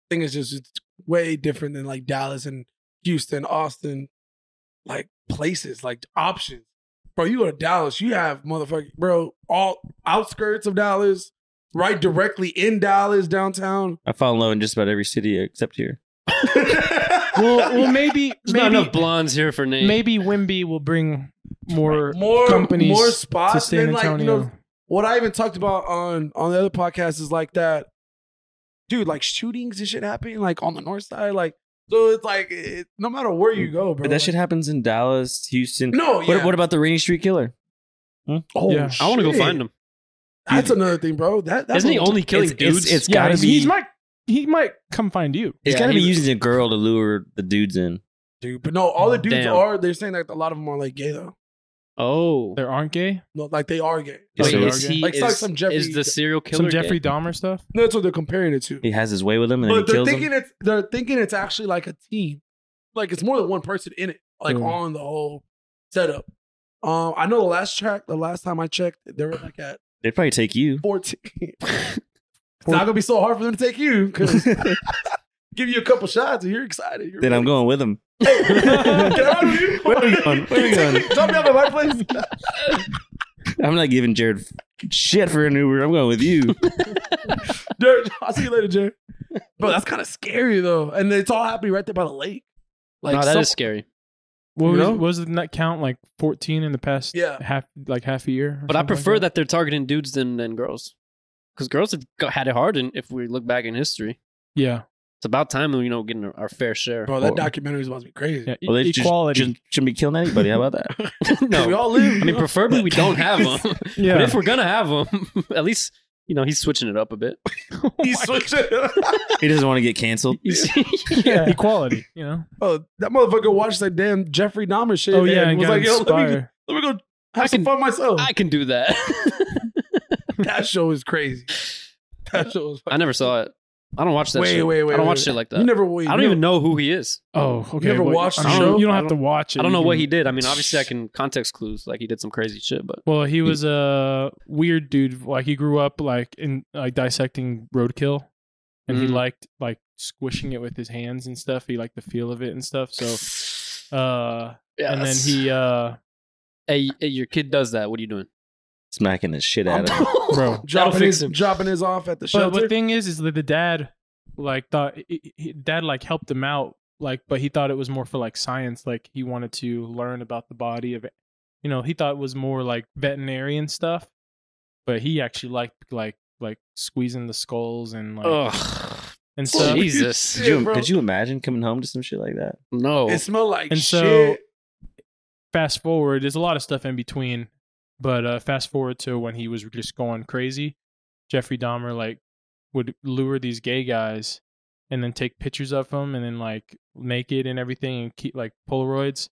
Speaker 1: I think it's just it's way different than like Dallas and Houston, Austin, like places, like options. Bro, you go to Dallas, you have motherfucking bro all outskirts of Dallas, right directly in Dallas downtown.
Speaker 4: I fall in love in just about every city except here.
Speaker 3: well, well, maybe
Speaker 2: there's
Speaker 3: maybe
Speaker 2: not enough blondes here for Nate.
Speaker 3: maybe Wimby will bring more
Speaker 1: more
Speaker 3: companies
Speaker 1: more
Speaker 3: to
Speaker 1: spots
Speaker 3: San
Speaker 1: than
Speaker 3: Antonio.
Speaker 1: like you know what I even talked about on on the other podcast is like that, dude. Like shootings and shit happening like on the north side. Like so, it's like it, no matter where you go, bro.
Speaker 4: But that shit happens in Dallas, Houston.
Speaker 1: No, yeah.
Speaker 4: What, what about the Rainy Street Killer?
Speaker 1: Oh,
Speaker 3: Yeah.
Speaker 2: I want to go
Speaker 1: shit.
Speaker 2: find him.
Speaker 1: That's another thing, bro. That that's
Speaker 2: Isn't he
Speaker 1: what-
Speaker 2: only killing
Speaker 4: it's-
Speaker 2: dudes?
Speaker 4: it's- it's-
Speaker 3: yeah,
Speaker 4: gotta
Speaker 3: he's,
Speaker 4: be-
Speaker 3: he's might he might come find you.
Speaker 4: It's
Speaker 2: Yeah,
Speaker 4: got to be
Speaker 2: he-
Speaker 4: using a girl to lure the dudes in.
Speaker 1: dude? But no, all the dudes
Speaker 2: Damn.
Speaker 1: are. They're saying like a lot of them are like gay though.
Speaker 2: oh,
Speaker 3: There aren't gay.
Speaker 1: No, like they are gay.
Speaker 4: Yeah,
Speaker 2: Wait,
Speaker 4: so
Speaker 2: is he
Speaker 1: Like, it's like
Speaker 2: is,
Speaker 1: some Jeffrey-
Speaker 2: is the serial killer
Speaker 3: Some Jeffrey
Speaker 2: gay?
Speaker 3: Dahmer stuff.
Speaker 1: That's what they're comparing it to.
Speaker 4: He has his way with him, and
Speaker 1: But
Speaker 4: then he
Speaker 1: they're
Speaker 4: kills
Speaker 1: thinking
Speaker 4: them.
Speaker 1: it's they're thinking it's actually like a team, like it's more than one person in it, like
Speaker 3: Mm.
Speaker 1: on the whole setup. Um, I know the last track, the last time I checked, they were like at
Speaker 4: They'd probably take you.
Speaker 1: fourteen. it's not gonna be so hard for them to take you because give you a couple shots and you're excited. You're
Speaker 4: Then I'm going with him.
Speaker 1: Get out of here.
Speaker 4: Where are we going? Where are we going?
Speaker 1: Drop me off at my place.
Speaker 4: I'm not giving Jared shit for an Uber. I'm going with you.
Speaker 1: Jared, I'll see you later, Jared. Bro, that's kind of scary though, and it's all happening right there by the lake. Like
Speaker 2: no, that is
Speaker 1: some-
Speaker 2: scary.
Speaker 3: What
Speaker 1: You
Speaker 3: was,
Speaker 1: know?
Speaker 3: what was the nut count like? Fourteen in the past
Speaker 1: Yeah.
Speaker 3: half like half a year. or
Speaker 2: But I
Speaker 3: something like
Speaker 2: prefer that they're targeting dudes than than girls, because girls have got- had it hard. And if we look back in history,
Speaker 3: Yeah,
Speaker 2: it's about time we you know getting our fair share.
Speaker 1: bro, that documentary is about to be crazy.
Speaker 3: yeah. e-
Speaker 4: Well, they just-
Speaker 3: Equality.
Speaker 4: just shouldn't be killing anybody. How about that?
Speaker 1: We
Speaker 2: no,
Speaker 1: all live.
Speaker 2: I mean preferably we don't have them.
Speaker 3: yeah.
Speaker 2: But if we're gonna have them, at least you know he's switching it up a bit.
Speaker 1: he's switching.
Speaker 4: He doesn't want to get canceled.
Speaker 2: He's-
Speaker 3: yeah. equality. You know.
Speaker 1: Oh, that motherfucker watched that damn Jeffrey Dahmer shit.
Speaker 3: Oh yeah,
Speaker 1: and
Speaker 3: and
Speaker 1: was
Speaker 3: got
Speaker 1: like, yo, let me,
Speaker 3: inspired.
Speaker 1: let me go have
Speaker 2: I
Speaker 1: some
Speaker 2: can-
Speaker 1: fun myself.
Speaker 2: I can do that.
Speaker 1: that show is crazy. That show is
Speaker 2: I never saw it. I don't watch that.
Speaker 1: wait,
Speaker 2: shit.
Speaker 1: wait, wait.
Speaker 2: I don't
Speaker 1: wait,
Speaker 2: watch
Speaker 1: wait.
Speaker 2: shit like that.
Speaker 1: You never wait.
Speaker 2: I don't even know who he is.
Speaker 3: Oh, okay.
Speaker 1: never
Speaker 3: well,
Speaker 1: watched
Speaker 3: I
Speaker 1: the
Speaker 3: don't-
Speaker 1: show?
Speaker 3: You don't
Speaker 2: I
Speaker 3: have to watch it.
Speaker 2: I don't
Speaker 3: You
Speaker 2: know what
Speaker 3: can-
Speaker 2: he did. I mean, obviously, I can context clues. Like he did some crazy shit, but
Speaker 3: Well, he was a weird dude. Like he grew up like in like dissecting roadkill, and he
Speaker 2: Mhm.
Speaker 3: liked like squishing it with his hands and stuff. He liked the feel of it and stuff. So, uh, and then he, uh,
Speaker 2: hey, hey, your kid does that. What are you doing?
Speaker 4: Smacking the shit out of him.
Speaker 3: bro.
Speaker 1: dropping
Speaker 2: fix
Speaker 1: his
Speaker 2: him.
Speaker 1: dropping his off at the
Speaker 3: But
Speaker 1: shelter.
Speaker 3: the thing is, is that the dad like thought he- he- dad like helped him out, like, but he thought it was more for like science, like he wanted to learn about the body of, you know, he thought it was more like veterinarian stuff, but he actually liked like like squeezing the skulls and like
Speaker 2: Ugh.
Speaker 3: and stuff.
Speaker 2: uh, Jesus.
Speaker 4: Could you,
Speaker 1: Yeah, bro.
Speaker 4: could you imagine coming home to some shit like that?
Speaker 2: No.
Speaker 1: it smelled like
Speaker 3: And so-
Speaker 1: shit.
Speaker 3: fast forward, there's a lot of stuff in between, but uh, fast forward to when he was just going crazy. Jeffrey Dahmer like would lure these gay guys and then take pictures of them and then like naked and everything and keep like Polaroids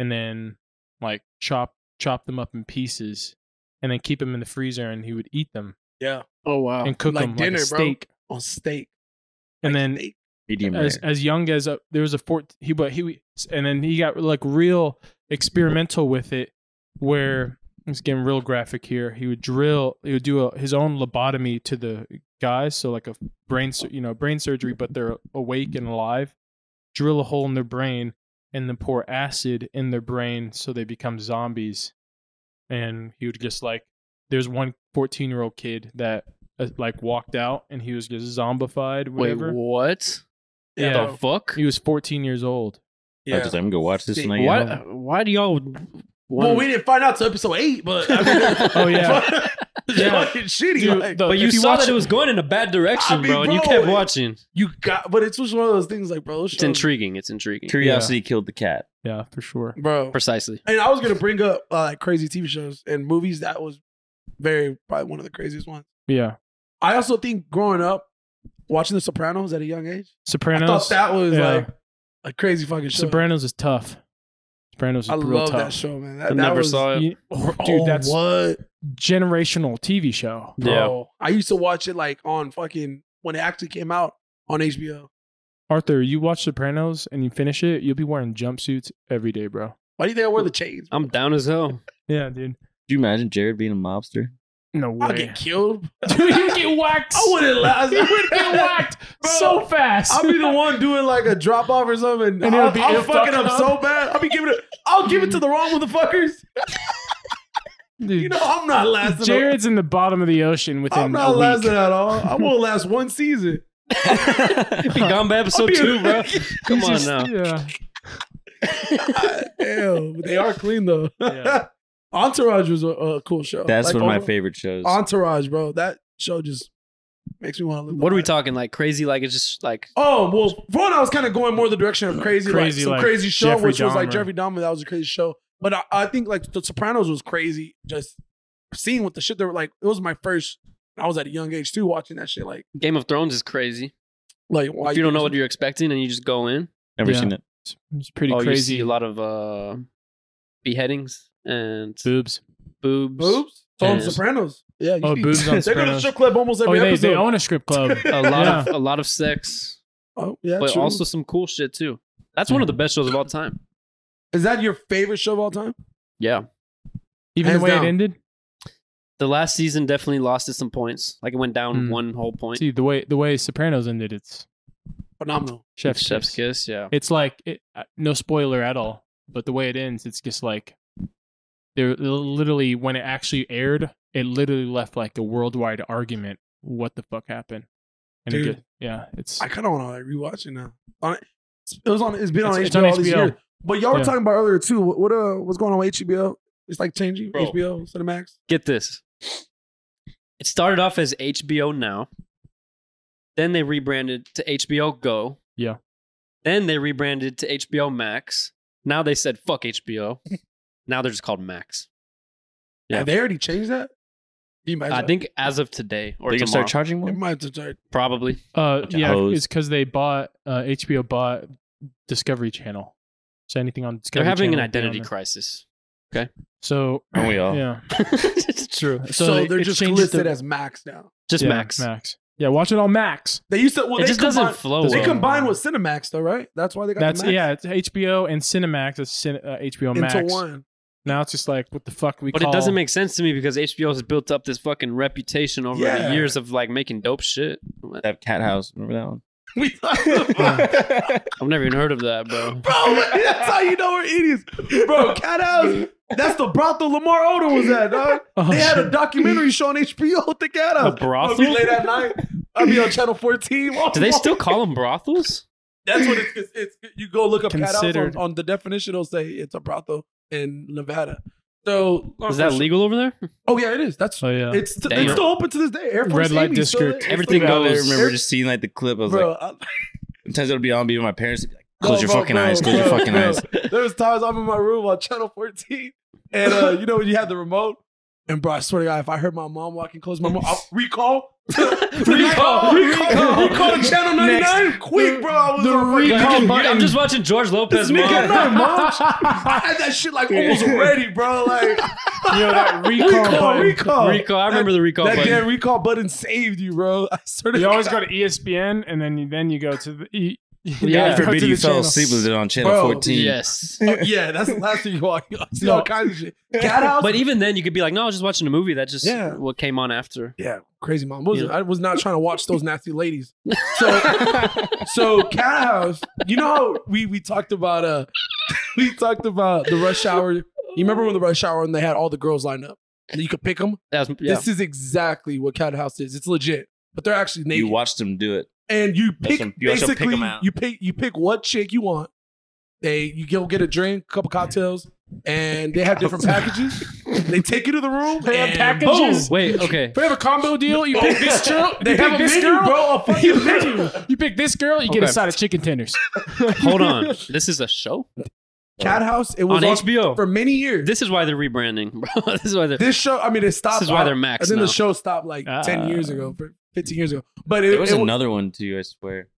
Speaker 3: and then like chop chop them up in pieces and then keep them in the freezer and he would eat them
Speaker 1: Yeah,
Speaker 2: oh wow.
Speaker 3: and cook
Speaker 1: Like
Speaker 3: them
Speaker 1: dinner,
Speaker 3: like
Speaker 1: bro.
Speaker 3: a steak.
Speaker 1: on steak.
Speaker 3: And
Speaker 1: Like
Speaker 3: then
Speaker 1: steak.
Speaker 4: Medium
Speaker 3: as
Speaker 4: rare.
Speaker 3: as young as a, there was a four he but he and then he got like real experimental with it where it's getting real graphic here he would drill he would do a, his own lobotomy to the guys so like a brain sur- you know brain surgery but they're awake and alive drill a hole in their brain and then pour acid in their brain so they become zombies and he would just like there's one 14 year old kid that uh, like walked out and he was just zombified whatever
Speaker 2: Wait, what?
Speaker 1: Yeah,
Speaker 3: Yeah.
Speaker 2: The fuck?
Speaker 3: he was 14 years old.
Speaker 4: I was just like, I'm gonna watch this
Speaker 1: Sick.
Speaker 4: and I get
Speaker 2: Why?
Speaker 4: home.
Speaker 2: Why do y'all?
Speaker 1: Well, we didn't find out till episode eight, but I mean,
Speaker 3: Oh, yeah.
Speaker 1: it's
Speaker 2: Yeah.
Speaker 1: fucking shitty. like,
Speaker 2: but you,
Speaker 3: if
Speaker 2: saw
Speaker 3: watch-
Speaker 2: that it was going in a bad direction,
Speaker 1: I mean,
Speaker 2: bro, and you
Speaker 1: bro,
Speaker 2: kept
Speaker 1: it-
Speaker 2: watching.
Speaker 1: you got, but it's just one of those things, like, bro,
Speaker 2: It's intriguing. It's intriguing.
Speaker 4: Curiosity killed the cat.
Speaker 3: Yeah, for sure.
Speaker 1: bro.
Speaker 2: Precisely.
Speaker 1: And I was gonna bring up uh, like crazy TV shows and movies. That was very probably one of the craziest ones.
Speaker 3: Yeah.
Speaker 1: I also think growing up watching The Sopranos at a young age, I
Speaker 3: Sopranos.
Speaker 1: thought that was
Speaker 3: yeah.
Speaker 1: like a crazy fucking show.
Speaker 3: Sopranos is tough. Sopranos is
Speaker 1: I
Speaker 3: real
Speaker 1: love
Speaker 3: tough.
Speaker 1: that show, man. That,
Speaker 2: I
Speaker 1: that
Speaker 2: never
Speaker 1: was,
Speaker 2: saw it.
Speaker 3: You-
Speaker 1: dude,
Speaker 2: oh,
Speaker 3: dude, that's
Speaker 1: what,
Speaker 3: generational TV show.
Speaker 1: bro. I used to watch it like on fucking when it actually came out on HBO.
Speaker 3: Arthur, you watch Sopranos and you finish it, you'll be wearing jumpsuits every day, bro.
Speaker 1: Why do you think I wore the chains?
Speaker 2: I'm down as hell.
Speaker 3: Yeah, dude.
Speaker 4: Do you imagine Jared being a mobster?
Speaker 3: No
Speaker 1: I'll
Speaker 3: way.
Speaker 1: get killed.
Speaker 3: dude, you get whacked.
Speaker 1: I wouldn't last.
Speaker 3: you would get whacked
Speaker 1: Bro,
Speaker 3: so fast.
Speaker 1: I'll be the one doing like a drop off or something.
Speaker 3: And it'll
Speaker 1: I'll,
Speaker 3: be-
Speaker 1: I'll
Speaker 3: it'll
Speaker 1: fucking
Speaker 3: fuck
Speaker 1: up so bad. I'll be giving it. I'll give it to the wrong motherfuckers.
Speaker 3: dude,
Speaker 1: You know I'm not lasting.
Speaker 3: Jared's in the bottom of the ocean
Speaker 1: a, I'm
Speaker 3: within
Speaker 1: not
Speaker 3: a week.
Speaker 1: lasting at all. I won't last one season.
Speaker 2: Be gone by episode
Speaker 1: be a-
Speaker 2: two, bro. Come
Speaker 3: He's
Speaker 2: on
Speaker 3: just-
Speaker 2: now.
Speaker 3: Yeah.
Speaker 1: God Damn, but they are clean though.
Speaker 3: Yeah.
Speaker 1: Entourage was a, a cool show. Uh,
Speaker 4: That's
Speaker 1: Like,
Speaker 4: one of my
Speaker 1: over-
Speaker 4: favorite shows.
Speaker 1: Entourage, bro. That show just makes me want to.
Speaker 2: What are we talking? Like crazy? Like it's just like
Speaker 1: Oh well, for one, I was kind of going more the direction of crazy,
Speaker 3: Uh, Crazy,
Speaker 1: like some
Speaker 3: like
Speaker 1: crazy show,
Speaker 3: Jeffrey
Speaker 1: which was like
Speaker 3: Dahmer.
Speaker 1: Jeffrey Dahmer. That was a crazy show, but I, I think like The Sopranos was crazy. Just seeing what the shit they were like. It was my first. I was at a young age too, watching that shit. Like,
Speaker 2: Game of Thrones is crazy.
Speaker 1: like why
Speaker 2: if you don't know what you're expecting and you just go in,
Speaker 4: Never
Speaker 3: Yeah.
Speaker 4: seen it.
Speaker 3: It's, it's pretty
Speaker 2: oh,
Speaker 3: crazy.
Speaker 2: you see a lot of uh, beheadings and
Speaker 3: boobs.
Speaker 2: boobs.
Speaker 1: boobs. So on
Speaker 2: Yeah.
Speaker 1: Sopranos, yeah. you
Speaker 3: Oh,
Speaker 1: see-
Speaker 3: boobs
Speaker 1: They go
Speaker 3: on
Speaker 1: to
Speaker 3: Sopranos.
Speaker 1: strip club almost
Speaker 3: Oh,
Speaker 1: every
Speaker 3: they,
Speaker 1: episode.
Speaker 3: they own a strip club.
Speaker 2: A lot
Speaker 3: Yeah.
Speaker 2: of a lot of sex,
Speaker 1: oh, yeah.
Speaker 2: but
Speaker 1: true.
Speaker 2: also some cool shit too. That's one of the best shows of all time.
Speaker 1: is that your favorite show of all time?
Speaker 2: Yeah,
Speaker 3: Even
Speaker 1: Hands
Speaker 3: the way
Speaker 1: down.
Speaker 3: it ended.
Speaker 2: the last season definitely lost it some points. Like it went down
Speaker 3: Mm.
Speaker 2: one whole point.
Speaker 3: See the way the way Sopranos ended. It's
Speaker 1: Phenomenal.
Speaker 3: chef's,
Speaker 2: Chef's
Speaker 3: kiss.
Speaker 2: kiss. Yeah.
Speaker 3: It's like it, uh, no spoiler at all, but the way it ends, it's just like there literally when it actually aired, it literally left like a worldwide argument. What the fuck happened? And it
Speaker 1: Dude.
Speaker 3: just- yeah, it's
Speaker 1: I kind of want to like rewatch it now. On it, it was on. It's been on
Speaker 3: It's-
Speaker 1: HBO
Speaker 3: it's on
Speaker 1: all these
Speaker 3: HBO.
Speaker 1: years. But y'all were
Speaker 3: Yeah.
Speaker 1: talking about earlier too. What, what uh, what's going on with HBO? It's like changing
Speaker 4: Bro.
Speaker 1: HBO Cinemax.
Speaker 2: get this. It started off as HBO Now. Then they rebranded to HBO Go.
Speaker 3: Yeah.
Speaker 2: Then they rebranded to HBO Max. Now they said fuck HBO. now they're just called Max. Yeah.
Speaker 1: Have they already changed that? You might
Speaker 2: I think as of today or
Speaker 4: They gonna
Speaker 2: tomorrow,
Speaker 4: start charging
Speaker 1: it
Speaker 4: more?
Speaker 1: might have to start.
Speaker 2: probably.
Speaker 3: uh
Speaker 4: of
Speaker 3: yeah,
Speaker 4: hoes.
Speaker 3: it's because they bought uh, HBO bought Discovery Channel. So anything on Discovery
Speaker 2: They're having an
Speaker 3: Channel will be on
Speaker 2: identity Oh.
Speaker 3: there.
Speaker 2: crisis.
Speaker 3: So
Speaker 4: Aren't we all?
Speaker 3: yeah,
Speaker 2: it's true.
Speaker 3: so,
Speaker 1: So, they're
Speaker 3: it
Speaker 1: just
Speaker 3: changed
Speaker 1: listed
Speaker 3: the-
Speaker 1: as Max now.
Speaker 2: Just
Speaker 3: Yeah,
Speaker 2: Max.
Speaker 3: Max. Yeah, watch it on Max.
Speaker 1: They used to. Well,
Speaker 2: it
Speaker 1: they
Speaker 2: just
Speaker 1: combined,
Speaker 2: doesn't flow.
Speaker 1: They
Speaker 2: well.
Speaker 1: combined with Cinemax though, right? That's why they got
Speaker 3: That's
Speaker 1: the Max
Speaker 3: yeah, it's HBO and Cinemax. It's Cin- uh, HBO
Speaker 1: into
Speaker 3: Max.
Speaker 1: one.
Speaker 3: Now it's just like what the fuck we
Speaker 2: But
Speaker 3: call.
Speaker 2: it doesn't make sense to me because HBO has built up this fucking reputation over
Speaker 1: Yeah.
Speaker 2: the years of like making dope shit.
Speaker 4: That cat house. Remember that one?
Speaker 1: We talked about.
Speaker 2: I've never even heard of that, bro.
Speaker 1: Bro, that's how you know we're idiots. Bro, Cat House, that's the brothel Lamar Odom was at, dog.
Speaker 3: Oh,
Speaker 1: They had a
Speaker 3: shit.
Speaker 1: documentary show on HBO with the Cat
Speaker 2: A
Speaker 1: House. I'll be
Speaker 2: Oh, brothel?
Speaker 1: late at night. I'll be on Channel 14.
Speaker 2: Do they still call them brothels?
Speaker 1: That's what it's, it's, it's you go look up Cat House
Speaker 3: Considered.
Speaker 1: on, on the definition, it'll say it's a brothel in Nevada. So,
Speaker 2: Is that legal over there?
Speaker 1: Oh, yeah, it is. That's
Speaker 3: Oh yeah.
Speaker 1: it's,
Speaker 2: Damn.
Speaker 1: it's still open to this day. Air Force
Speaker 3: Red light
Speaker 1: Amy's still
Speaker 3: district.
Speaker 1: there.
Speaker 2: Everything
Speaker 4: I
Speaker 2: goes.
Speaker 4: remember just seeing like the clip. I was
Speaker 1: Bro,
Speaker 4: like,
Speaker 1: I-
Speaker 4: sometimes it'll be on, be with my parents. They'd be like,
Speaker 1: No,
Speaker 4: close your
Speaker 1: bro,
Speaker 4: fucking
Speaker 1: bro,
Speaker 4: eyes, close
Speaker 1: bro,
Speaker 4: your fucking
Speaker 1: bro.
Speaker 4: eyes.
Speaker 1: there was times I'm in my room on channel 14, and uh, you know when you had the remote, and bro, I swear to God, if I heard my mom walking close, my mom, I'll recall, recall, recall, recall, to channel 99, quick, bro. I was
Speaker 3: The
Speaker 1: on
Speaker 2: You
Speaker 1: fucking-
Speaker 3: recall
Speaker 2: can-
Speaker 3: button.
Speaker 2: I'm just watching George Lopez.
Speaker 1: This nigga
Speaker 2: Mom.
Speaker 1: not I had that shit like almost ready, bro. Like
Speaker 3: Yo, that recall
Speaker 1: recall,
Speaker 3: button.
Speaker 1: recall,
Speaker 2: Recall. I remember the recall
Speaker 1: That
Speaker 2: button.
Speaker 1: damn recall button saved you, bro. I swear to
Speaker 3: You
Speaker 1: God.
Speaker 3: always go to E ESPN and then you then you go to the E-
Speaker 2: Yeah.
Speaker 4: God
Speaker 3: go to
Speaker 4: forbid
Speaker 3: the
Speaker 4: you fell
Speaker 3: channel.
Speaker 4: asleep with it on channel
Speaker 1: Bro,
Speaker 4: 14.
Speaker 2: Yes.
Speaker 1: Oh, yeah, that's the last thing you want. You see all kinds of shit. Cat house,
Speaker 2: But even then, you could be like, no, I was just watching a movie. That just
Speaker 1: Yeah.
Speaker 2: what came on after.
Speaker 1: Yeah, crazy mom. What was it?
Speaker 2: Yeah.
Speaker 1: I was not trying to watch those nasty ladies. So, so cat house. You know how we we talked about uh, we talked about the rush hour. You remember when the rush hour and they had all the girls lined up? And you could pick them.
Speaker 2: That was, yeah.
Speaker 1: This is exactly what cat house is. It's legit, but they're actually naked.
Speaker 4: You watched them do it.
Speaker 1: and you
Speaker 4: That's
Speaker 1: pick
Speaker 4: some- you also pick
Speaker 1: basically
Speaker 4: 'em out.
Speaker 1: you pick you pick what chick you want. They you go get a drink, couple cocktails, and they have different packages. they take you to the room.
Speaker 3: They have
Speaker 1: and
Speaker 3: packages?
Speaker 1: boom.
Speaker 2: Wait. Okay.
Speaker 3: If we have a combo deal, you pick this girl,
Speaker 1: They
Speaker 3: you
Speaker 1: have
Speaker 3: pick
Speaker 1: a
Speaker 3: this
Speaker 1: menu,
Speaker 3: girl,
Speaker 1: bro. A fucking
Speaker 3: you pick,
Speaker 1: menu.
Speaker 3: you pick this girl, you get a
Speaker 2: Okay.
Speaker 3: side of chicken tenders.
Speaker 2: Hold on. This is a show
Speaker 1: Cat House. It was
Speaker 2: on
Speaker 1: on-
Speaker 2: HBO.
Speaker 1: for many years. This,
Speaker 2: This is why they're rebranding, bro. This is why they're.
Speaker 1: show, I mean, it stopped.
Speaker 2: This is why they're
Speaker 1: I-
Speaker 2: Max
Speaker 1: And then the
Speaker 2: now.
Speaker 1: show stopped like ten
Speaker 3: Ah.
Speaker 1: years ago, for fifteen years ago. But it,
Speaker 4: There was
Speaker 1: it-
Speaker 4: another one too, I swear.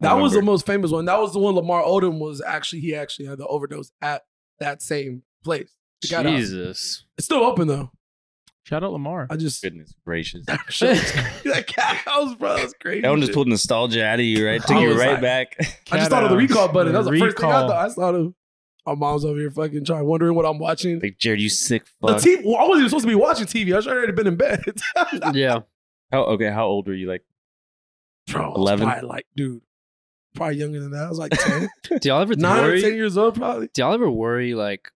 Speaker 1: that was the
Speaker 4: remember.
Speaker 1: most famous one. That was the one Lamar Odom was actually. He actually had the overdose at that same place. The Cat House.
Speaker 2: Jesus.
Speaker 1: It's still open though.
Speaker 3: Shout out Lamar.
Speaker 1: I just
Speaker 4: Goodness gracious.
Speaker 1: that, shit was crazy. That Cat House, bro. That's crazy.
Speaker 4: That one just
Speaker 1: shit.
Speaker 4: pulled nostalgia out of you, right? Took
Speaker 1: I
Speaker 4: you
Speaker 1: was
Speaker 4: right
Speaker 1: like-
Speaker 4: back.
Speaker 1: I just thought of the
Speaker 3: Cat
Speaker 1: recall
Speaker 3: house.
Speaker 1: button. That was the first thing I
Speaker 3: Recall.
Speaker 1: thought. I just thought of. Our mom's over here fucking trying, wondering what I'm watching.
Speaker 4: Like, Jared, you sick
Speaker 1: The
Speaker 4: fuck.
Speaker 1: TV. Well, I wasn't even supposed to be watching TV. I should already been in bed.
Speaker 2: Yeah.
Speaker 4: How, okay, how old were you? Like,
Speaker 1: Bro, I was
Speaker 4: 11?
Speaker 1: probably like, dude, probably younger than that. I was like 10,
Speaker 2: Do y'all ever
Speaker 1: 9 or 10
Speaker 2: worry?
Speaker 1: years old, probably.
Speaker 2: Do y'all ever worry like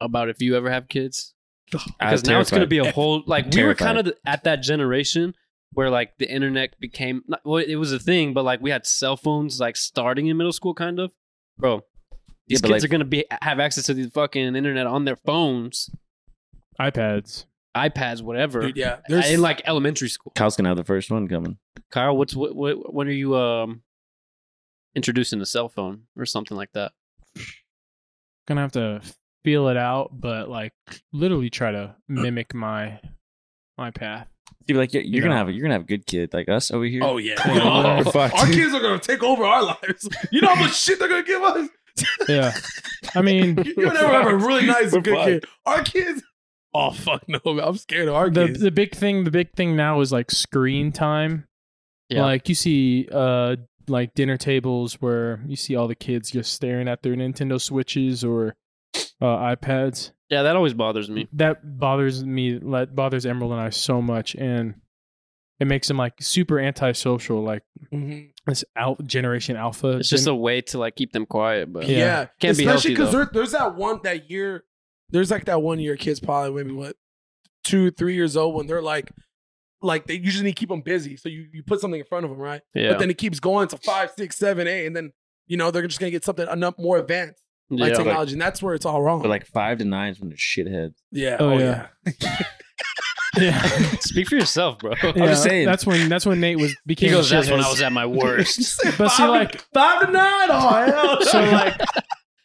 Speaker 2: about if you ever have kids?
Speaker 4: I was
Speaker 2: Because now it's going to
Speaker 4: terrified.
Speaker 2: be a whole like we were
Speaker 4: Terrified.
Speaker 2: kind of the- at that generation where like the internet became not, well, it was a thing, but like we had cell phones like starting in middle school, kind of. Bro, these
Speaker 4: but,
Speaker 2: kids
Speaker 4: like-
Speaker 2: are going to be have access to the fucking internet on their phones,
Speaker 3: iPads.
Speaker 2: iPads, whatever.
Speaker 1: yeah.
Speaker 2: in like elementary school.
Speaker 4: Kyle's going to have the first one coming.
Speaker 2: Kyle, what's what, what when are you um introducing a cell phone or something like that?
Speaker 3: Gonna have to feel it out, but like literally try to mimic my my path.
Speaker 4: Dude, like, you're, you're
Speaker 3: You
Speaker 4: going to
Speaker 3: know.
Speaker 4: have a, you're gonna have a good kid like us over here.
Speaker 1: oh, yeah.
Speaker 4: we're fucked.
Speaker 1: our kids are going to take over our lives. You know how much shit they're going to give us?
Speaker 3: Yeah. I mean
Speaker 1: You- You'll never have a really nice,
Speaker 4: We're
Speaker 1: good kid. Our kids. Oh, fuck no. man. I'm scared of our
Speaker 3: the
Speaker 1: kids.
Speaker 3: the big thing the big thing now is like screen time.
Speaker 2: Yeah.
Speaker 3: Like you see uh like dinner tables where you see all the kids just staring at their Nintendo Switches or uh, iPads.
Speaker 2: Yeah, that always bothers me.
Speaker 3: that bothers me that bothers emerald and i so much and it makes him like super antisocial like
Speaker 1: Mhm.
Speaker 3: this out generation alpha
Speaker 2: It's just a way to like keep them quiet, but
Speaker 1: Yeah.
Speaker 3: Yeah.
Speaker 2: Can't be
Speaker 1: Especially
Speaker 2: healthy, though.
Speaker 1: there, there's that one, that year, there's like that one year kids probably maybe what, two, three years old when they're like, like they usually need to keep them busy. So you, you put something in front of them, right?
Speaker 2: yeah,
Speaker 1: But then it keeps going to five, six, seven, eight, and then you know they're just gonna get something enough more advanced like
Speaker 2: yeah.
Speaker 1: technology, and that's where it's all wrong.
Speaker 4: But like five to nines when they're shitheads.
Speaker 1: yeah,
Speaker 3: Oh, yeah. yeah,
Speaker 2: Speak for yourself, bro.
Speaker 3: Yeah,
Speaker 4: just saying.
Speaker 3: that's when that's when nate was
Speaker 2: He
Speaker 3: became
Speaker 2: goes,
Speaker 3: a
Speaker 2: that's when
Speaker 3: shithead."
Speaker 2: I was at my worst.
Speaker 3: but see like
Speaker 1: five to nine, oh hell,
Speaker 3: so like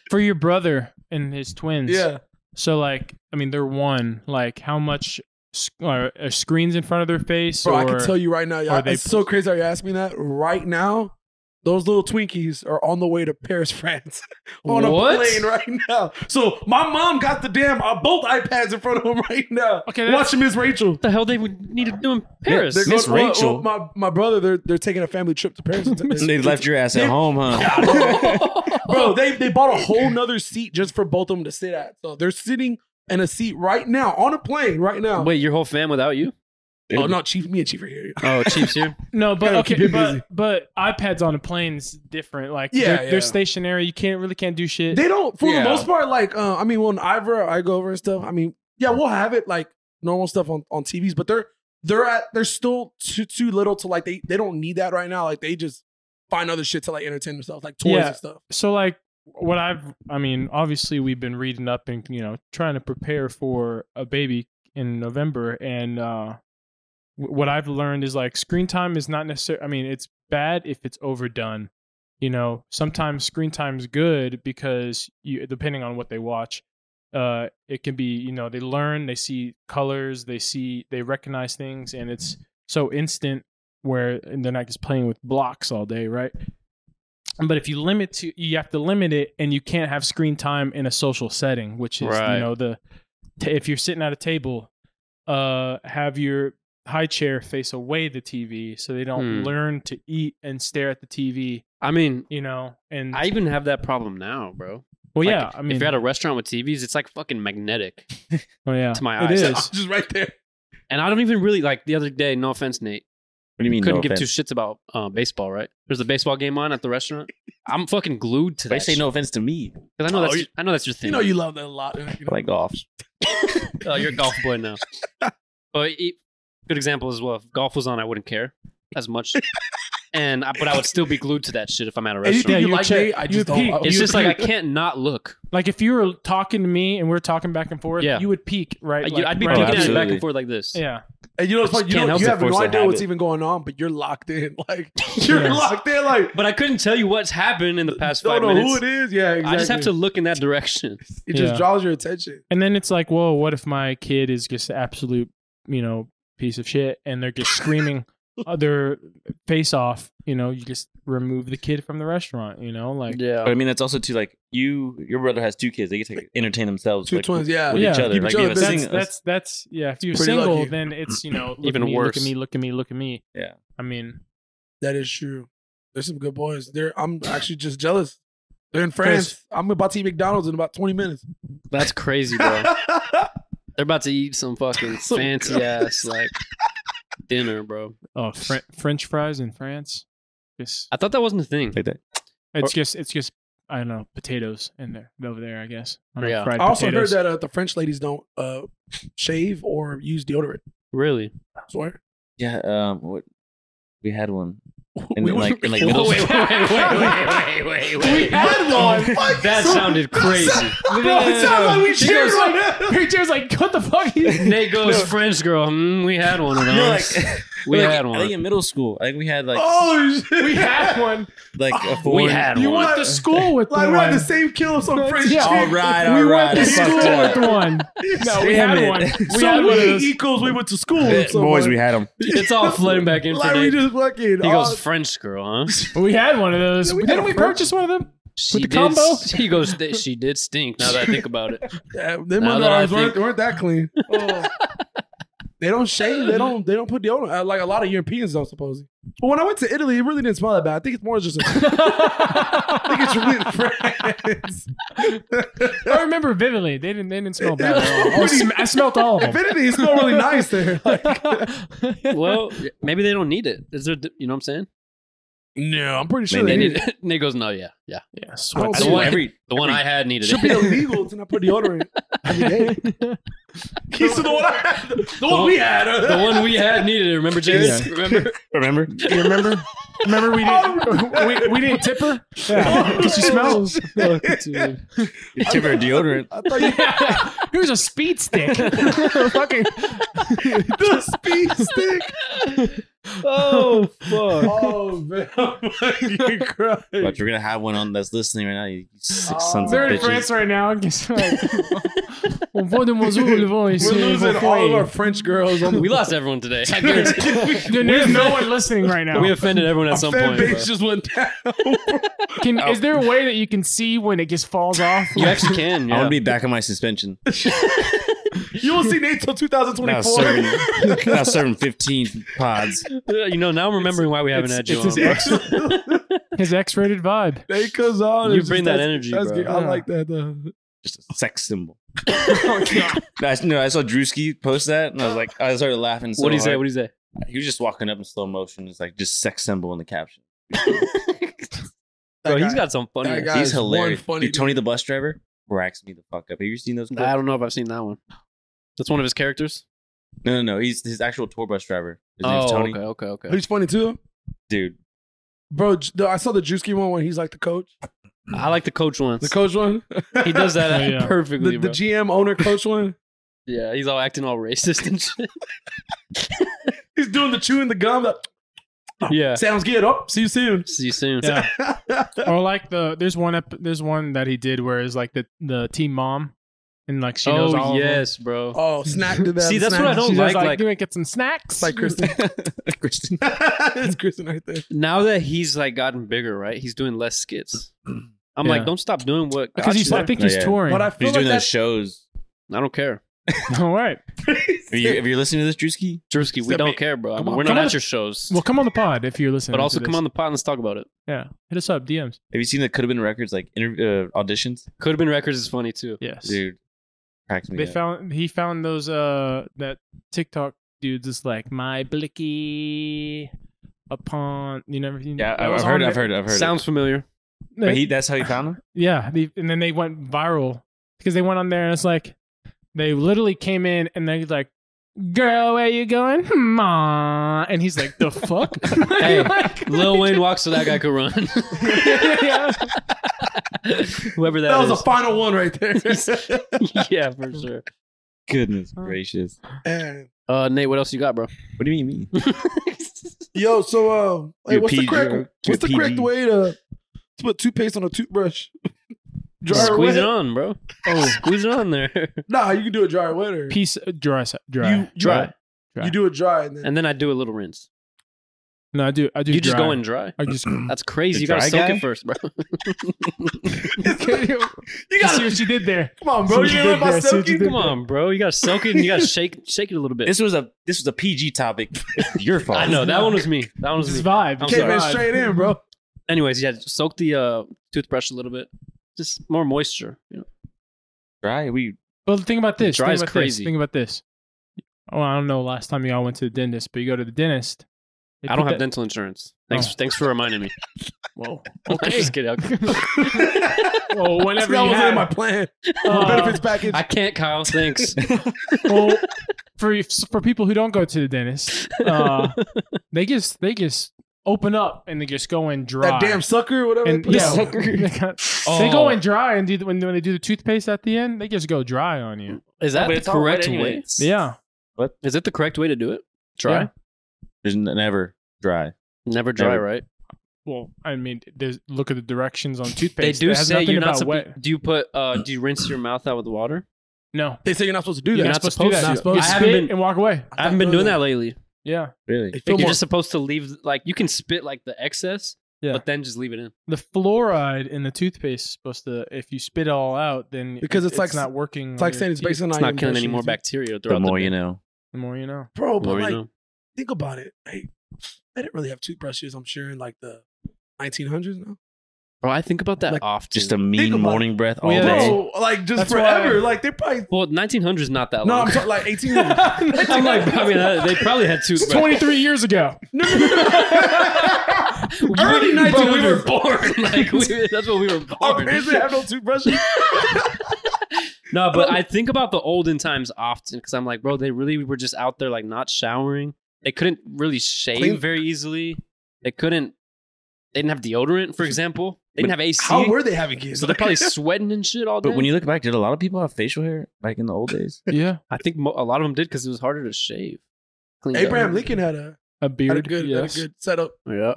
Speaker 3: for your brother and his twins
Speaker 1: yeah,
Speaker 3: so like i mean they're one like how much sc- are, are screens in front of their face
Speaker 1: bro.
Speaker 3: or
Speaker 1: I can tell you right now, y'all.
Speaker 3: are they-
Speaker 1: it's so crazy. Are you asking me that right now? Those little Twinkies are on the way to Paris, France, on
Speaker 2: What?
Speaker 1: a plane right now. So my mom got the damn uh, both iPads in front of them right now.
Speaker 3: Okay,
Speaker 1: Okay,
Speaker 3: that's-
Speaker 1: watching Miss Rachel.
Speaker 2: what the hell they would need to do in
Speaker 4: Paris?
Speaker 2: Paris?
Speaker 1: They're
Speaker 4: Miss
Speaker 1: going- well,
Speaker 4: Rachel.
Speaker 1: well, my my brother, they're they're taking a family trip to Paris.
Speaker 4: They left your ass at home, huh?
Speaker 1: Bro, they they bought a whole nother seat just for both of them to sit at. So they're sitting in a seat right now on a plane right now.
Speaker 2: Wait, your whole fam without you?
Speaker 1: Oh no, Chief, me and Chief are here.
Speaker 2: Oh, Chief's here.
Speaker 3: No, but
Speaker 1: Gotta keep
Speaker 3: okay,
Speaker 1: it busy.
Speaker 3: but, but iPads on a plane's different. Like
Speaker 1: Yeah,
Speaker 3: they're,
Speaker 1: yeah.
Speaker 3: they're stationary. You can't really can't do shit.
Speaker 1: They don't, for
Speaker 4: Yeah.
Speaker 1: the most part, like, uh, I mean, when Ivor, I go over and stuff, I mean, yeah, we'll have it like normal stuff on, on TVs, but they're, they're at, they're still too, too little to like, they, they don't need that right now. Like, they just find other shit to like entertain themselves, like toys
Speaker 3: Yeah.
Speaker 1: and stuff.
Speaker 3: so like what I've I mean, obviously we've been reading up and you know trying to prepare for a baby in November and uh wh- what I've learned is like screen time is not necessary I mean, it's bad if it's overdone. You know, sometimes screen time's good because you depending on what they watch uh it can be, you know, they learn, they see colors, they see they recognize things and it's so instant where and they're not just playing with blocks all day, right? but if you limit to you have to limit it and you can't have screen time in a social setting which is
Speaker 2: Right.
Speaker 3: you know the t- if you're sitting at a table uh have your high chair face away the tv so they don't
Speaker 2: Hmm.
Speaker 3: learn to eat and stare at the tv
Speaker 2: I mean,
Speaker 3: you know and
Speaker 2: I even have that problem now, bro.
Speaker 3: well
Speaker 2: Like,
Speaker 3: yeah i mean
Speaker 2: if you're at a restaurant with TVs, it's like fucking magnetic
Speaker 3: oh yeah
Speaker 2: to my eyes.
Speaker 3: it is
Speaker 1: just right there.
Speaker 2: And I don't even really like the other day. No offense, Nate.
Speaker 4: do you mean?
Speaker 2: Couldn't
Speaker 4: no
Speaker 2: give
Speaker 4: offense?
Speaker 2: two shits about uh, baseball, right? There's a baseball game on at the restaurant. I'm fucking glued to
Speaker 4: They
Speaker 2: that.
Speaker 4: say no offense to me.
Speaker 2: because I know
Speaker 1: Oh,
Speaker 2: that's
Speaker 1: you-
Speaker 2: I know that's your thing.
Speaker 1: You know, you love that a lot. you
Speaker 4: I
Speaker 1: know?
Speaker 4: like golf.
Speaker 2: Oh, you're a golf boy now. but e good example as well. If golf was on, I wouldn't care as much, and I, but I would still be glued to that shit if I'm at a
Speaker 1: Anything
Speaker 3: Yeah,
Speaker 2: restaurant.
Speaker 1: you
Speaker 3: you
Speaker 1: like,
Speaker 3: check-
Speaker 1: Nate, I
Speaker 3: you
Speaker 1: just don't.
Speaker 3: peek.
Speaker 1: I-
Speaker 3: you
Speaker 2: It's just like I
Speaker 3: appear-
Speaker 2: can't not look.
Speaker 3: like if you were talking to me and we are talking back and forth
Speaker 2: Yeah.
Speaker 3: you would peek right
Speaker 2: I,
Speaker 3: Like,
Speaker 2: would be
Speaker 3: right
Speaker 2: peeking
Speaker 3: up
Speaker 2: at it
Speaker 3: to-
Speaker 2: back
Speaker 4: Absolutely.
Speaker 2: and forth like this.
Speaker 3: yeah
Speaker 1: And you know, it's
Speaker 2: Just
Speaker 1: funny, you,
Speaker 2: can't
Speaker 1: know,
Speaker 2: help
Speaker 1: you
Speaker 2: but
Speaker 1: have no
Speaker 4: force the
Speaker 1: idea what's
Speaker 4: habit.
Speaker 1: even going on, but you're locked in. Like you're
Speaker 3: Yes.
Speaker 1: locked in. Like
Speaker 2: But I couldn't tell you what's happened in the past
Speaker 1: don't
Speaker 2: five
Speaker 1: know
Speaker 2: minutes.
Speaker 1: who it is. Yeah, exactly.
Speaker 2: I just have to look in that direction.
Speaker 1: It just
Speaker 3: Yeah.
Speaker 1: draws your attention.
Speaker 3: And then it's like, whoa, what if my kid is just an absolute, you know, piece of shit and they're just screaming other face off, you know, you just remove the kid from the restaurant, you know, like
Speaker 4: But I
Speaker 2: Yeah.
Speaker 4: mean, that's also too like you. Your brother has two kids. They get to like, entertain themselves.
Speaker 1: Two
Speaker 4: like,
Speaker 1: twins, yeah.
Speaker 4: with
Speaker 3: Yeah.
Speaker 4: each other.
Speaker 1: Keep
Speaker 4: like,
Speaker 1: each
Speaker 4: you
Speaker 1: other
Speaker 4: have a
Speaker 1: busy.
Speaker 3: that's
Speaker 4: sing-
Speaker 3: that's that's yeah, if you're
Speaker 1: pretty
Speaker 3: single,
Speaker 1: lucky.
Speaker 3: then it's, you know, look
Speaker 2: Even
Speaker 3: at me,
Speaker 2: worse.
Speaker 3: Look at me, look at me, look at me.
Speaker 4: Yeah.
Speaker 3: I mean,
Speaker 1: That is true. There's some good boys. They're I'm actually just jealous. They're in France. I'm about to eat McDonald's in about 20 minutes.
Speaker 2: That's crazy, bro. They're about to eat some fucking
Speaker 1: Some
Speaker 2: fancy
Speaker 1: girls.
Speaker 2: ass like dinner, bro.
Speaker 3: oh, Fre- French fries in France. Just,
Speaker 2: I thought that wasn't a thing.
Speaker 4: like that.
Speaker 3: it's just it's just I don't know, potatoes in there over there, I guess. I don't know,
Speaker 2: Yeah.
Speaker 1: I
Speaker 3: fried
Speaker 1: also
Speaker 3: potatoes.
Speaker 1: heard that uh, the French ladies don't uh, shave or use deodorant.
Speaker 2: Really?
Speaker 1: I swear.
Speaker 4: Yeah. Um. What? We had one. And then,
Speaker 1: We-
Speaker 4: like- and, like,
Speaker 1: we-
Speaker 4: middle-
Speaker 1: wait, wait, wait, wait, wait.
Speaker 2: wait, wait,
Speaker 1: We had one. Fuck.
Speaker 2: That sounded crazy.
Speaker 1: Bro, it sounds like we
Speaker 3: She
Speaker 1: cheered
Speaker 3: goes-
Speaker 1: right now.
Speaker 3: Pictures like, what the fuck?
Speaker 2: Nate goes French girl. Mm, we had one of those.
Speaker 4: No, like,
Speaker 2: we
Speaker 4: like,
Speaker 2: had
Speaker 4: I think
Speaker 2: one.
Speaker 4: in middle school, I think we had like
Speaker 1: Oh shit.
Speaker 3: we had one.
Speaker 4: like a
Speaker 1: We
Speaker 4: foreign-
Speaker 2: had
Speaker 3: You
Speaker 2: one.
Speaker 3: went to school with
Speaker 1: Like
Speaker 3: one.
Speaker 1: we're at the same kill of some
Speaker 3: That's-
Speaker 1: French
Speaker 3: yeah.
Speaker 1: chick.
Speaker 4: All right. All
Speaker 3: we
Speaker 4: right.
Speaker 3: went to
Speaker 4: I fucked
Speaker 3: school
Speaker 4: up.
Speaker 3: with one. No, we
Speaker 4: Damn
Speaker 3: had
Speaker 4: it.
Speaker 3: one. We
Speaker 1: so
Speaker 3: had one. of
Speaker 1: we
Speaker 3: those-
Speaker 1: equals we went to school. with
Speaker 4: Boys,
Speaker 1: someone.
Speaker 4: we had them.
Speaker 2: It's all flooding back in for
Speaker 1: Like we
Speaker 2: Nate.
Speaker 1: just fucking.
Speaker 2: He
Speaker 1: all-
Speaker 2: goes French girl, huh?
Speaker 3: We had one of those.
Speaker 1: Yeah, we had
Speaker 3: Didn't
Speaker 1: a
Speaker 3: we
Speaker 1: French-
Speaker 3: purchase one of them?
Speaker 2: She
Speaker 3: the
Speaker 2: did,
Speaker 3: combo?
Speaker 2: She goes. th- She did stink. Now that I think about it,
Speaker 1: Yeah, them
Speaker 2: Now that I
Speaker 1: underarms weren't,
Speaker 2: think-
Speaker 1: weren't that clean. they don't shave. They don't. They don't put deodorant uh, like a lot of Europeans don't supposedly. But when I went to Italy, it really didn't smell that bad. I think it's more just. A, I think it's really the France.
Speaker 3: I remember vividly. They didn't. They didn't smell bad. At all. I,
Speaker 1: Pretty-
Speaker 3: sm- I smelled all of
Speaker 1: if
Speaker 3: them.
Speaker 1: anything, it smelled really nice there. Like,
Speaker 2: well, maybe they don't need it. Is there? You know what I'm saying?
Speaker 1: no, I'm pretty sure
Speaker 2: They
Speaker 1: they
Speaker 2: need
Speaker 1: did.
Speaker 2: it. Nate goes, no, yeah, yeah.
Speaker 3: yeah,
Speaker 1: I don't
Speaker 3: sweat.
Speaker 1: see
Speaker 2: The
Speaker 1: why
Speaker 2: one,
Speaker 1: it
Speaker 4: Every
Speaker 2: the one I had needed
Speaker 1: should be
Speaker 2: it.
Speaker 1: illegal to not put deodorant every day. He's the one I had. The, one
Speaker 2: one-
Speaker 1: we had. uh,
Speaker 2: the one we had needed it. Remember, James?
Speaker 3: Yeah.
Speaker 2: Remember?
Speaker 4: remember.
Speaker 3: You remember? Remember we didn't. we, we didn't tip her. Yeah, because she smells. Look, dude.
Speaker 4: Tip her deodorant.
Speaker 1: I thought you
Speaker 3: Here's a speed stick. Fucking.
Speaker 1: the speed stick.
Speaker 2: Oh fuck!
Speaker 1: Oh man, I'm fucking crying.
Speaker 4: But you're gonna have one on that's listening right now. You six
Speaker 1: Oh.
Speaker 4: sons of
Speaker 3: They're in
Speaker 4: bitches.
Speaker 3: France right now. Guess what? On voit de mon zoo, le vent
Speaker 1: We're
Speaker 3: est sur-
Speaker 1: losing
Speaker 3: vont
Speaker 1: all of our
Speaker 3: foyer.
Speaker 1: French girls on the
Speaker 2: We lost everyone today. I guarantee.
Speaker 3: There- There's no one listening right now.
Speaker 2: We offended everyone at some
Speaker 1: fan
Speaker 2: point. bro.
Speaker 1: base just went down.
Speaker 3: Can, is there a way that you can see when it just falls off?
Speaker 2: You actually can.
Speaker 4: I want
Speaker 2: Yeah.
Speaker 4: to be back on my suspension.
Speaker 1: you won't see Nate till
Speaker 4: Now
Speaker 1: 2024.
Speaker 4: serving, now serving 15 pods.
Speaker 2: you know, now I'm remembering why we haven't had you
Speaker 3: it's
Speaker 2: on.
Speaker 3: his His X-rated vibe.
Speaker 1: Nate comes on.
Speaker 2: You
Speaker 1: it's just-
Speaker 2: bring that
Speaker 1: that's-
Speaker 2: energy,
Speaker 1: that's
Speaker 2: bro.
Speaker 1: good. I like that though.
Speaker 4: just a sex symbol.
Speaker 1: Oh,
Speaker 4: No, I, no, I saw Drewski post that, and I was like, I started laughing. So
Speaker 2: what do you
Speaker 4: hard.
Speaker 2: say? What do you say?
Speaker 4: He was just walking up in slow motion. It's like just sex symbol in the caption.
Speaker 2: Bro,
Speaker 1: That
Speaker 2: he's
Speaker 1: guy-
Speaker 2: got some funny.
Speaker 1: that
Speaker 2: ones.
Speaker 1: guy
Speaker 4: He's
Speaker 1: is one
Speaker 4: hilarious.
Speaker 1: funny
Speaker 4: Dude, Tony the bus driver racks me the fuck up. Have you seen those?
Speaker 2: I
Speaker 4: clips?
Speaker 2: don't know if I've seen that one. That's one of his characters.
Speaker 4: No, no, no. He's his actual tour bus driver. His
Speaker 2: oh,
Speaker 4: name's Tony.
Speaker 2: okay, okay, okay.
Speaker 1: He's funny too,
Speaker 4: Dude,
Speaker 1: bro. J- the- I saw the Drewski one when he's like the coach,
Speaker 2: I like the coach ones.
Speaker 1: the coach one,
Speaker 2: He does that
Speaker 3: Oh, yeah.
Speaker 2: perfectly,
Speaker 1: the, the
Speaker 2: bro.
Speaker 1: GM owner coach one.
Speaker 2: yeah, he's all acting all racist and shit.
Speaker 1: He's doing the chewing the gum. That
Speaker 2: yeah.
Speaker 1: sounds good. Oh, see you soon.
Speaker 2: See you soon.
Speaker 3: Yeah. or like the there's one ep- there's one that he did where it's like the the team mom and like she knows
Speaker 2: Oh
Speaker 3: all
Speaker 2: yes, bro.
Speaker 1: oh, snack did that.
Speaker 2: See, that's what I
Speaker 1: Snack.
Speaker 3: of
Speaker 2: don't
Speaker 3: them. She's
Speaker 2: like,
Speaker 3: like,
Speaker 2: like-
Speaker 3: like, you want to get some snacks?
Speaker 1: It's like Kristen.
Speaker 4: Christian.
Speaker 1: it's Kristen right there.
Speaker 2: Now that he's like gotten bigger, right? He's doing less skits. I'm
Speaker 3: Yeah.
Speaker 2: like, don't stop doing what.
Speaker 3: because
Speaker 2: got
Speaker 3: he's,
Speaker 2: you
Speaker 3: I
Speaker 2: there.
Speaker 3: think he's
Speaker 4: Yeah.
Speaker 3: touring.
Speaker 1: But I feel
Speaker 4: He's
Speaker 1: like
Speaker 4: doing those
Speaker 1: that.
Speaker 4: shows.
Speaker 2: I don't care,
Speaker 3: all right.
Speaker 4: If you, if you're listening to this, Drewski,
Speaker 2: Drewski. We
Speaker 1: Stop
Speaker 2: don't
Speaker 1: it.
Speaker 2: care, bro. I
Speaker 1: Come
Speaker 2: mean,
Speaker 1: on,
Speaker 2: we're
Speaker 3: come
Speaker 2: not
Speaker 3: on.
Speaker 2: at your shows,
Speaker 3: Well, come on the pod if you're listening.
Speaker 2: but
Speaker 3: to
Speaker 2: also
Speaker 3: this.
Speaker 2: come on the pod and let's talk about it.
Speaker 3: Yeah, hit us up DMs.
Speaker 4: have you seen that? Could have been records like interview uh, auditions.
Speaker 2: Could have been records is funny too.
Speaker 3: Yes,
Speaker 4: Dude, cracks me.
Speaker 3: they
Speaker 4: up.
Speaker 3: found he found those uh that TikTok dudes just like my blicky upon you never seen
Speaker 4: yeah,
Speaker 3: that
Speaker 4: I,
Speaker 3: was
Speaker 4: I've heard.
Speaker 3: on
Speaker 4: I've
Speaker 3: there.
Speaker 4: heard. I've heard.
Speaker 2: Sounds familiar.
Speaker 4: But he, that's how he found him.
Speaker 3: Yeah, they, and then they went viral because they went on there and it's like they literally came in and they're like, "Girl, where you going, ma?" And he's like, "The fuck?"
Speaker 2: Hey,
Speaker 3: Like-
Speaker 2: Lil Wayne walks so that guy could run.
Speaker 3: yeah.
Speaker 2: Whoever
Speaker 1: That was
Speaker 2: is.
Speaker 1: a final one right there.
Speaker 2: yeah, for sure.
Speaker 4: Goodness gracious.
Speaker 1: And-
Speaker 2: Uh, Nate, what else you got, bro?
Speaker 4: What do you mean? me?
Speaker 1: yo, so uh, hey,
Speaker 4: Your
Speaker 1: what's the
Speaker 4: PG, your
Speaker 1: correct what's the
Speaker 4: PG.
Speaker 1: correct way to, to put toothpaste on a toothbrush? Dry or
Speaker 2: Squeeze
Speaker 1: wet?
Speaker 2: it on, bro. Oh, squeeze it on there.
Speaker 1: Nah, you can do it dry or wet. Or
Speaker 3: Piece uh, dry, s- dry,
Speaker 1: You- you-
Speaker 3: dry. dry.
Speaker 1: You do it dry and then
Speaker 2: And then I do a little rinse.
Speaker 3: No, I do. I do.
Speaker 2: You just
Speaker 3: dry. Mm.
Speaker 2: go in dry.
Speaker 3: I just.
Speaker 2: That's crazy.
Speaker 4: The
Speaker 2: You gotta
Speaker 4: dry
Speaker 2: soak
Speaker 4: guy?
Speaker 2: it first, bro.
Speaker 1: you
Speaker 3: You see
Speaker 1: gotta
Speaker 3: what she did there.
Speaker 1: come on, bro.
Speaker 3: See what
Speaker 1: You
Speaker 3: you
Speaker 1: know
Speaker 3: did
Speaker 1: about
Speaker 3: there, see what
Speaker 1: silky?
Speaker 3: you did
Speaker 1: Come
Speaker 2: Come
Speaker 1: on.
Speaker 2: on, bro. You gotta soak it and you gotta shake shake it a little bit.
Speaker 4: This was a this was a PG topic. It's your fault.
Speaker 2: I know that one was me. That one
Speaker 3: This is
Speaker 2: was me.
Speaker 3: vibe.
Speaker 2: I'm
Speaker 3: This is
Speaker 1: Came
Speaker 2: sorry.
Speaker 1: in
Speaker 3: vibe.
Speaker 1: straight in, bro.
Speaker 2: Anyways, yeah, soak the uh, toothbrush a little bit. Just more moisture. You know?
Speaker 4: Right? We
Speaker 3: Well, think about this.
Speaker 2: Dry
Speaker 3: think
Speaker 2: is
Speaker 3: about
Speaker 2: crazy.
Speaker 3: This. Think about this. Oh, I don't know. Last time y'all went to the dentist, but you go to the dentist. they
Speaker 2: I
Speaker 3: put
Speaker 2: don't have
Speaker 3: that-
Speaker 2: dental insurance. Thanks,
Speaker 3: Oh.
Speaker 2: thanks for reminding me.
Speaker 3: Whoa.
Speaker 2: I'm
Speaker 3: Okay.
Speaker 2: just kidding. Okay.
Speaker 3: well,
Speaker 1: that
Speaker 3: whenever you
Speaker 1: wasn't
Speaker 3: have,
Speaker 1: in my plan.
Speaker 3: Uh,
Speaker 1: Benefits package.
Speaker 2: I can't, Kyle. Thanks.
Speaker 3: well, for for people who don't go to the dentist, uh, they just they just open up and they just go in dry.
Speaker 1: that damn sucker, whatever.
Speaker 3: and
Speaker 1: they put
Speaker 3: yeah,
Speaker 1: out.
Speaker 3: they, got-
Speaker 2: Oh.
Speaker 3: they go in dry and do the, when when they do the toothpaste at the end, they just go dry on you.
Speaker 2: Is that
Speaker 4: but
Speaker 2: the
Speaker 4: it's all wet
Speaker 2: correct
Speaker 4: anyway.
Speaker 2: way?
Speaker 4: It's-
Speaker 3: Yeah,
Speaker 2: Is it the correct way to do it? Dry.
Speaker 3: Yeah.
Speaker 4: There's n- never dry.
Speaker 2: Never dry,
Speaker 4: Never.
Speaker 2: right?
Speaker 3: Well, I mean, there's look at the directions on toothpaste.
Speaker 2: They do
Speaker 3: It has
Speaker 2: say
Speaker 3: nothing
Speaker 2: you're not
Speaker 3: about
Speaker 2: supposed. Do you put? Uh, do you rinse your mouth out with water?
Speaker 3: No,
Speaker 1: They say you're not supposed to do
Speaker 2: You're
Speaker 1: that.
Speaker 2: not supposed to.
Speaker 3: do that.
Speaker 2: Not supposed
Speaker 3: You
Speaker 2: to. I
Speaker 3: spit
Speaker 2: haven't been-
Speaker 3: and walk away.
Speaker 2: I haven't been doing that lately.
Speaker 3: Yeah,
Speaker 4: Really?
Speaker 1: Feel
Speaker 2: You're
Speaker 1: more-
Speaker 2: just supposed to leave. Like you can spit like the excess,
Speaker 3: Yeah.
Speaker 2: but then just leave it in.
Speaker 3: the fluoride in the toothpaste is supposed to. If you spit it all out, then
Speaker 1: Because it's like-
Speaker 3: not working.
Speaker 1: It's like saying it's based on
Speaker 2: It's
Speaker 1: iron
Speaker 2: not killing any
Speaker 1: deficiency.
Speaker 2: more bacteria
Speaker 4: The
Speaker 2: throughout the,
Speaker 4: more
Speaker 2: day.
Speaker 4: you know.
Speaker 3: The more you know.
Speaker 1: Bro,
Speaker 2: The
Speaker 1: Oh, but
Speaker 2: more you
Speaker 1: like,
Speaker 2: know.
Speaker 1: think about it. Like, I didn't really have toothbrushes. I'm sure in like the 1900s now.
Speaker 2: Bro, I think about that
Speaker 1: Like,
Speaker 2: often.
Speaker 4: Just a mean
Speaker 1: about
Speaker 4: morning breath all
Speaker 3: Yeah, that's-
Speaker 4: day.
Speaker 1: Bro, like just
Speaker 3: That's
Speaker 1: forever.
Speaker 3: why-
Speaker 1: like they probably.
Speaker 2: well, 1900 is not that
Speaker 1: No,
Speaker 2: long.
Speaker 1: I'm talking like 1800s.
Speaker 2: I'm like, I mean, uh, they probably had two.
Speaker 3: It's 23 years ago.
Speaker 1: No, no, no, no. Early
Speaker 2: Bro, we were
Speaker 1: 1900s.
Speaker 2: born. Like we, that's what we
Speaker 1: Our
Speaker 2: were born.
Speaker 1: parents Oh, didn't have no toothbrushes.
Speaker 2: No, but I think about the olden times often because I'm like, bro, they really were just out there like not showering. They couldn't really shave
Speaker 1: Clean-
Speaker 2: very easily. They couldn't. They didn't have deodorant, for example. They didn't have AC.
Speaker 1: How were they having kids?
Speaker 2: so they're probably sweating and shit all day.
Speaker 4: But when you look back, did a lot of people have facial hair back in the old days?
Speaker 3: Yeah,
Speaker 2: I think mo- a lot of them did because it was harder to shave. Clean up.
Speaker 1: Abraham Lincoln had a
Speaker 3: a
Speaker 1: had
Speaker 3: beard.
Speaker 1: a good
Speaker 3: yes.
Speaker 1: had a good setup.
Speaker 2: Yeah.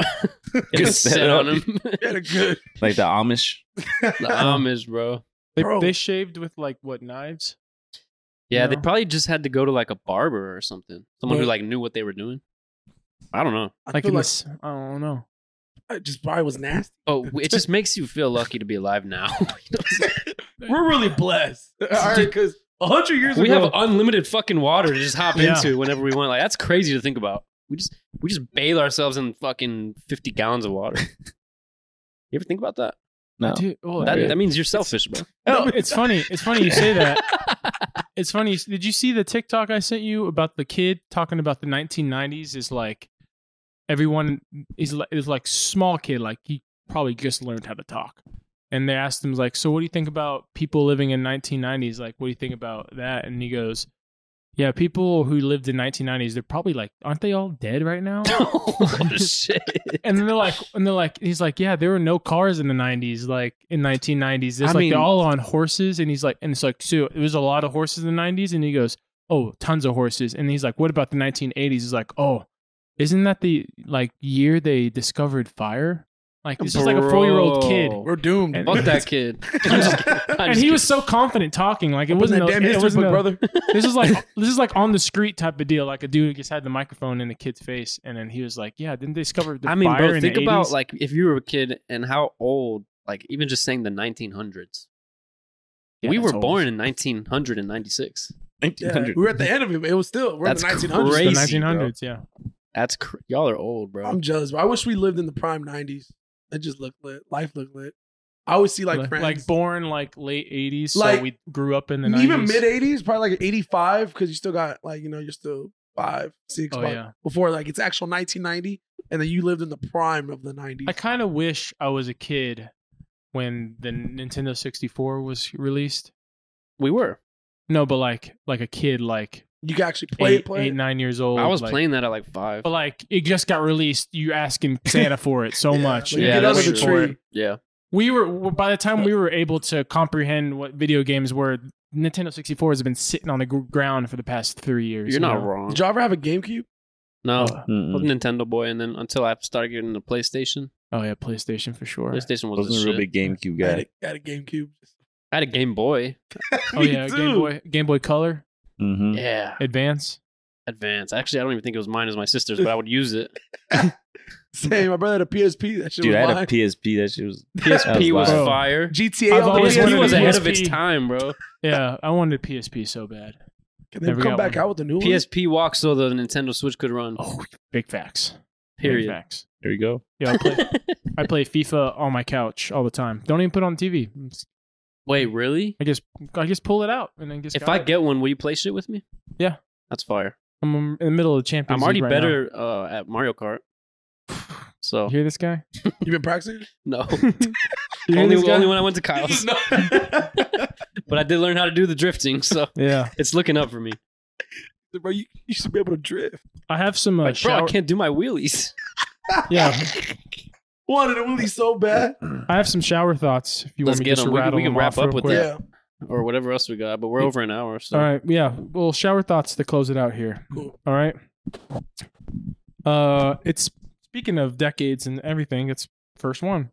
Speaker 4: Good
Speaker 2: Just sit
Speaker 4: setup.
Speaker 2: on him.
Speaker 1: He had a good.
Speaker 4: Like the Amish.
Speaker 2: the Amish, bro.
Speaker 3: They,
Speaker 1: Bro.
Speaker 3: they shaved with like what knives?
Speaker 2: Yeah, they
Speaker 3: No.
Speaker 2: probably just had to go to like a barber or something. Someone who
Speaker 1: Bro.
Speaker 2: like knew what they were doing. I don't know.
Speaker 1: I
Speaker 3: Like
Speaker 1: feel
Speaker 3: in
Speaker 1: like
Speaker 3: this? I don't know.
Speaker 1: I just probably was nasty.
Speaker 2: But w- Oh, it just makes you feel lucky to be alive now.
Speaker 1: We're really blessed. All right, because hundred years
Speaker 2: we
Speaker 1: ago,
Speaker 2: have unlimited fucking water to just hop
Speaker 3: Yeah.
Speaker 2: into whenever we want. Like that's crazy to think about. We just we just bathe ourselves in fucking fifty gallons of water. you ever think about that?
Speaker 4: No.
Speaker 3: Dude, well,
Speaker 2: That,
Speaker 3: Oh, yeah.
Speaker 2: that means you're selfish, bro.
Speaker 3: No, it's funny. It's funny you say that. It's funny. Did you see the TikTok I sent you about the kid talking about the 1990s? Is like everyone is like, is like small kid, like he probably just learned how to talk. And they asked him like, so what do you think about people living in 1990s? Like, what do you think about that? And he goes, yeah, people who lived in 1990s, they're probably like, aren't they all dead right now?
Speaker 2: oh, shit.
Speaker 3: and then they're like, and they're like, he's like, yeah, there were no cars in the '90s, like in 1990s. It's
Speaker 4: I
Speaker 3: like
Speaker 4: mean-
Speaker 3: they're all on horses, and he's like, and it's like, so it was a lot of horses in the '90s, and he goes, oh, tons of horses, and he's like, what about the 1980s? He's like, oh, isn't that the like year they discovered fire? Like this is like a four year old kid,
Speaker 2: Bro.
Speaker 1: We're doomed.
Speaker 3: And-
Speaker 2: Fuck that kid. I'm just kidding. I'm
Speaker 3: and
Speaker 2: just
Speaker 3: he was so confident talking, like it
Speaker 1: Open
Speaker 3: wasn't,
Speaker 1: that
Speaker 3: a,
Speaker 1: damn
Speaker 3: it
Speaker 1: history
Speaker 3: wasn't
Speaker 1: book,
Speaker 3: a-
Speaker 1: brother.
Speaker 3: this is like this is like on the street type of deal. Like a dude just had the microphone in the kid's face, and then he was like, yeah, didn't they discover the
Speaker 2: I mean,
Speaker 3: fire
Speaker 2: bro,
Speaker 3: in
Speaker 2: think
Speaker 3: the
Speaker 2: about
Speaker 3: 80s?
Speaker 2: like if you were a kid and how old, like even just saying the 1900s.
Speaker 3: Yeah,
Speaker 2: we
Speaker 3: that's
Speaker 2: were
Speaker 3: old.
Speaker 2: born in 1996.
Speaker 1: Yeah,
Speaker 4: 1900.
Speaker 1: we were at the end of it. but It was still we're in the
Speaker 2: That's
Speaker 1: 1900s.
Speaker 2: crazy.
Speaker 3: the
Speaker 2: bro.
Speaker 3: 1900s, yeah.
Speaker 2: That's cr- y'all are old, bro.
Speaker 1: I'm jealous. But I wish we lived in the prime 90s. It just looked lit. Life looked lit. I always see like,
Speaker 3: like,
Speaker 1: friends.
Speaker 3: like born like late 80s
Speaker 1: Like,
Speaker 3: so we grew up in the 90s
Speaker 1: even mid 80s, probably like 85, because you still got like, you know, you're still five, six,
Speaker 3: oh
Speaker 1: like,
Speaker 3: yeah
Speaker 1: before like it's actual 1990. And then you lived in the prime of the 90s.
Speaker 3: i kind of wish i was a kid when the nintendo 64 was released
Speaker 2: we were.
Speaker 3: no but like like a kid like
Speaker 1: you can actually play
Speaker 3: eight,
Speaker 1: it, play
Speaker 3: eight
Speaker 1: it.
Speaker 3: nine years old
Speaker 2: I was
Speaker 3: like-
Speaker 2: playing that at like five.
Speaker 3: but like it just got released you asking santa for it so
Speaker 1: Yeah,
Speaker 3: much
Speaker 1: like, you
Speaker 3: and
Speaker 1: get
Speaker 3: you
Speaker 2: that's
Speaker 1: under
Speaker 3: waited
Speaker 1: the
Speaker 3: for it.
Speaker 1: tree.
Speaker 2: Yeah,
Speaker 3: we were by the time we were able to comprehend what video games were nintendo 64 has been sitting on the gr- ground for the past three years
Speaker 2: you're
Speaker 3: you
Speaker 2: not
Speaker 3: know?
Speaker 2: wrong.
Speaker 1: Did y'all ever have a GameCube?
Speaker 2: No,
Speaker 3: Uh,
Speaker 2: I
Speaker 4: Mm-mm.
Speaker 2: was a Nintendo boy, and then until I started getting the PlayStation,
Speaker 3: oh yeah playstation for sure
Speaker 2: PlayStation was
Speaker 4: Wasn't a
Speaker 2: the
Speaker 4: real
Speaker 2: shit.
Speaker 4: big GameCube
Speaker 1: I had
Speaker 4: guy.
Speaker 1: a, I had a GameCube.
Speaker 2: I had a Game Boy.
Speaker 3: Oh
Speaker 1: Me
Speaker 3: yeah, Game
Speaker 1: too.
Speaker 3: Boy, Game Boy Color
Speaker 4: Mm-hmm.
Speaker 2: Yeah,
Speaker 3: Advance.
Speaker 2: Advance. Actually, I don't even think it was mine; it was my sister's, but I would use it.
Speaker 1: Same. My brother had a PSP. That shit
Speaker 4: Dude, I
Speaker 1: was
Speaker 4: had
Speaker 1: mine.
Speaker 4: a PSP. That shit was.
Speaker 2: PSP was,
Speaker 4: That
Speaker 3: was wild.
Speaker 2: fire.
Speaker 1: GTA
Speaker 3: I've
Speaker 1: on
Speaker 3: always
Speaker 1: PSP.
Speaker 2: PSP was
Speaker 3: wanted a
Speaker 2: ahead of its
Speaker 3: PSP.
Speaker 2: time, bro.
Speaker 3: Yeah, I wanted a PSP so bad.
Speaker 1: Can they
Speaker 3: Never
Speaker 1: come
Speaker 3: got
Speaker 1: back
Speaker 3: one.
Speaker 1: out with a new one?
Speaker 2: PSP walked so the Nintendo Switch could run.
Speaker 3: Oh, big facts. Big
Speaker 2: Period.
Speaker 3: facts.
Speaker 4: There you go.
Speaker 3: Yeah, I play, I play FIFA on my couch all the time. Don't even put it on TV.
Speaker 2: Wait, really?
Speaker 3: I just I just pull it out and then just.
Speaker 2: If I get one, will you play shit with me?
Speaker 3: Yeah.
Speaker 2: that's fire.
Speaker 3: I'm in the middle of the
Speaker 2: I'm
Speaker 3: Champions.
Speaker 2: already
Speaker 3: League right
Speaker 2: better uh, at Mario Kart.
Speaker 3: now.
Speaker 2: So
Speaker 3: You hear this guy?
Speaker 1: You been practicing?
Speaker 2: no,
Speaker 3: You hear
Speaker 2: only,
Speaker 3: this guy?
Speaker 2: only when I went to Kyle's. but I did learn how to do the drifting, so
Speaker 3: Yeah,
Speaker 2: it's looking up for me.
Speaker 1: Bro, you, you should be able to drift.
Speaker 3: I have some. Uh,
Speaker 2: Like, bro, I
Speaker 3: shower-
Speaker 2: can't do my wheelies.
Speaker 3: yeah,
Speaker 1: Wanted a wheelie so bad.
Speaker 3: I have some shower thoughts. If you
Speaker 2: Let's
Speaker 3: want me
Speaker 2: get
Speaker 3: just
Speaker 2: them.
Speaker 3: to
Speaker 2: We can-
Speaker 3: rattle
Speaker 2: we can
Speaker 3: them
Speaker 2: wrap
Speaker 3: off
Speaker 2: up
Speaker 3: real
Speaker 2: with
Speaker 3: quick.
Speaker 2: that.
Speaker 1: Yeah.
Speaker 2: or whatever else we got, but we're over an hour. So
Speaker 3: All right, yeah. Well, shower thoughts to close it out here.
Speaker 1: Cool.
Speaker 3: All right. Uh, it's speaking of decades and everything. It's first one.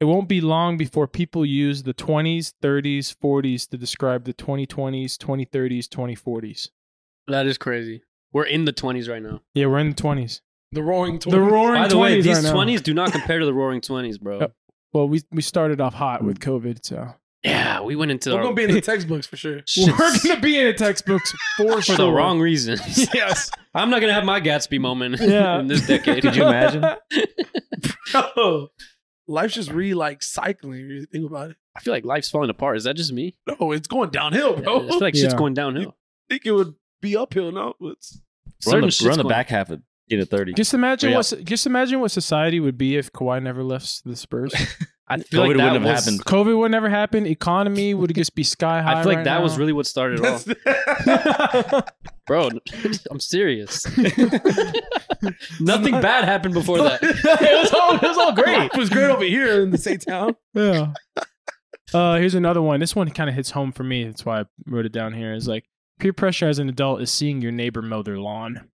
Speaker 3: It won't be long before people use the 20s, 30s, 40s to describe the 2020s, 2030s, 2040s.
Speaker 2: that is crazy. We're in the twenties right now.
Speaker 3: Yeah, we're in the 20s.
Speaker 1: The roaring twenty.
Speaker 3: The roaring
Speaker 2: By the
Speaker 3: 20s.
Speaker 2: way,
Speaker 3: right
Speaker 2: these
Speaker 3: now.
Speaker 2: twenties do not compare to the Roaring Twenties, bro.
Speaker 3: Yep. Well, we we started off hot with
Speaker 2: Hmm.
Speaker 3: COVID, so
Speaker 2: Yeah, we went into
Speaker 1: We're
Speaker 2: our
Speaker 1: gonna be in the textbooks for sure.
Speaker 2: shits
Speaker 3: we're gonna be in the textbooks for
Speaker 2: for
Speaker 3: sure.
Speaker 2: the wrong reasons.
Speaker 3: Yes.
Speaker 2: I'm not gonna have my Gatsby moment
Speaker 3: Yeah.
Speaker 2: in this decade.
Speaker 4: Could you imagine?
Speaker 1: Bro, life's just re like cycling. if You think about it.
Speaker 2: I feel like life's falling apart. Is that just me?
Speaker 1: No, it's going downhill,
Speaker 2: I
Speaker 1: bro.
Speaker 2: feel like shit's
Speaker 3: Yeah.
Speaker 2: going downhill.
Speaker 1: think it would be uphill. No, it's
Speaker 4: Run
Speaker 2: Certain
Speaker 4: the,
Speaker 2: shit's
Speaker 4: run the
Speaker 2: going-
Speaker 4: back half of get a 30.
Speaker 3: Just imagine
Speaker 4: Yeah.
Speaker 3: what just imagine what society would be if Kawhi never left the Spurs.
Speaker 2: I feel like
Speaker 4: COVID
Speaker 2: that
Speaker 4: wouldn't have
Speaker 2: was-
Speaker 4: happened.
Speaker 3: COVID would never happen. Economy would just be sky high.
Speaker 2: I feel like
Speaker 3: right
Speaker 2: that
Speaker 3: now.
Speaker 2: was really what started it all, bro. I'm serious. Nothing bad happened before that.
Speaker 3: it was all it was all great.
Speaker 1: It was great over here in the same town.
Speaker 3: Yeah. Uh, here's another one. This one kind of hits home for me. That's why I wrote it down here. Is like peer pressure as an adult is seeing your neighbor mow their lawn,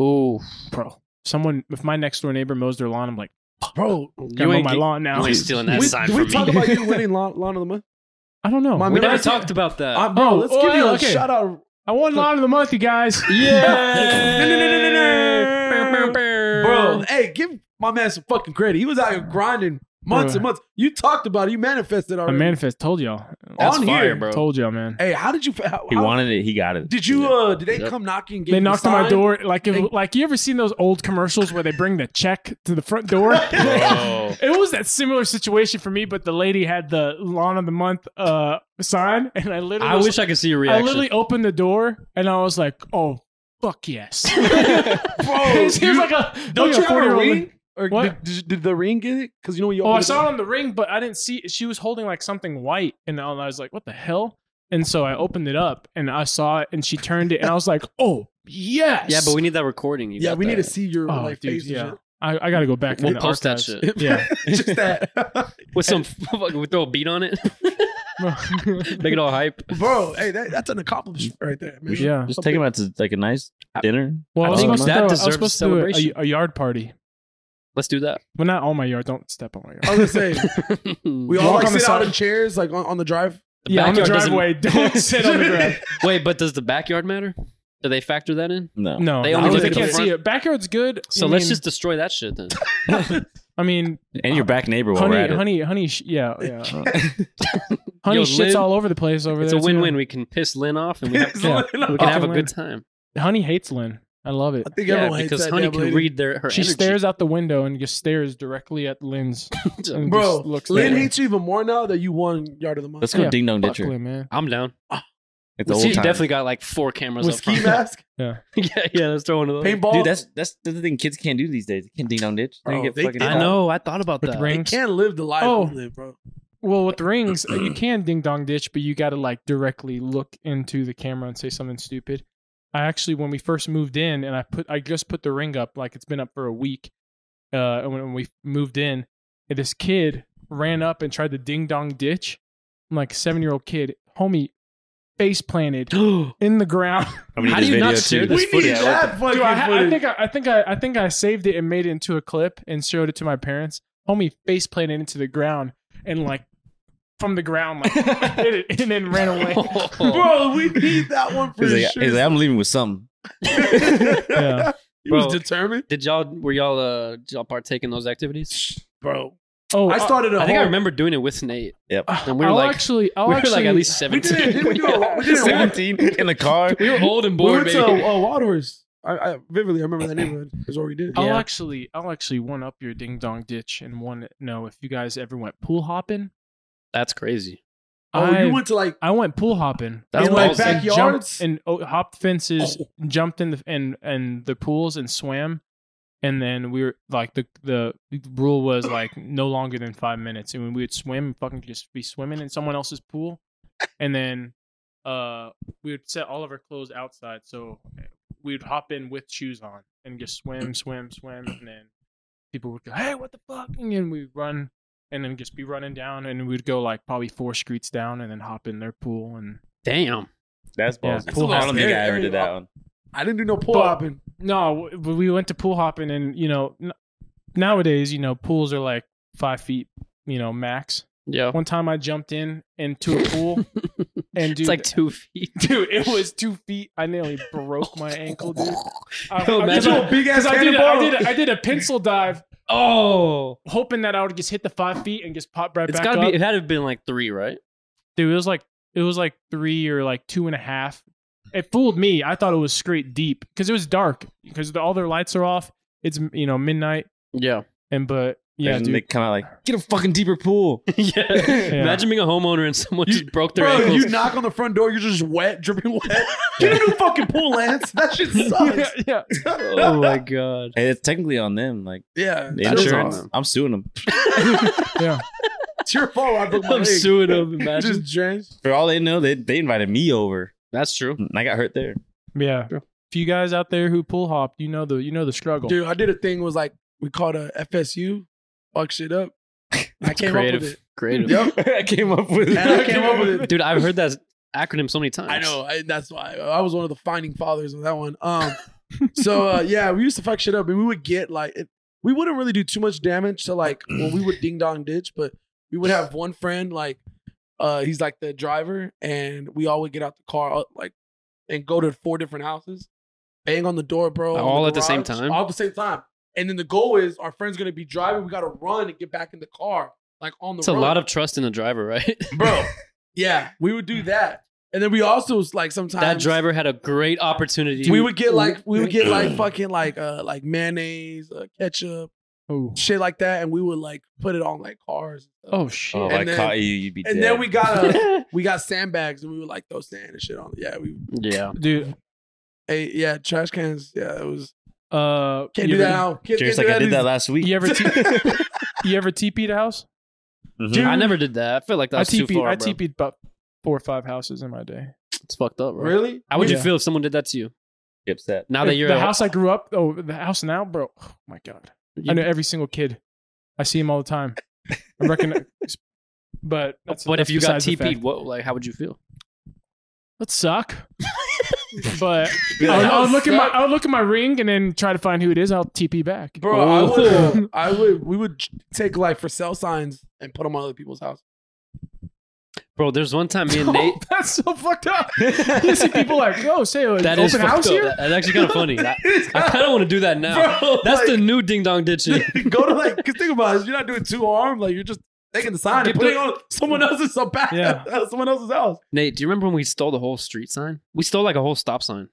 Speaker 2: Ooh,
Speaker 3: bro. Someone, if my next door neighbor mows their lawn, I'm like,
Speaker 1: Bro,
Speaker 3: you mow my
Speaker 2: get-
Speaker 3: lawn now.
Speaker 2: you ain't stealing that
Speaker 1: we,
Speaker 2: sign
Speaker 1: do we
Speaker 2: from
Speaker 1: talk
Speaker 2: me.
Speaker 1: about you winning lawn, lawn of the month?
Speaker 3: I don't know.
Speaker 1: My
Speaker 2: we
Speaker 1: man-
Speaker 2: never
Speaker 1: That's it.
Speaker 2: talked about that.
Speaker 1: Uh, bro,
Speaker 3: Oh,
Speaker 1: let's
Speaker 3: oh,
Speaker 1: give you a
Speaker 3: okay.
Speaker 1: shout out.
Speaker 3: I won lawn of the month, you guys.
Speaker 1: Bro, hey, give my man some fucking credit. He was out here grinding months
Speaker 3: Bro.
Speaker 1: and months. You talked about it. You manifested
Speaker 3: I
Speaker 1: already.
Speaker 3: manifest told y'all.
Speaker 2: That's
Speaker 1: on
Speaker 2: fire,
Speaker 1: here.
Speaker 2: bro.
Speaker 3: Told y'all, man.
Speaker 1: Hey, how did you? How,
Speaker 4: He
Speaker 1: how-
Speaker 4: wanted it. He got it.
Speaker 1: Did you? uh Did they
Speaker 2: Yep.
Speaker 1: come knocking? and give
Speaker 3: They
Speaker 1: you the
Speaker 3: knocked on my
Speaker 1: sign?
Speaker 3: door. Like, if,
Speaker 1: They-
Speaker 3: like you ever seen those old commercials where they bring the check to the front door?
Speaker 2: Bro.
Speaker 3: It was that similar situation for me, but the lady had the lawn of the month uh, sign, and I literally,
Speaker 2: I
Speaker 3: was-
Speaker 2: wish I could see your
Speaker 3: I
Speaker 2: reaction.
Speaker 3: literally opened the door, and I was like, "Oh, fuck yes!"
Speaker 1: Bro,
Speaker 3: She was like a
Speaker 1: don't
Speaker 3: like
Speaker 1: Oh, you
Speaker 3: a
Speaker 1: have a
Speaker 3: 40-year-old
Speaker 1: ring? Or
Speaker 3: What?
Speaker 1: Did, did, did the ring get it? Because you know when you
Speaker 3: Oh,
Speaker 1: open
Speaker 3: I
Speaker 1: it
Speaker 3: saw
Speaker 1: up-
Speaker 3: it on the ring, but I didn't see. She was holding like something white, and I was like, "What the hell?" And so I opened it up, and I saw it, and she turned it, and I was like, "Oh yes!"
Speaker 2: yeah, but we need that recording. You
Speaker 1: Yeah,
Speaker 2: got
Speaker 1: we need to
Speaker 2: that.
Speaker 1: see your
Speaker 3: Oh,
Speaker 1: like
Speaker 3: dude,
Speaker 1: face. and
Speaker 3: yeah.
Speaker 1: shit.
Speaker 3: I, I got to go back. to
Speaker 2: We'll
Speaker 3: the
Speaker 2: post
Speaker 3: archives.
Speaker 2: that shit
Speaker 3: Yeah.
Speaker 1: Just that,
Speaker 2: with some. fucking- we throw a beat on it. Make it all hype.
Speaker 1: bro. Hey, that, that's an accomplishment right there, man.
Speaker 3: yeah.
Speaker 4: Just take him out to like a nice dinner.
Speaker 3: Well, I,
Speaker 2: I
Speaker 3: was
Speaker 2: think Um,
Speaker 3: supposed
Speaker 2: that
Speaker 3: to, throw- I was
Speaker 2: deserves
Speaker 3: supposed to do a-
Speaker 2: celebration.
Speaker 3: a, a yard party.
Speaker 2: Let's do that.
Speaker 3: Well, not all my yard. Don't step on my yard.
Speaker 1: I was gonna say we all
Speaker 3: Walk
Speaker 1: like
Speaker 3: on the
Speaker 1: sit out
Speaker 3: side.
Speaker 1: in chairs like on, on the drive.
Speaker 2: The
Speaker 3: Yeah, on the
Speaker 2: backyard doesn't-
Speaker 3: driveway. Don't sit on the ground.
Speaker 2: Wait, but does the backyard matter? Do they factor that in?
Speaker 4: No.
Speaker 3: No,
Speaker 2: They
Speaker 3: I
Speaker 2: only
Speaker 3: was-
Speaker 2: look at the
Speaker 3: can't
Speaker 2: front.
Speaker 3: see it. Backyard's good.
Speaker 2: So
Speaker 3: I
Speaker 2: let's
Speaker 3: mean-
Speaker 2: just destroy that shit then.
Speaker 3: I mean,
Speaker 4: And your back neighbor while we're
Speaker 3: honey,
Speaker 4: at
Speaker 3: honey, honey. Sh- yeah, yeah.
Speaker 4: it.
Speaker 3: Honey
Speaker 2: Yo,
Speaker 3: shits
Speaker 2: Lynn,
Speaker 3: all over the place over
Speaker 2: It's
Speaker 3: there.
Speaker 2: a
Speaker 3: too.
Speaker 2: win-win. We can piss Lynn off, and we, have,
Speaker 1: It's
Speaker 3: yeah.
Speaker 1: like-
Speaker 2: we can have a
Speaker 3: Lynn.
Speaker 2: good time.
Speaker 3: Honey hates Lynn. I love it.
Speaker 1: I think
Speaker 2: Yeah,
Speaker 1: everyone hates
Speaker 2: because
Speaker 1: that
Speaker 2: Honey
Speaker 1: damn
Speaker 2: can
Speaker 1: lady.
Speaker 2: read their her
Speaker 3: She
Speaker 2: energy.
Speaker 3: stares out the window and just stares directly at Lynn's. and
Speaker 1: Bro,
Speaker 3: just looks
Speaker 1: Lynn
Speaker 3: that way.
Speaker 1: hates you even more now that you won yard of the month.
Speaker 4: Let's go
Speaker 3: Yeah,
Speaker 4: ding dong
Speaker 3: Fuck
Speaker 4: ditcher.
Speaker 3: Lynn, man.
Speaker 2: I'm down.
Speaker 4: Like the
Speaker 2: She
Speaker 4: old time.
Speaker 2: definitely got like four cameras
Speaker 1: With
Speaker 2: up
Speaker 1: ski
Speaker 2: front.
Speaker 1: mask,
Speaker 2: yeah, yeah. Let's throw one of those.
Speaker 1: paintball.
Speaker 4: Dude, that's that's the thing kids can't do these days. They can't ding dong ditch. They
Speaker 1: Bro,
Speaker 4: get
Speaker 1: they
Speaker 4: fucking
Speaker 1: can't.
Speaker 2: I know. I thought about
Speaker 3: With
Speaker 2: that.
Speaker 1: they
Speaker 3: rings.
Speaker 1: can't live the life
Speaker 3: Oh.
Speaker 1: we live, bro.
Speaker 3: Well, with rings, uh, you can ding dong ditch, but you got to like directly look into the camera and say something stupid. I actually, when we first moved in, and I put, I just put the ring up, like it's been up for a week. Uh, and when we moved in, and this kid ran up and tried to ding dong ditch. I'm like seven year old kid, homie, face planted in the ground.
Speaker 2: How do you not share this
Speaker 1: We need
Speaker 2: footage?
Speaker 1: that fucking
Speaker 3: Dude, I, ha- I
Speaker 1: footage.
Speaker 3: think I, I think I, I think I saved it and made it into a clip and showed it to my parents. Homie face planted into the ground and like from the ground like hit it and then ran away.
Speaker 1: bro, we need that one for
Speaker 4: He's like,
Speaker 1: sure.
Speaker 4: he's like, I'm leaving with something.
Speaker 3: Yeah.
Speaker 1: He
Speaker 2: Bro.
Speaker 1: was determined,
Speaker 2: Did y'all were y'all uh did y'all partake in those activities?
Speaker 1: bro.
Speaker 3: Oh,
Speaker 1: I started. a
Speaker 2: I think I
Speaker 1: whole-
Speaker 2: remember doing it with Nate.
Speaker 3: I,
Speaker 2: and we were
Speaker 3: I'll
Speaker 2: like-
Speaker 3: actually, I'll
Speaker 2: we were
Speaker 3: Oh, actually,
Speaker 2: like at least
Speaker 1: We did. it.
Speaker 2: seventeen.
Speaker 1: Didn't we do a, we did a walk-
Speaker 4: 17 in the car.
Speaker 2: We were old and
Speaker 1: We
Speaker 2: bored,
Speaker 1: went to
Speaker 2: baby.
Speaker 1: uh, Waldorf's. I, I vividly remember that neighborhood. Is what we did.
Speaker 3: I'll
Speaker 2: yeah.
Speaker 3: actually, I'll actually one up your ding dong ditch and one. No, if you guys ever went pool hopping,
Speaker 2: That's crazy.
Speaker 1: Oh,
Speaker 3: I,
Speaker 1: you went to like
Speaker 3: I went pool hopping.
Speaker 2: That's
Speaker 1: in like
Speaker 2: awesome.
Speaker 3: and
Speaker 1: backyards.
Speaker 3: jumped and oh, hopped fences,
Speaker 1: Oh.
Speaker 3: jumped in the and and the pools and swam, and then we were like the the rule was like no longer than five minutes, and we would swim, fucking just be swimming in someone else's pool, and then uh we would set all of our clothes outside, so we would hop in with shoes on and just swim, swim, swim, and then people would go, hey, what the fuck, and then we'd run. And then just be running down, and we'd go like probably four streets down, and then hop in their pool, and
Speaker 2: Damn.
Speaker 4: That's
Speaker 3: Yeah,
Speaker 4: balls.
Speaker 3: pool
Speaker 4: I don't think I
Speaker 1: house.
Speaker 4: ever did that one.
Speaker 1: I didn't do no pull
Speaker 3: But-
Speaker 1: hopping.
Speaker 3: No, w- but we went to pool hopping, and you know, n- nowadays, you know, pools are like five feet, you know, max.
Speaker 2: Yeah.
Speaker 3: One time I jumped in into a pool, and dude,
Speaker 2: it's like two feet.
Speaker 3: dude, it was two feet. I nearly broke my ankle, dude. I,
Speaker 2: Yo,
Speaker 3: I-
Speaker 2: imagine-
Speaker 3: cause I,
Speaker 1: big ass
Speaker 3: cause I did, a, I, did a, I did a pencil dive,
Speaker 2: Oh,
Speaker 3: hoping that I would just hit the five feet and just pop right
Speaker 2: it's
Speaker 3: back
Speaker 2: gotta
Speaker 3: up.
Speaker 2: be. It had to have been like three, right?
Speaker 3: dude, it was like it was like three or like two and a half. It fooled me. I thought it was straight deep because it was dark because the, all their lights are off. It's you know midnight.
Speaker 2: Yeah.
Speaker 3: And but yeah,
Speaker 4: and
Speaker 3: dude.
Speaker 4: they come out like, get a fucking deeper pool.
Speaker 2: yeah. Imagine being a homeowner and someone
Speaker 1: You-
Speaker 2: just broke their
Speaker 1: Bro,
Speaker 2: ankles.
Speaker 1: you knock on the front door, you're just wet, dripping wet. Get a new fucking pool, Lance. That shit
Speaker 3: yeah,
Speaker 1: sucks.
Speaker 3: yeah.
Speaker 2: oh my god.
Speaker 4: Hey, it's technically on them. Like,
Speaker 1: yeah, it's
Speaker 4: the
Speaker 1: your
Speaker 4: insurance.
Speaker 1: fault.
Speaker 4: I'm suing them.
Speaker 1: It's your fault. I broke my
Speaker 2: I'm
Speaker 1: leg.
Speaker 2: suing him. Imagine.
Speaker 1: Just drenched.
Speaker 4: For all they know, they, they invited me over.
Speaker 2: That's true.
Speaker 4: And I got hurt there.
Speaker 3: Yeah. If you guys out there who pool hop, you know the you know the struggle.
Speaker 1: Dude, I did a thing was like we called a FSU, fuck shit up. I came up with
Speaker 2: Creative.
Speaker 1: it.
Speaker 2: Creative.
Speaker 1: Yep.
Speaker 4: I came up with
Speaker 1: And I came up with it.
Speaker 2: Dude, I've heard that acronym so many times.
Speaker 1: I know. I, that's why I was one of the finding fathers of that one. Um, so uh, yeah, we used to fuck shit up, and we would get like it, we wouldn't really do too much damage to like when we would ding dong ditch, but we would have one friend like uh, he's like the driver, and we all would get out the car uh, like and go to four different houses, bang on the door, bro, on
Speaker 2: All at the same
Speaker 1: garage,
Speaker 2: time?
Speaker 1: all at the same time. And then the goal is our friend's gonna be driving. We gotta run and get back in the car, like on the.
Speaker 2: It's a
Speaker 1: run.
Speaker 2: lot of trust in the driver, right?
Speaker 1: bro. Yeah, we would do that, and then we also like sometimes
Speaker 2: That driver had a great opportunity.
Speaker 1: We would get like we would get like fucking like uh like mayonnaise, uh, ketchup,
Speaker 3: Oh,
Speaker 1: shit like that, and we would like put it on like cars.
Speaker 3: oh shit.
Speaker 4: Oh, if
Speaker 1: And
Speaker 4: I
Speaker 1: then-
Speaker 4: caught you, you'd be
Speaker 1: and
Speaker 4: dead.
Speaker 1: then we got
Speaker 2: uh,
Speaker 1: a we got sandbags, and we would like throw sand and shit on. Yeah, we
Speaker 2: yeah.
Speaker 3: Dude,
Speaker 1: hey, yeah trash cans. Yeah, it was
Speaker 3: uh,
Speaker 1: can't
Speaker 3: you
Speaker 1: do that
Speaker 3: ever-
Speaker 1: now. Can't,
Speaker 4: Jerry's
Speaker 1: can't
Speaker 4: like, I
Speaker 1: do
Speaker 4: did that last week.
Speaker 3: You ever, t-
Speaker 1: that.
Speaker 3: you ever TP'd a house?
Speaker 4: Mhm.
Speaker 2: I never did that. I feel like
Speaker 3: I
Speaker 2: that's too
Speaker 3: TP'd,
Speaker 2: far.
Speaker 3: I
Speaker 2: bro.
Speaker 3: TP'd about four or five houses in my day.
Speaker 2: It's fucked up, bro.
Speaker 1: really?
Speaker 2: How would you
Speaker 3: Yeah.
Speaker 2: feel if someone did that to you?
Speaker 4: Get upset.
Speaker 2: Now that
Speaker 3: If
Speaker 2: you're
Speaker 3: the
Speaker 2: a-
Speaker 3: house I grew up, oh, the house now, bro. Oh my god, I know every single kid. I see him all the time. I recognize. but that's,
Speaker 2: But if
Speaker 3: that's
Speaker 2: you got
Speaker 3: besides the
Speaker 2: TP'd,
Speaker 3: fact.
Speaker 2: what like how would you feel?
Speaker 3: that suck. but
Speaker 4: Be
Speaker 3: I would,
Speaker 4: like,
Speaker 3: I would look at my
Speaker 1: suck.
Speaker 3: I would look at my ring and then try to find who it is. I'll TP back,
Speaker 1: Bro, I would, uh, I would, we would take like for sale signs and put them on other people's house.
Speaker 2: Bro, there's one time me and Nate
Speaker 3: that's so fucked up. you see people like, oh, say uh,
Speaker 2: that
Speaker 3: open
Speaker 2: is fucked
Speaker 3: house
Speaker 2: up.
Speaker 3: here.
Speaker 2: That- That's actually kind of funny. I, kind of want to do that now.
Speaker 1: Bro,
Speaker 2: That's
Speaker 1: like,
Speaker 2: the new ding dong ditching.
Speaker 1: go to like, cause think about it, you're not doing two arm, like you're just taking the sign
Speaker 2: Get
Speaker 1: and putting it
Speaker 2: the-
Speaker 1: on someone else's so back,
Speaker 3: Yeah.
Speaker 1: someone else's house.
Speaker 2: Nate, do you remember when we stole the whole street sign? We stole like a whole stop sign.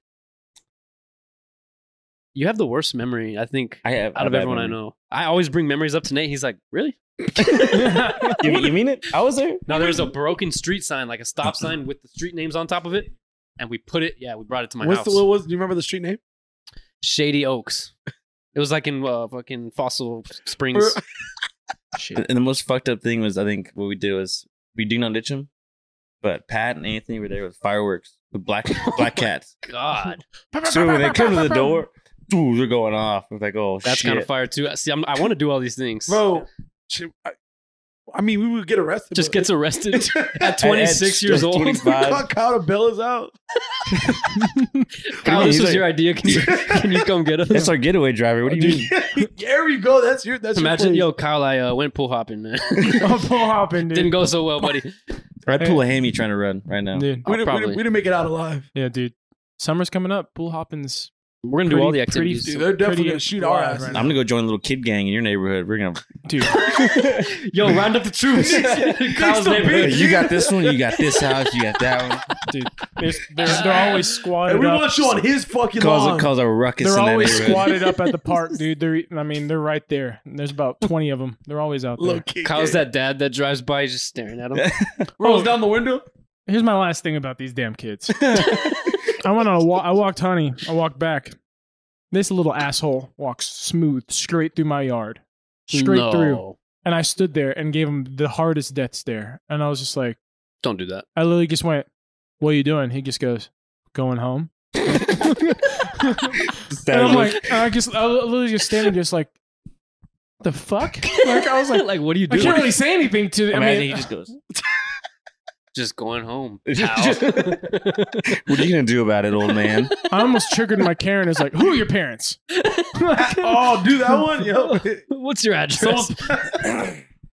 Speaker 2: You have the worst memory, I think,
Speaker 4: I have
Speaker 2: out of everyone I know. I always bring memories up to Nate. He's like, really?
Speaker 4: know. you, you mean it? I was there.
Speaker 2: No, there was a broken street sign, like a stop sign with the street names on top of it. And we put it, yeah, we brought it to my
Speaker 1: What's
Speaker 2: house.
Speaker 1: the what was? Do you remember the street name?
Speaker 2: Shady Oaks. It was like in uh, fucking Fossil Springs. Shit.
Speaker 4: And the most fucked up thing was, I think what we did was we ding on ditch him, but Pat and Anthony were there with fireworks, with black black cats.
Speaker 2: God.
Speaker 4: so when they come to the door, dude, they're going off. It's like, oh,
Speaker 2: That's
Speaker 4: shit.
Speaker 2: kind of fire, too. See, I'm, I want to do all these things.
Speaker 1: bro. shit, I, I mean, we would get arrested.
Speaker 2: Just gets arrested at
Speaker 4: At- at
Speaker 2: 26 years old.
Speaker 4: 25.
Speaker 1: Fuck out of bill is out.
Speaker 2: Kyle,
Speaker 4: He's
Speaker 2: this was
Speaker 4: like-
Speaker 2: your idea. Can you, can you come get us?
Speaker 4: That's our getaway driver. What do you mean?
Speaker 1: there you go. That's your. That's
Speaker 2: Imagine,
Speaker 1: your
Speaker 2: yo, Kyle, I uh, went pool hopping, man.
Speaker 3: oh, pull hopping, dude.
Speaker 2: Didn't go so well, buddy.
Speaker 4: I'd pull a hammy trying to run right now.
Speaker 3: dude.
Speaker 1: We
Speaker 2: I'll
Speaker 1: didn't, we, didn't,
Speaker 2: probably-
Speaker 1: we didn't make it out alive.
Speaker 3: Yeah, dude. Summer's coming up. Pool hopping's
Speaker 2: We're gonna do
Speaker 3: Pretty-
Speaker 2: all the
Speaker 3: pretty
Speaker 2: activities.
Speaker 1: Dude, they're definitely
Speaker 3: pretty
Speaker 1: gonna shoot our
Speaker 3: alive
Speaker 1: ass.
Speaker 3: right
Speaker 4: I'm gonna go join a little kid gang in your neighborhood. We're gonna.
Speaker 3: dude.
Speaker 2: Yo, round up the troops. Kyle's neighborhood.
Speaker 4: you got this one. You got this house. You got that one.
Speaker 3: They're, they're, they're always squatted
Speaker 1: And we
Speaker 3: up.
Speaker 1: want you on his fucking
Speaker 4: Cause
Speaker 1: lawn.
Speaker 4: a, cause a ruckus
Speaker 3: They're
Speaker 4: in that
Speaker 3: always
Speaker 4: neighborhood.
Speaker 3: squatted up at the park, dude. They're eating- I mean, they're right there. There's about 20 of them. They're always out there.
Speaker 1: Look, kid,
Speaker 2: Kyle's
Speaker 1: kid.
Speaker 2: that dad that drives by just staring at him.
Speaker 1: rolls down the window.
Speaker 3: Here's my last thing about these damn kids. I went on a walk. I walked honey. I walked back. This little asshole walks smooth straight through my yard, straight
Speaker 2: No.
Speaker 3: through. And I stood there and gave him the hardest death stare. And I was just like,
Speaker 2: Don't do that.
Speaker 3: I literally just went, "What are you doing?" He just goes, "Going home." And I'm like, and I just, I was literally just standing, just like, the fuck? Like, I was like,
Speaker 2: like, what do you
Speaker 3: I
Speaker 2: do?
Speaker 3: can't really say anything to. I
Speaker 4: Imagine
Speaker 3: mean,
Speaker 4: he just goes.
Speaker 2: just going home.
Speaker 4: Just- What are you gonna do about it, old man?
Speaker 3: I almost triggered my Karen. Is like, who are your parents? Like,
Speaker 1: Oh, do that one, yo.
Speaker 2: What's your address?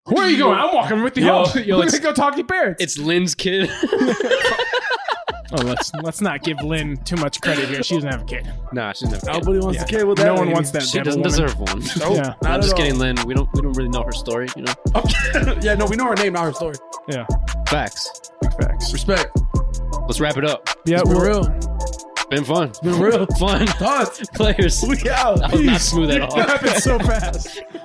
Speaker 3: Where are you going? I'm walking with you
Speaker 2: Yo,
Speaker 3: home.
Speaker 2: yo,
Speaker 3: We're
Speaker 2: it's-
Speaker 3: gonna go talk to your parents.
Speaker 2: it's Lynn's kid.
Speaker 3: oh, let's let's not give Lynn too much credit here. She doesn't have a kid.
Speaker 2: nah, she doesn't have a kid.
Speaker 1: Nobody wants to care with that.
Speaker 3: No one
Speaker 1: lady.
Speaker 3: wants that.
Speaker 2: She
Speaker 3: damn
Speaker 2: doesn't
Speaker 3: woman.
Speaker 2: deserve one.
Speaker 1: Nope,
Speaker 3: Yeah.
Speaker 1: not
Speaker 2: I'm
Speaker 1: at
Speaker 2: just
Speaker 1: all.
Speaker 2: kidding, Lynn. We don't we don't really know her story, you know.
Speaker 1: Okay. yeah, no, we know her name, not her story.
Speaker 3: Yeah,
Speaker 2: Facts.
Speaker 3: facts.
Speaker 1: Respect.
Speaker 2: Let's wrap it up.
Speaker 3: Yeah,
Speaker 1: It's been
Speaker 3: we're
Speaker 1: real.
Speaker 2: Been fun.
Speaker 1: It's been real.
Speaker 2: Fun
Speaker 1: Thoughts.
Speaker 2: players.
Speaker 1: We out.
Speaker 2: That was not smooth at all.
Speaker 3: happened so fast.